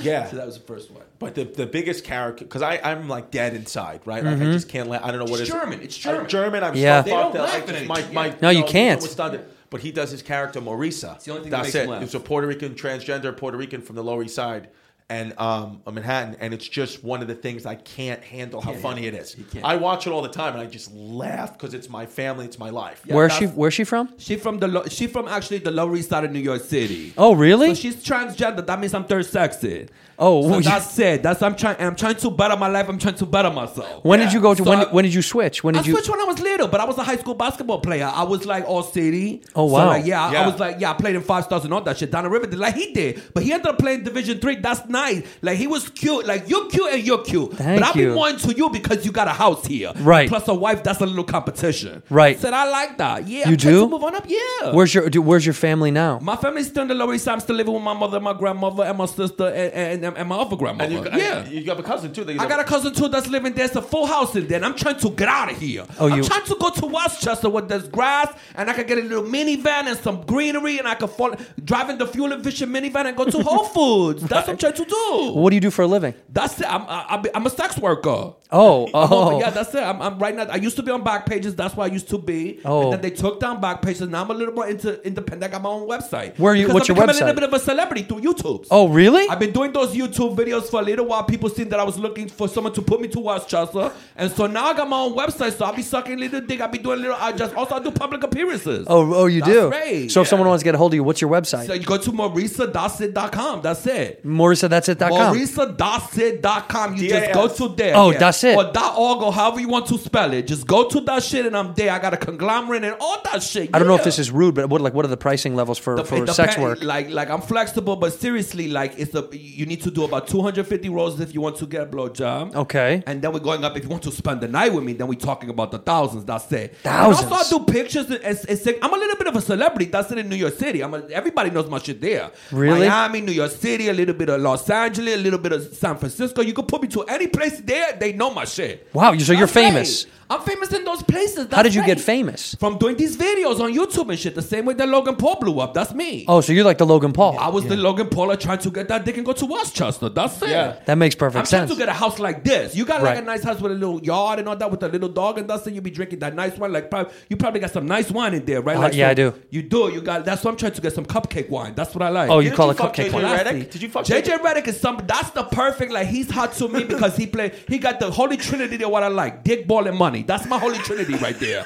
Speaker 9: Yeah.
Speaker 10: So that was the first one.
Speaker 9: But the, the biggest character, because I I'm like dead inside, right? Like I just can't. La- I don't know what
Speaker 10: It's
Speaker 9: is-
Speaker 10: German. It's German.
Speaker 9: I'm German. I'm
Speaker 1: Mm-hmm. Yeah.
Speaker 9: yeah.
Speaker 1: They
Speaker 10: don't
Speaker 9: fucked up.
Speaker 10: laugh
Speaker 9: I
Speaker 10: at
Speaker 9: just-
Speaker 10: anything.
Speaker 9: my,
Speaker 10: Yeah.
Speaker 9: my,
Speaker 1: No, you
Speaker 9: it's
Speaker 1: can't.
Speaker 9: almost done it. But he does his character Morisa. It's
Speaker 10: the only thing that
Speaker 9: That's
Speaker 10: makes
Speaker 9: it.
Speaker 10: him laugh.
Speaker 9: It's a Puerto Rican transgender Puerto Rican from the Lower East Side and um of Manhattan, and it's just one of the things I can't handle how funny it is.
Speaker 10: can't.
Speaker 9: I watch it all the time, and I just laugh because it's my family, it's my life.
Speaker 1: Where's she
Speaker 10: that's-
Speaker 1: Where's she from?
Speaker 10: She from the lo- she from actually the Lower East Side of New York City.
Speaker 1: Oh, really?
Speaker 10: So she's transgender. That means I'm third sexy.
Speaker 1: Oh,
Speaker 10: so
Speaker 1: well, you-
Speaker 10: that's it. That's I'm trying. I'm trying to better my life. I'm trying to better myself.
Speaker 1: when did you go to
Speaker 10: So
Speaker 1: when
Speaker 10: I-
Speaker 1: When did you switch? When
Speaker 10: I
Speaker 1: did you?
Speaker 10: switched when I was little, but I was a high school basketball player. I was like all city.
Speaker 1: Oh,
Speaker 10: So
Speaker 1: wow.
Speaker 10: like, yeah, I- I
Speaker 9: Yeah.
Speaker 10: was like yeah, I played in five stars and all that shit. Down the river did like he did, but he ended up playing Division three. That's nice. Like he was cute. Like you're cute and you're cute.
Speaker 1: Thank
Speaker 10: but I've
Speaker 1: you.
Speaker 10: been wanting to you because you got a house here,
Speaker 1: Right.
Speaker 10: Plus a wife. That's a little competition,
Speaker 1: Right.
Speaker 10: Said I like that. Yeah,
Speaker 1: You
Speaker 10: I'm trying
Speaker 1: do?
Speaker 10: to move on up. Yeah.
Speaker 1: Where's your do, Where's your family now?
Speaker 10: my family's still in the Lower East Side. I'm still living with my mother, my grandmother, and my sister, and, and, and my other
Speaker 9: And
Speaker 1: Oh,
Speaker 10: grandmother.
Speaker 9: you,
Speaker 10: yeah,
Speaker 9: I, you got a cousin too. That you
Speaker 10: I got a
Speaker 9: never-
Speaker 10: cousin too that's living there. It's a full house in there. And I'm trying to get out of here.
Speaker 1: Oh,
Speaker 10: I'm
Speaker 1: you-
Speaker 10: trying to go to Westchester where there's grass and I can get a little minivan and some greenery and I can fall, drive in the fuel efficient minivan and go
Speaker 1: (laughs)
Speaker 10: to Whole Foods. That's what I'm trying to do.
Speaker 1: What do you do for a
Speaker 10: (laughs)
Speaker 1: living?
Speaker 10: That's it. I'm, I, I'm a sex worker.
Speaker 1: Oh,
Speaker 10: I'm
Speaker 1: oh.
Speaker 10: a- yeah, that's it. I'm, I'm right now. I used to be on back pages. That's where I used to be.
Speaker 1: Oh.
Speaker 10: and then they took down back pages. Now I'm a little more into independent. I got my own website.
Speaker 1: Where are you-
Speaker 10: Because
Speaker 1: what's
Speaker 10: I'm
Speaker 1: your
Speaker 10: becoming
Speaker 1: website?
Speaker 10: A little bit of a celebrity through YouTube.
Speaker 1: Oh, really?
Speaker 10: I've been doing those YouTube videos for a little while. People seen that I was looking for someone to put me to Westchester, and so now I got my own website. So I'll be sucking little dick. I'll be doing little. I just also I do public appearances.
Speaker 1: Oh, oh, you
Speaker 10: That's
Speaker 1: do.
Speaker 10: right,
Speaker 1: so if
Speaker 10: yeah.
Speaker 1: someone wants to get a hold of you, what's your website?
Speaker 10: So you go to marisadasit.com. That's it.
Speaker 1: Morisa, that's it. dot com.
Speaker 10: MauriceDassit.com. You just
Speaker 9: D-A-S.
Speaker 10: go to there.
Speaker 1: Oh, that's it.
Speaker 10: Or .org or however you want to spell it. Just go to that shit and I'm there. I got a conglomerate and all that shit.
Speaker 1: I don't know if
Speaker 10: Yeah.
Speaker 1: this is rude, but what like what are the pricing levels for,
Speaker 10: The-
Speaker 1: for
Speaker 10: it
Speaker 1: sex
Speaker 10: depend-
Speaker 1: work?
Speaker 10: Like, like I'm flexible, but seriously, like it's a you need to do about 250 rolls if you want to get a blowjob.
Speaker 1: Okay.
Speaker 10: And then we're going up. If you want to spend the night with me, then we're talking about the thousands. That's it. And
Speaker 1: Thousands.
Speaker 10: also, I do pictures. And, and, and sing- I'm a little bit of a celebrity. That's it in New York City. I'm a, everybody knows my shit there.
Speaker 1: Really?
Speaker 10: Miami, New York City, a little bit of Los Los Angeles, a little bit of San Francisco. You could put me to any place there, they know my shit.
Speaker 1: Wow, you- so you're
Speaker 10: I'm great.
Speaker 1: famous.
Speaker 10: I'm famous in those places.
Speaker 1: How
Speaker 10: that's
Speaker 1: did you get
Speaker 10: great.
Speaker 1: famous?
Speaker 10: From doing these videos on YouTube and shit, the same way that Logan Paul blew up. That's me.
Speaker 1: Oh, so you're like the Logan Paul.
Speaker 10: I was the Logan Paul of trying to get that dick and go to Westchester. That's it.
Speaker 9: Yeah.
Speaker 1: That makes
Speaker 10: I'm
Speaker 1: perfect
Speaker 10: trying
Speaker 1: sense.
Speaker 10: to get a house like this. You got like
Speaker 1: Right.
Speaker 10: a nice house with a little yard and all that with a little dog and that's it. You be drinking that nice wine. Like prob- you probably got some nice wine in there, right?
Speaker 1: Uh,
Speaker 10: Like,
Speaker 1: yeah, I do.
Speaker 10: You do. You got. That's what I'm trying to get some cupcake wine. That's what I like.
Speaker 1: Oh, you
Speaker 9: Didn't
Speaker 1: call
Speaker 9: you
Speaker 1: it
Speaker 9: fuck
Speaker 1: cupcake
Speaker 9: JJ
Speaker 1: wine.
Speaker 9: Redick? Did you fuck
Speaker 10: JJ Redick is some. That's the perfect. Like he's hot to me because he play. He got the holy trinity of what I like: dick, ball, and money. That's my holy trinity right there.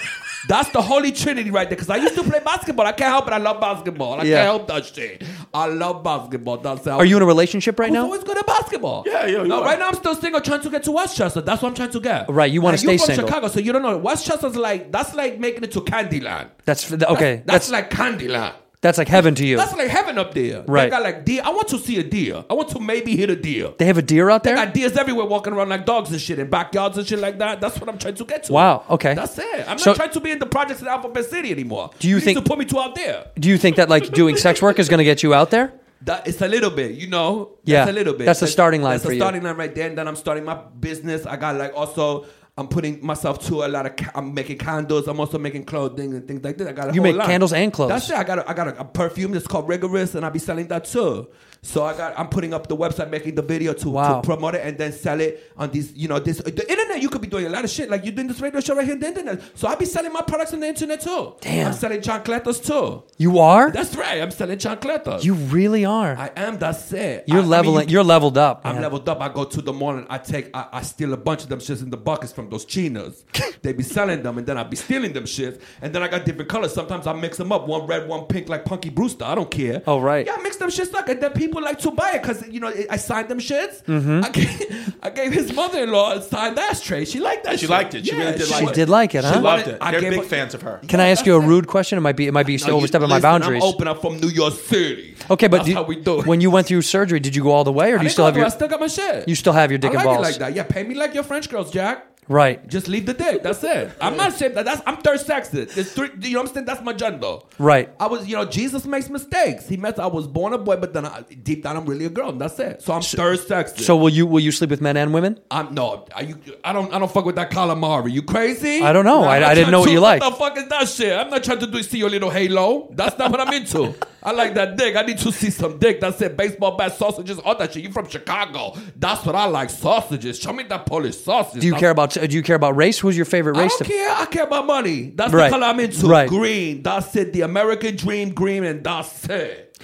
Speaker 10: That's the holy trinity right there. Because I used to play basketball. I can't help it. I love basketball. I
Speaker 1: Yeah.
Speaker 10: can't help that shit. I love basketball. That's how.
Speaker 1: Are you in a relationship right
Speaker 10: I was
Speaker 1: now?
Speaker 10: always good at basketball.
Speaker 9: Yeah, yeah, you
Speaker 10: No,
Speaker 9: are.
Speaker 10: right now I'm still single, trying to get to Westchester. That's what I'm trying to get.
Speaker 1: Right, you wanna
Speaker 10: And
Speaker 1: stay
Speaker 10: you're from
Speaker 1: single.
Speaker 10: Chicago, so you don't know. Westchester's like that's like making it to Candyland.
Speaker 1: That's okay.
Speaker 10: That's,
Speaker 1: That's
Speaker 10: like Candyland.
Speaker 1: that's like heaven to you.
Speaker 10: That's like heaven up there.
Speaker 1: Right.
Speaker 10: They got like deer. I want to see a deer. I want to maybe hit a deer.
Speaker 1: They have a deer out
Speaker 10: They
Speaker 1: there.
Speaker 10: got deers everywhere walking around like dogs and shit in backyards and shit like that. That's what I'm trying to get to.
Speaker 1: Wow, okay.
Speaker 10: That's it. I'm
Speaker 1: So-
Speaker 10: not trying to be in the projects in Alphabet City anymore.
Speaker 1: Do you
Speaker 10: need
Speaker 1: think-
Speaker 10: to put me to out there?
Speaker 1: Do you think that like doing sex work is going to get you out there?
Speaker 10: That it's a little bit, you know.
Speaker 1: Yeah,
Speaker 10: that's a little bit.
Speaker 1: that's the starting line
Speaker 10: That's
Speaker 1: for
Speaker 10: the
Speaker 1: you.
Speaker 10: starting line right there, and then I'm starting my business. I got like also. I'm putting myself to a lot of. ca- I'm making candles. I'm also making clothing and things like that. I got
Speaker 1: You
Speaker 10: a whole
Speaker 1: make
Speaker 10: line.
Speaker 1: candles and clothes.
Speaker 10: That's it. I got a, I got a, a perfume that's called Rigorous, and I'll be selling that too. So I got I'm putting up the website, making the video to,
Speaker 1: Wow.
Speaker 10: to promote it, and then sell it on these. You know this the internet. You could be doing a lot of shit like you're doing this radio show right here on the internet. So I'll be selling my products on the internet too.
Speaker 1: Damn.
Speaker 10: I'm selling chancletas too.
Speaker 1: You are.
Speaker 10: That's right. I'm selling chancletas.
Speaker 1: You really are.
Speaker 10: I am. That's it.
Speaker 1: you're
Speaker 10: I- I mean,
Speaker 1: leveling.
Speaker 10: you-
Speaker 1: you're leveled up.
Speaker 10: I'm
Speaker 1: man.
Speaker 10: leveled up. I go to the mall and I take, I, I steal a bunch of them shits in the buckets from those
Speaker 1: (laughs)
Speaker 10: chinos. they be selling them, and then I be stealing them shits. And then I got different colors. Sometimes I mix them up, one red, one pink, like Punky Brewster. I don't care.
Speaker 1: Oh, right.
Speaker 10: Yeah, I mix them shits up, and then people like to buy it because you know I- I signed them shits.
Speaker 1: Mm-hmm.
Speaker 10: I, gave, I gave his mother-in-law a signed ashtray. She liked that.
Speaker 9: She
Speaker 10: shit.
Speaker 9: liked it. She
Speaker 10: Yeah,
Speaker 9: really did like
Speaker 1: She
Speaker 9: it.
Speaker 1: did like it,
Speaker 9: She
Speaker 1: huh?
Speaker 9: loved it.
Speaker 10: I
Speaker 9: They're
Speaker 10: gave
Speaker 9: big
Speaker 10: her-
Speaker 9: fans of her.
Speaker 1: Can I ask you a rude question? It might be. It might be
Speaker 10: No,
Speaker 1: still
Speaker 10: you-
Speaker 1: overstepping my
Speaker 10: listen,
Speaker 1: boundaries.
Speaker 10: I'm open. I'm from New York City.
Speaker 1: Okay, but
Speaker 10: that's
Speaker 1: do-
Speaker 10: how we do it.
Speaker 1: when you went through surgery, did you go all the way, or do
Speaker 10: I
Speaker 1: you
Speaker 10: didn't
Speaker 1: still
Speaker 10: go
Speaker 1: have
Speaker 10: through,
Speaker 1: your?
Speaker 10: I still got my shit.
Speaker 1: You still have your dick
Speaker 10: I
Speaker 1: and
Speaker 10: like
Speaker 1: balls.
Speaker 10: It like that. Yeah, pay me like your French girls, Jack.
Speaker 1: Right.
Speaker 10: Just leave the dick. That's it. I'm not saying that. That's I'm third sexist. It's three, you know what I'm saying? That's my gender.
Speaker 1: Right.
Speaker 10: I was, you know, Jesus makes mistakes. He meant I was born a boy, but then I, deep down I'm really a girl. And that's it. So I'm third sexist.
Speaker 1: So will you? Will you sleep with men and women?
Speaker 10: I'm no. Are you, I don't. I don't fuck with that calamari. You crazy?
Speaker 1: I don't know.
Speaker 10: I'm
Speaker 1: I-
Speaker 10: not
Speaker 1: I didn't
Speaker 10: trying
Speaker 1: know what
Speaker 10: to-
Speaker 1: you liked.
Speaker 10: What the fuck is that shit? I'm not trying to do see your little halo. That's not what I'm
Speaker 1: (laughs)
Speaker 10: into. I like that dick. I need to see some dick. That's it. Baseball bat, sausages, all that shit. You from Chicago? That's what I like. Sausages. Show me that Polish sausage.
Speaker 1: Do you
Speaker 10: That's-
Speaker 1: care about? Do you care about race? Who's your favorite
Speaker 10: I
Speaker 1: race?
Speaker 10: don't
Speaker 1: to-
Speaker 10: care. I care about money. That's
Speaker 1: Right.
Speaker 10: the color I'm into.
Speaker 1: Right.
Speaker 10: Green. That's it. The American dream. Green, and that's it.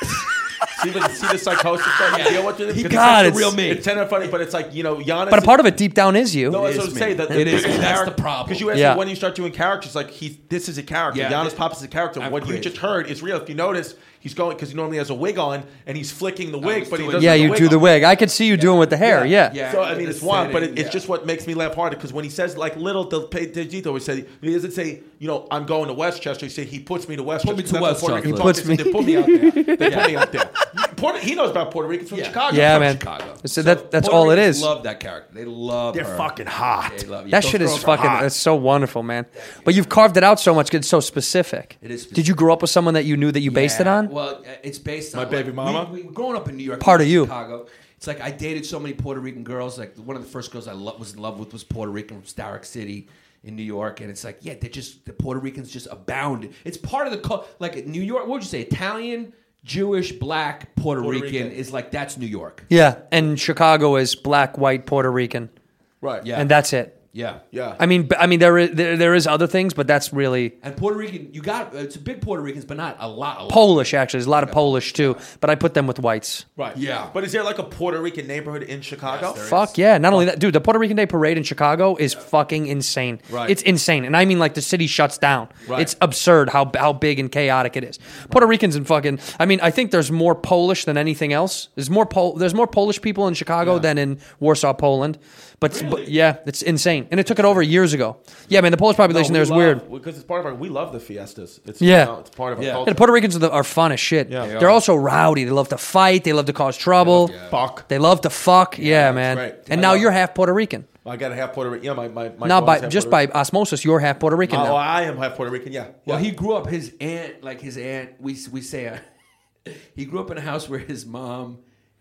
Speaker 9: (laughs) See the, see the psychosis that you deal with? It? Because
Speaker 1: God,
Speaker 9: that's
Speaker 1: it's-
Speaker 9: the real me. It's kind of funny, but it's like, you know, Giannis.
Speaker 1: But a part of it deep down is you.
Speaker 9: No,
Speaker 10: is
Speaker 9: that's what I'm
Speaker 10: me.
Speaker 9: saying. That,
Speaker 10: It is me. That's the problem.
Speaker 9: Because you asked
Speaker 1: Yeah.
Speaker 9: me when you start doing characters, like he, this is a character.
Speaker 10: Yeah.
Speaker 9: Giannis Pop is a character.
Speaker 10: I'm
Speaker 9: what
Speaker 10: crazy.
Speaker 9: you just heard is real. If you notice, he's going because he normally has a wig on and he's flicking the wig,
Speaker 10: was
Speaker 9: but he
Speaker 10: doing-
Speaker 9: doesn't.
Speaker 1: yeah,
Speaker 9: have
Speaker 1: you do the
Speaker 9: on.
Speaker 1: wig. I could see you doing with the hair. Yeah.
Speaker 10: Yeah.
Speaker 9: So I mean,
Speaker 10: It's
Speaker 9: it's one, but it,
Speaker 10: setting,
Speaker 9: it's
Speaker 10: yeah.
Speaker 9: just what makes me laugh harder because when he says like little, the Pedrito always said he doesn't say you know I'm going to Westchester. He said he puts me to Westchester.
Speaker 10: me to
Speaker 9: That's what
Speaker 10: Westchester.
Speaker 9: Puerto Rican
Speaker 10: He
Speaker 9: talk
Speaker 1: puts
Speaker 9: is.
Speaker 1: me-
Speaker 9: They put me
Speaker 1: (laughs)
Speaker 9: out there. They put me out there. Puerto, he knows about Puerto Ricans from
Speaker 10: Yeah.
Speaker 9: Chicago.
Speaker 1: Yeah,
Speaker 9: From
Speaker 1: man.
Speaker 9: Chicago.
Speaker 1: So that- that's all it
Speaker 10: Ricans
Speaker 1: is.
Speaker 10: Love that character. They love.
Speaker 9: They're
Speaker 10: her.
Speaker 9: fucking hot.
Speaker 10: They love you.
Speaker 1: That
Speaker 10: Those
Speaker 1: shit is
Speaker 10: girls are
Speaker 1: fucking.
Speaker 10: hot.
Speaker 1: That's so wonderful, man. But you've carved it out so much. It's so specific.
Speaker 10: It is
Speaker 1: Did you grow up with someone that you knew that you based it
Speaker 10: Yeah,
Speaker 1: on?
Speaker 10: Well, uh, it's based on
Speaker 9: My
Speaker 10: like,
Speaker 9: baby mama?
Speaker 10: We, we, growing up in New York,
Speaker 1: Part of you.
Speaker 10: Chicago. It's like I dated so many Puerto Rican girls. Like one of the first girls I lo- was in love with was Puerto Rican from Starrick City in New York, and it's like yeah, they're just the Puerto Ricans just abound. It's part of the cul- like in New York. What would you say? Italian, Jewish, black, Puerto,
Speaker 9: Puerto
Speaker 10: Rican,
Speaker 9: Rican.
Speaker 10: is like that's New York.
Speaker 1: yeah. And Chicago is black, white, Puerto Rican,
Speaker 9: Right.
Speaker 10: Yeah.
Speaker 1: and that's it.
Speaker 10: Yeah,
Speaker 9: Yeah.
Speaker 1: I mean, b- I mean, there is there, there is other things, but that's really
Speaker 10: And Puerto Rican, you got it's a big Puerto Ricans, but not a lot. A lot.
Speaker 1: Polish. Actually, there's a lot of Polish too, but I put them with whites.
Speaker 9: Right.
Speaker 10: Yeah.
Speaker 9: But is there like a Puerto Rican neighborhood in Chicago?
Speaker 1: Fuck yeah! Not only that, dude, the Puerto Rican Day Parade in Chicago is fucking insane.
Speaker 9: Right.
Speaker 1: It's insane, and I mean like the city shuts down.
Speaker 9: Right.
Speaker 1: It's absurd how how big and chaotic it is. Puerto Ricans and fucking. I mean, I think there's more Polish than anything else. There's more Pol- There's more Polish people in Chicago than in Warsaw, Poland. But, but yeah, it's insane, and it took it over years ago. Yeah, man, the Polish population there is weird.
Speaker 9: Because it's part of our. We love the fiestas. It's,
Speaker 1: Yeah.
Speaker 9: You know, it's part of our
Speaker 10: Yeah.
Speaker 9: culture.
Speaker 1: And Puerto Ricans are, the, are fun as shit.
Speaker 9: Yeah. They
Speaker 1: They
Speaker 9: are.
Speaker 1: are also rowdy. They love to fight. They love to cause trouble. They love,
Speaker 9: Fuck.
Speaker 1: to fuck. Yeah, man.
Speaker 9: right.
Speaker 1: And
Speaker 9: I
Speaker 1: now
Speaker 9: love-
Speaker 1: you're half Puerto Rican.
Speaker 9: I got to have Puerto Rican. Yeah, my my, my
Speaker 1: Not
Speaker 9: daughter's
Speaker 1: by
Speaker 9: half
Speaker 1: just by
Speaker 9: Puerto
Speaker 1: osmosis, you're half Puerto Rican
Speaker 9: Rican.
Speaker 1: now.
Speaker 9: Oh, I am half Puerto Rican. Yeah.
Speaker 10: Well, he grew up. (laughs) His aunt, like his aunt, we we say, uh, he grew up in a house where his mom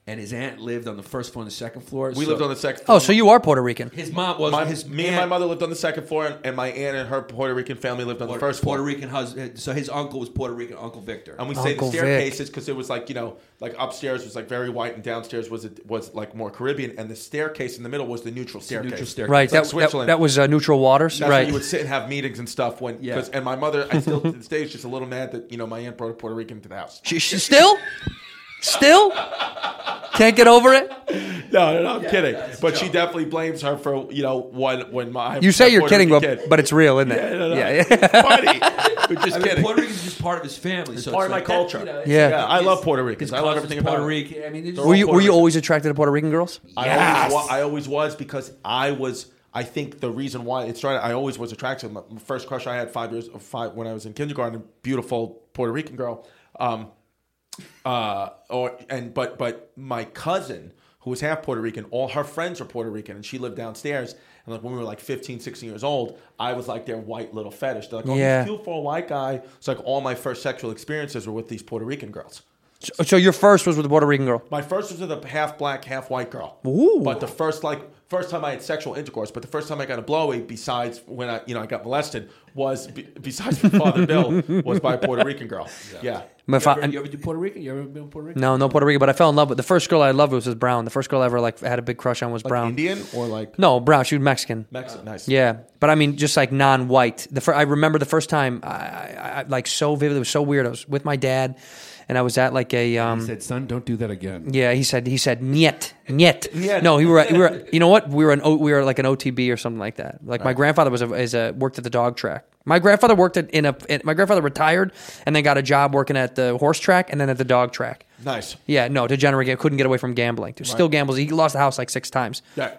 Speaker 10: and his aunt lived on the first floor and the second floor.
Speaker 9: We lived on the second.
Speaker 1: Oh, so you are Puerto Rican.
Speaker 10: His mom was
Speaker 9: My,
Speaker 10: his
Speaker 9: me
Speaker 10: aunt,
Speaker 9: and my mother lived on the second floor, and, and my aunt and her Puerto Rican family lived on the
Speaker 10: Puerto,
Speaker 9: first floor.
Speaker 10: Puerto Rican husband. So his uncle was Puerto Rican, Uncle Victor.
Speaker 9: And we stayed
Speaker 1: Uncle
Speaker 9: in
Speaker 1: Vic.
Speaker 9: staircases because it was like you know, like upstairs was like very white, and downstairs was it was like more Caribbean, and the staircase in the middle was the neutral staircase.
Speaker 10: neutral staircase.
Speaker 1: Right.
Speaker 9: It's like
Speaker 1: That, that,
Speaker 9: Switzerland.
Speaker 1: that was uh, neutral waters.
Speaker 9: That's
Speaker 1: right.
Speaker 9: when you would sit and have meetings and stuff. When
Speaker 10: Yeah.
Speaker 9: 'cause- and my mother, I still (laughs) to this day is just a little mad that you know my aunt brought a Puerto Rican to the house.
Speaker 1: She- she- still, still can't get over it.
Speaker 9: (laughs) No, no, no I'm kidding. but she definitely blames her for you know when when my
Speaker 1: You say
Speaker 9: my
Speaker 1: you're
Speaker 9: Puerto
Speaker 1: kidding,
Speaker 9: Rican
Speaker 1: but,
Speaker 9: (laughs) kid-
Speaker 1: but it's real, isn't it?
Speaker 9: yeah, no, no,
Speaker 1: yeah, yeah.
Speaker 9: it's funny, (laughs) but just
Speaker 10: I mean,
Speaker 9: kidding.
Speaker 10: Puerto Rican is just part of his family. so it's
Speaker 9: part of my
Speaker 10: like
Speaker 9: culture.
Speaker 10: That, you know, it's-
Speaker 1: Yeah.
Speaker 9: yeah, I
Speaker 10: his-
Speaker 9: love Puerto Ricans.
Speaker 10: his
Speaker 9: I love
Speaker 10: cousin's
Speaker 9: everything about
Speaker 10: Puerto
Speaker 9: it.
Speaker 10: Rican. I mean, it's-
Speaker 1: Were you
Speaker 9: Puerto
Speaker 1: were you
Speaker 9: Rican.
Speaker 1: always attracted to Puerto Rican girls?
Speaker 9: I always wa- I always was because I was. I think the reason why it started, I always was attracted. to them. My first crush I had five years uh, five when I was in kindergarten, beautiful Puerto Rican girl. Um, uh, or and but but my cousin who was half Puerto Rican, all her friends were Puerto Rican, and she lived downstairs. And like when we were like 15, 16 years old, I was like their white little fetish. They're like, oh,
Speaker 1: Yeah.
Speaker 9: he's cute for a white guy. It's like all my first sexual experiences were with these Puerto Rican girls.
Speaker 1: So, so your first was with a Puerto Rican girl.
Speaker 9: My first was with a half black, half white girl.
Speaker 1: Ooh.
Speaker 9: But the first like first time I had sexual intercourse, but the first time I got a blowy, besides when I you know I got molested, was be, besides my father Bill was by a Puerto Rican girl. Yeah.
Speaker 1: My
Speaker 10: You
Speaker 1: fa-
Speaker 10: ever, you ever do Puerto Rican? You ever been Puerto Rican?
Speaker 1: no, no Puerto Rican, but I fell in love with the first girl I loved was, was Brown. The first girl I ever like had a big crush on was Brown.
Speaker 9: Indian or like
Speaker 1: No, Brown. She was Mexican.
Speaker 9: Mexican. Nice.
Speaker 1: Yeah, but I mean, just like non-white. The fir- I remember the first time, I, I, I like so vividly. It was so weird. I was with my dad, and I was at like a. Um,
Speaker 11: said, son, don't do that again.
Speaker 1: yeah, he said he said niet niet.
Speaker 9: (laughs) Niet.
Speaker 1: No, he were we were you know what we were an O- we were like an OTB or something like that. Like my grandfather was a, is a worked at the dog track. My grandfather worked at, in a in, my grandfather retired and then got a job working at the horse track and then at the dog track.
Speaker 9: Nice.
Speaker 1: Yeah, no, degenerate couldn't get away from gambling. Still gambles. He lost the house like six times.
Speaker 9: Yeah.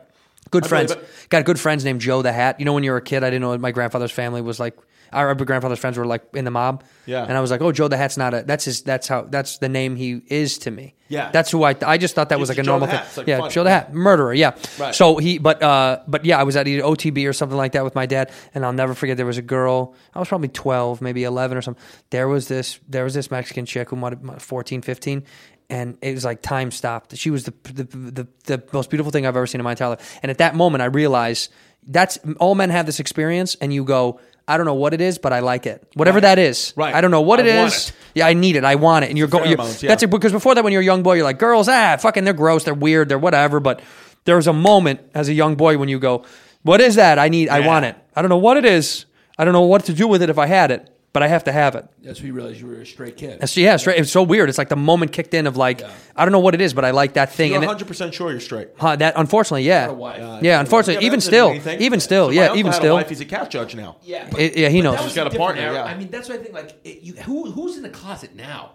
Speaker 1: Good
Speaker 9: I
Speaker 1: friends.
Speaker 9: believe it.
Speaker 1: Got good friends named Joe the Hat. You know, when you were a kid, I didn't know my grandfather's family was like. Our other grandfather's friends were like in the mob.
Speaker 9: Yeah.
Speaker 1: And I was like, oh, Joe the Hat's not a. That's his. That's how. That's the name he is to me.
Speaker 9: Yeah.
Speaker 1: That's who I. I just thought that was
Speaker 9: It's
Speaker 1: like a
Speaker 9: Joe
Speaker 1: normal
Speaker 9: the
Speaker 1: thing.
Speaker 9: Hat. It's like
Speaker 1: yeah.
Speaker 9: fun.
Speaker 1: Joe the Hat, murderer. Yeah.
Speaker 9: Right.
Speaker 1: So he, but uh, but yeah, I was at either OTB or something like that with my dad, and I'll never forget. There was a girl. I was probably twelve, maybe eleven or something. There was this. There was this Mexican chick who might have might- 14, 15 and it was like time stopped. She was the, the the the most beautiful thing I've ever seen in my entire life. And at that moment, I realized that's all men have this experience, and you go. I don't know what it is, but I like it. Whatever that is,
Speaker 9: Right.
Speaker 1: I don't know what
Speaker 9: I
Speaker 1: it
Speaker 9: want
Speaker 1: is.
Speaker 9: it.
Speaker 1: Yeah, I need it. I want it. And you're going. you're-
Speaker 9: pheromones, yeah.
Speaker 1: That's it. Because before that, when you're a young boy, you're like, girls, ah, fucking, they're gross, they're weird, they're whatever. But there was a moment as a young boy when you go, what is that? I need. I
Speaker 9: Yeah.
Speaker 1: want it. I don't know what it is. I don't know what to do with it if I had it, but I have to have it.
Speaker 10: That's when you realize you were a straight kid.
Speaker 1: And so, yeah, it's, it's so weird. It's like the moment kicked in of like, I don't know what it is, but I like that thing.
Speaker 9: You're
Speaker 1: and it-
Speaker 9: 100 percent sure you're straight.
Speaker 1: huh, that unfortunately, yeah,
Speaker 10: a wife. Yeah,
Speaker 1: yeah, unfortunately,
Speaker 9: Yeah,
Speaker 1: even
Speaker 9: but that doesn't
Speaker 1: still,
Speaker 9: mean anything.
Speaker 1: even
Speaker 9: So
Speaker 1: still,
Speaker 9: my
Speaker 1: yeah,
Speaker 9: uncle
Speaker 1: even
Speaker 9: had a
Speaker 1: still,
Speaker 9: wife, he's a cat judge now.
Speaker 10: Yeah,
Speaker 1: It- yeah, he knows.
Speaker 10: that was
Speaker 9: He's got a
Speaker 10: different
Speaker 9: partner,
Speaker 10: era.
Speaker 9: yeah.
Speaker 10: I mean, that's what I think. Like, it, you, who who's in the closet now?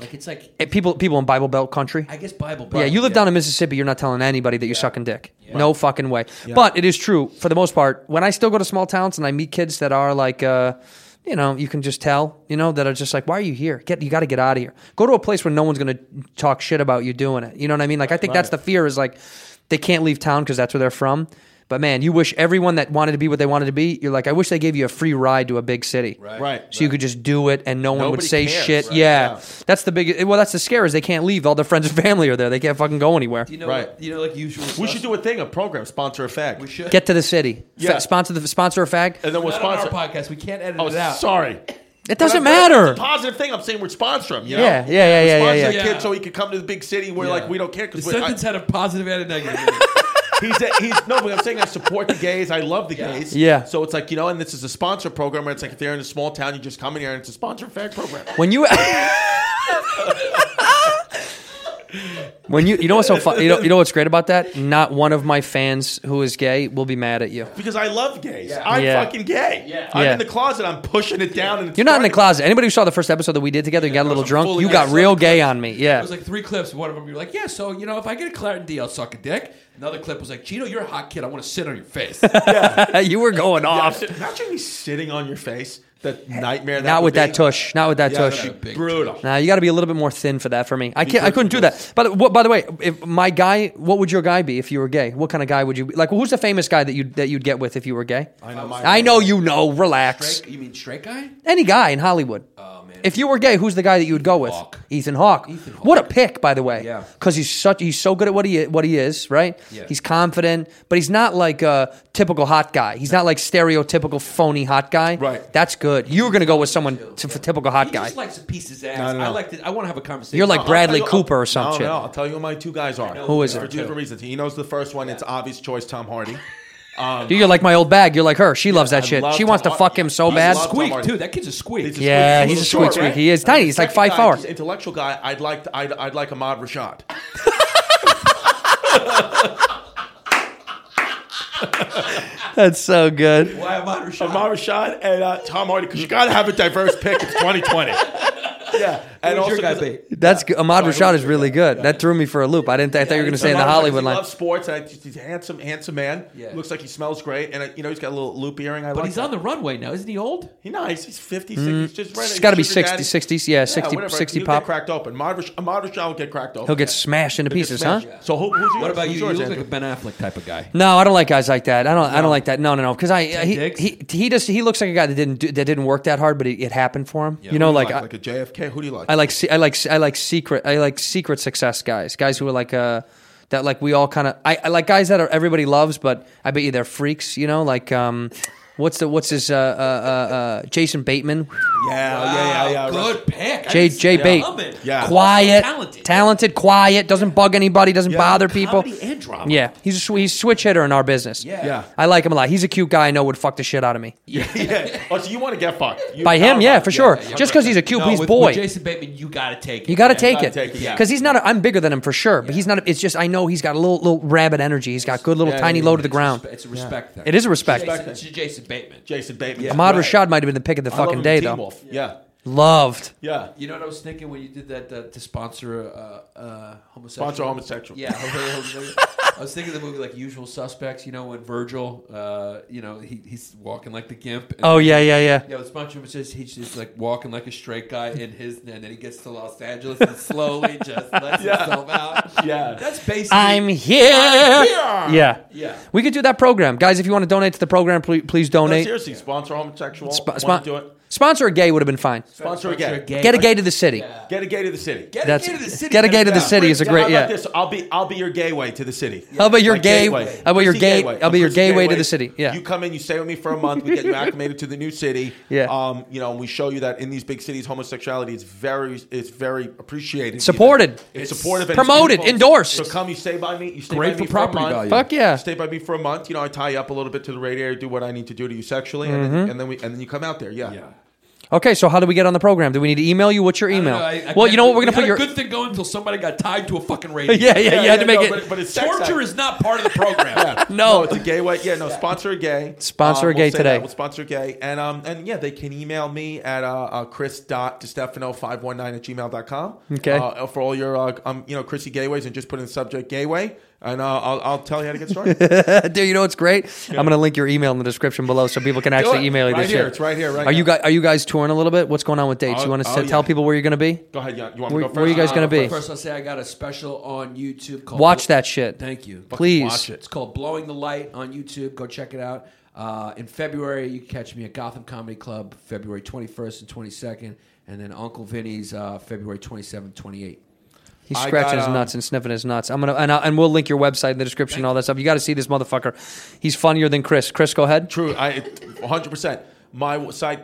Speaker 10: Like, it's like
Speaker 1: Eh, people, people in Bible Belt country.
Speaker 10: I guess Bible.
Speaker 1: Yeah,
Speaker 10: Belt,
Speaker 1: you live down in Mississippi, you're not telling anybody that you're sucking dick. No fucking way. But it is true for the most part. When I still go to small towns and I meet kids that are like, uh, you know, you can just tell, you know, that are just like, why are you here? Get you got to get out of here. Go to a place where no one's gonna talk shit about you doing it. You know what I mean? Like I think that's the fear is like they can't leave town because that's where they're from. But man, you wish everyone that wanted to be what they wanted to be, you're like, I wish they gave you a free ride to a big city.
Speaker 10: Right.
Speaker 9: Right.
Speaker 1: So you could just do it and no one would
Speaker 9: Nobody
Speaker 1: say
Speaker 9: cares,
Speaker 1: shit.
Speaker 9: right?
Speaker 1: Yeah.
Speaker 9: Yeah.
Speaker 1: That's the big well, that's the scare is they can't leave. All their friends and family are there. They can't fucking go anywhere.
Speaker 10: You know,
Speaker 9: Right.
Speaker 10: You know, like usual.
Speaker 9: We should do a thing, a program, sponsor a fag.
Speaker 10: We should.
Speaker 1: Get to the city.
Speaker 9: Yeah.
Speaker 1: Fa- sponsor the sponsor a fag.
Speaker 9: And then we'll
Speaker 10: Not
Speaker 9: sponsor.
Speaker 10: on our podcast. We can't edit
Speaker 9: Oh,
Speaker 10: it out.
Speaker 9: sorry.
Speaker 1: It doesn't
Speaker 9: But I'm-
Speaker 1: matter.
Speaker 9: It's a positive thing. I'm saying we're sponsoring him.
Speaker 1: Yeah,
Speaker 9: You know?
Speaker 1: yeah, yeah, yeah,
Speaker 9: We're
Speaker 1: yeah,
Speaker 9: sponsoring
Speaker 1: yeah.
Speaker 9: the kid so he could come to the big city where like we don't care
Speaker 10: The
Speaker 9: because
Speaker 10: sentence had a positive and a negative.
Speaker 9: (laughs) he's, he's no, but I'm saying I support the gays. I love the gays.
Speaker 1: Yeah.
Speaker 9: So it's like you know, and this is a sponsor program where it's like if they're in a small town, you just come in here and it's a sponsor fact program.
Speaker 1: When you (laughs) When you you know what's so fu- you know you know what's great about that? Not one of my fans who is gay will be mad at you.
Speaker 9: Because I love gays. I'm
Speaker 1: Yeah.
Speaker 9: fucking gay. Yeah. I'm
Speaker 1: Yeah.
Speaker 9: in the closet. I'm pushing it down. And it's
Speaker 1: You're not in the
Speaker 9: funny.
Speaker 1: closet. Anybody who saw the first episode that we did together and got a little
Speaker 9: I'm
Speaker 1: drunk,
Speaker 9: fully
Speaker 1: you got
Speaker 9: gay.
Speaker 1: real gay on me.
Speaker 10: It
Speaker 1: Yeah.
Speaker 10: was like three clips. One of them, you were like, "Yeah, so you know, if I get a Claret D, I'll suck a dick." Another clip was like, "Chino, you're a hot kid. I want to sit on your face."
Speaker 1: (laughs) you were going
Speaker 9: (laughs)
Speaker 1: off.
Speaker 9: Imagine me sitting on your face. That nightmare. That
Speaker 1: Not
Speaker 9: would
Speaker 1: with that
Speaker 9: be.
Speaker 1: tush. Not with that
Speaker 9: Yeah,
Speaker 1: tush.
Speaker 9: that'd be brutal.
Speaker 1: Now you got to be a little bit more thin for that for me. I can't. I
Speaker 9: Because-
Speaker 1: couldn't do that. By the what, by the way, if my guy, what would your guy be if you were gay? What kind of guy would you be? Like, who's the famous guy that you that you'd get with if you were gay?
Speaker 9: I know. My
Speaker 1: I know you know. Relax.
Speaker 10: Straight, you mean straight guy?
Speaker 1: Any guy in Hollywood.
Speaker 10: Oh man, man.
Speaker 1: If you were gay, who's the guy that you would go with?
Speaker 10: Hawke.
Speaker 1: Ethan Hawke.
Speaker 10: Ethan Hawke.
Speaker 1: What a pick, by the way.
Speaker 10: Yeah.
Speaker 1: Because he's such he's so good at what he what he is, right?
Speaker 10: Yeah.
Speaker 1: He's confident, but he's not like a typical hot guy. He's not like stereotypical phony hot guy.
Speaker 9: Right.
Speaker 1: That's good. You were gonna go with someone to, for typical hot
Speaker 10: he
Speaker 1: guy.
Speaker 10: just likes to piece his ass.
Speaker 9: No, no,
Speaker 10: I
Speaker 9: no.
Speaker 10: like to. I want to have a conversation. Oh,
Speaker 1: You're like
Speaker 9: I'll
Speaker 1: Bradley
Speaker 9: tell you-
Speaker 1: Cooper or some
Speaker 9: no,
Speaker 1: shit.
Speaker 9: No, I'll tell you who my two guys are.
Speaker 1: Who is
Speaker 9: For
Speaker 1: it?
Speaker 9: two different reasons. He knows the first one. It's obvious choice, Tom Hardy.
Speaker 1: Dude, you're like my old bag. You're like her. She loves that
Speaker 9: I
Speaker 1: shit.
Speaker 9: love
Speaker 1: She wants to
Speaker 9: Tom
Speaker 1: fuck
Speaker 9: Hardy.
Speaker 1: him so
Speaker 9: He's
Speaker 1: bad.
Speaker 9: love Tom
Speaker 10: squeak
Speaker 9: Hardy.
Speaker 10: too. That kid's a squeak.
Speaker 9: He's a
Speaker 1: Yeah,
Speaker 9: squeak.
Speaker 1: he's a
Speaker 9: little
Speaker 1: squeak, squeak. He is tiny. He's like
Speaker 9: Second guy,
Speaker 1: 5'4".
Speaker 9: he's an Intellectual guy. I'd like. To, I'd. I'd like Ahmad Rashad.
Speaker 1: That's so good.
Speaker 10: Why am I Rashad?
Speaker 9: Ahmad Rashad and uh, Tom Hardy because you got to have a diverse pick. It's (laughs) 2020. yeah, and
Speaker 10: Who's
Speaker 9: also
Speaker 10: your guy
Speaker 9: 'cause-
Speaker 10: be?
Speaker 1: That's good. Ahmad
Speaker 9: Sorry,
Speaker 1: Rashad
Speaker 9: who's
Speaker 1: is really good. That threw me for a loop. I didn't. I thought you were gonna say in the
Speaker 9: Ahmad Rashad,
Speaker 1: Hollywood
Speaker 9: he
Speaker 1: line.
Speaker 9: loves sports. And he's a handsome, handsome man.
Speaker 10: Yeah.
Speaker 9: Looks like he smells great, and uh, you know he's got a little loop earring. I
Speaker 10: But
Speaker 9: like
Speaker 10: he's
Speaker 9: that.
Speaker 10: on the runway now. Isn't he old?
Speaker 9: He nice. He's 50, 60. He's just right.
Speaker 1: Mm, It's gotta be
Speaker 9: Sugar
Speaker 1: 60,
Speaker 9: daddy.
Speaker 1: 60s, yeah, 60
Speaker 9: whatever.
Speaker 1: 60
Speaker 9: He'll
Speaker 1: pop.
Speaker 9: Get cracked open. Ahmad Ahmad Rashad will get cracked open.
Speaker 1: He'll get smashed into
Speaker 9: He'll get
Speaker 1: pieces, huh?
Speaker 9: smashed. So who, who's yours?
Speaker 10: What about you?
Speaker 9: Who's
Speaker 10: You
Speaker 9: yours,
Speaker 10: look like
Speaker 9: Andrew?
Speaker 10: a Ben Affleck type of guy.
Speaker 1: No, I don't like guys like that. I don't. I don't like that. No, no, no. Because I he,
Speaker 10: Diggs?
Speaker 1: he he just he looks like a guy that didn't do, that didn't work that hard, but it, it happened for him. You know,
Speaker 9: Who do
Speaker 1: like,
Speaker 9: like,
Speaker 1: I,
Speaker 9: a JFK. Who do you like?
Speaker 1: I like se- I like se- I like secret I like secret success guys, guys who are like uh that like we all kind of I, I like guys that are everybody loves, but I bet you they're freaks. You know, like um. What's the what's his uh, uh, uh, uh, Jason Bateman?
Speaker 9: Yeah, yeah, yeah, yeah.
Speaker 10: Good pick. I
Speaker 1: J
Speaker 10: didn't
Speaker 1: J
Speaker 10: see
Speaker 1: Bate,
Speaker 10: that coming.
Speaker 9: Yeah.
Speaker 1: quiet,
Speaker 10: Talented.
Speaker 1: talented. quiet, doesn't bug anybody, doesn't
Speaker 9: Yeah.
Speaker 1: bother people.
Speaker 10: Comedy and drama.
Speaker 1: Yeah, he's a sw- he's a switch hitter in our business.
Speaker 10: Yeah.
Speaker 9: Yeah.
Speaker 1: I like him a lot. He's a cute guy. I know would fuck the shit out of me.
Speaker 9: Yeah, yeah. Oh, so you want to get fucked? You-
Speaker 1: By him,
Speaker 9: Oh,
Speaker 1: yeah, for sure.
Speaker 10: yeah,
Speaker 1: Just because he's a cute,
Speaker 10: No,
Speaker 1: he's
Speaker 10: with,
Speaker 1: boy.
Speaker 10: With Jason Bateman, you got to take it.
Speaker 1: you got to
Speaker 10: Yeah.
Speaker 1: take
Speaker 9: gotta
Speaker 1: it
Speaker 9: take it, yeah.
Speaker 1: because he's not. A, I'm bigger than him for sure, but he's not. A, it's just I know he's got a little little rabbit energy. He's got good little
Speaker 9: Yeah,
Speaker 1: tiny
Speaker 9: yeah,
Speaker 1: low
Speaker 9: yeah.
Speaker 1: to the ground.
Speaker 10: It's a respect thing.
Speaker 1: It is a respect.
Speaker 10: Jason, it's Jason Bateman.
Speaker 9: Jason Bateman.
Speaker 1: Ahmad
Speaker 9: Right.
Speaker 1: Rashad might have been the pick of the
Speaker 9: I love
Speaker 1: fucking
Speaker 9: him,
Speaker 1: day
Speaker 9: Teen
Speaker 1: though.
Speaker 9: Wolf. Yeah,
Speaker 1: Loved.
Speaker 9: yeah.
Speaker 10: You know what I was thinking when you did that uh, to sponsor uh, uh, homosexual?
Speaker 9: Sponsor homosexual.
Speaker 10: Yeah,
Speaker 9: (laughs)
Speaker 10: I was thinking of the movie like Usual Suspects. You know when Virgil, uh, you know he, he's walking like the gimp. And
Speaker 1: Oh yeah, yeah, yeah.
Speaker 10: Yeah, with Spongebob, it's just he's just like walking like a straight guy in his, and then he gets to Los Angeles and slowly just
Speaker 9: (laughs)
Speaker 10: lets himself out.
Speaker 9: Yeah.
Speaker 10: that's basically.
Speaker 1: I'm here. Yeah.
Speaker 10: Yeah.
Speaker 1: We could do that program, guys. If you want to donate to the program, please, please
Speaker 9: No,
Speaker 1: donate.
Speaker 9: seriously, sponsor homosexual.
Speaker 1: Spo-
Speaker 9: Wanna
Speaker 1: spon-
Speaker 9: do it.
Speaker 1: sponsor a gay would have been fine.
Speaker 9: Sponsor again.
Speaker 10: gay.
Speaker 1: Get a gay to the city.
Speaker 9: Get a gay to the city. Get
Speaker 1: That's
Speaker 10: Dedicated to the city.
Speaker 1: get a gay to the city is a great
Speaker 9: How
Speaker 1: yeah.
Speaker 9: about this? I'll be I'll be your gateway to the city.
Speaker 1: How about your
Speaker 9: Like
Speaker 1: gay?
Speaker 9: gateway.
Speaker 1: How about your
Speaker 9: Chrissy
Speaker 1: gay?
Speaker 9: gateway.
Speaker 1: I'll be your
Speaker 9: Chrissy
Speaker 1: gateway to
Speaker 9: gateway.
Speaker 1: the city. Yeah.
Speaker 9: You come in, you stay with me for a month, we
Speaker 1: (laughs)
Speaker 9: get you acclimated to the new city.
Speaker 1: Yeah.
Speaker 9: Um, you know, and we show you that in these big cities, homosexuality is very it's very appreciated.
Speaker 1: Supported.
Speaker 9: It's, supportive. and
Speaker 1: promoted,
Speaker 9: beautiful.
Speaker 1: endorsed.
Speaker 9: So come, you stay by me. You stay
Speaker 10: Great
Speaker 9: by
Speaker 10: for
Speaker 9: me a
Speaker 10: property
Speaker 9: month.
Speaker 10: value.
Speaker 1: Fuck yeah.
Speaker 9: Stay by me for a month. You know, I tie you up a little bit to the radiator, do what I need to do to you sexually, and,
Speaker 1: Mm-hmm.
Speaker 9: then, and then we and then you come out there. Yeah.
Speaker 10: Yeah.
Speaker 1: Okay, so how do we get on the program? Do we need to email you? What's your email?
Speaker 10: I don't know, I-
Speaker 1: well,
Speaker 10: I can't-
Speaker 1: you know what? We're
Speaker 10: we
Speaker 1: gonna put
Speaker 10: had
Speaker 9: (laughs)
Speaker 1: your.
Speaker 10: a good thing going until somebody got tied to a fucking radio.
Speaker 1: (laughs) yeah, yeah, You had to make
Speaker 9: no,
Speaker 1: it.
Speaker 9: But, but it's sex
Speaker 10: Torture
Speaker 9: act.
Speaker 10: is not part of the
Speaker 9: (laughs)
Speaker 10: program.
Speaker 1: no.
Speaker 9: it's a gay way. Yeah, no, sponsor a gay. Uh,
Speaker 1: Sponsor a
Speaker 9: we'll
Speaker 1: gay
Speaker 9: say
Speaker 1: today.
Speaker 9: that. We'll sponsor a gay. And um and yeah, they can email me at uh, uh chris.destefano519 at gmail.com.
Speaker 1: Okay.
Speaker 9: Uh, for all your uh, um you know Chrissy Gayways and just put in the subject gayway and uh, I'll I'll tell you how to get
Speaker 1: (laughs)
Speaker 9: started. Do
Speaker 1: (laughs) Dude, you know what's great? I'm gonna link your email in the description below so people can actually
Speaker 9: it.
Speaker 1: email you
Speaker 9: right
Speaker 1: this
Speaker 9: here.
Speaker 1: shit.
Speaker 9: It's right here, right
Speaker 1: Are you
Speaker 9: now.
Speaker 1: guys? Are you guys touring a little bit? What's going on with dates?
Speaker 9: Oh,
Speaker 1: you want to
Speaker 9: oh,
Speaker 1: s tell
Speaker 9: yeah.
Speaker 1: people where you're gonna be?
Speaker 9: Go ahead, Jan. You want me
Speaker 1: Where,
Speaker 9: to go first?
Speaker 1: where are you guys
Speaker 9: Uh,
Speaker 1: gonna be?
Speaker 10: First, I'll say I got a special on YouTube called
Speaker 1: Watch that shit.
Speaker 10: Thank you.
Speaker 1: Please.
Speaker 9: watch it.
Speaker 10: It's called Blowing the Light on YouTube. Go check it out. Uh, in February, you can catch me at Gotham Comedy Club, February 21st and 22nd, and then Uncle Vinny's uh, February 27th, 28th.
Speaker 1: He's
Speaker 9: I
Speaker 1: scratching
Speaker 9: got,
Speaker 1: his
Speaker 9: um,
Speaker 1: nuts and sniffing his nuts. I'm gonna and, I, and we'll link your website in the description and all that stuff. You got to see this motherfucker. He's funnier than Chris. Chris, go ahead.
Speaker 9: True. I it- 100%. My site,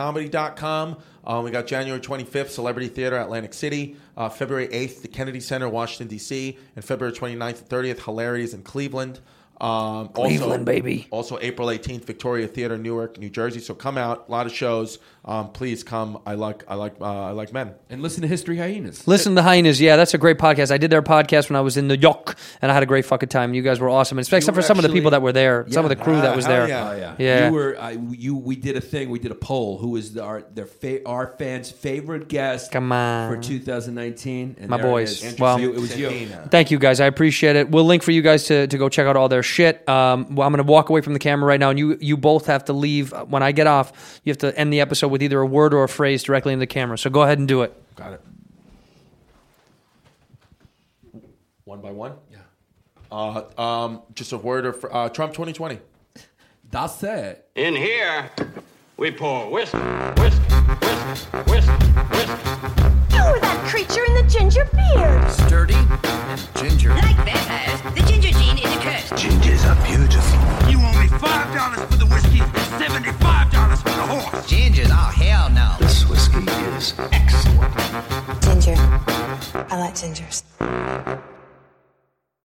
Speaker 9: chrisdcomedy.com. Um, we got January 25th, Celebrity Theater, Atlantic City. Uh, February 8th, the Kennedy Center, Washington, D.C. And February 29th and 30th, Hilarities in Cleveland. Um,
Speaker 1: Cleveland,
Speaker 9: also,
Speaker 1: baby.
Speaker 9: Also, April 18th, Victoria Theater, Newark, New Jersey. So come out. A lot of shows. Um, please come. I like I like uh, I like men.
Speaker 10: And listen to History Hyenas.
Speaker 1: Listen to the hyenas. Yeah, that's a great podcast. I did their podcast when I was in New York, and I had a great fucking time. You guys were awesome, and except
Speaker 10: You
Speaker 1: for
Speaker 10: were
Speaker 1: some of the people
Speaker 10: actually-
Speaker 1: that were there, some of the
Speaker 10: Yeah. Oh,
Speaker 1: crew that was
Speaker 9: Ah,
Speaker 1: there.
Speaker 9: hell
Speaker 10: yeah.
Speaker 1: Yeah.
Speaker 10: You were I, you we did a thing, we did a poll who is the, our their fa- our fans favorite guest
Speaker 1: Come on.
Speaker 10: for 2019 and
Speaker 1: My
Speaker 10: there it
Speaker 1: boys.
Speaker 10: is.
Speaker 1: Well-
Speaker 10: it was you.
Speaker 1: Thank you guys. I appreciate it. We'll link for you guys to, to go check out all their shit. Um, well, I'm going to walk away from the camera right now, and you you both have to leave when I get off. You have to end the episode with either a word or a phrase directly into the camera. So go ahead and do it.
Speaker 9: Got it. One by one? Yeah. Uh, um, just a word of uh, Trump 2020.
Speaker 10: That's it.
Speaker 2: In here, we pour whisk, whisk, whisk, whisk, whisk.
Speaker 3: You were Oh, that creature in the ginger beard.
Speaker 4: Sturdy and ginger.
Speaker 5: Like vampires, the ginger gene is a curse.
Speaker 6: Gingers are beautiful.
Speaker 7: You owe me five dollars
Speaker 4: Oh,
Speaker 7: for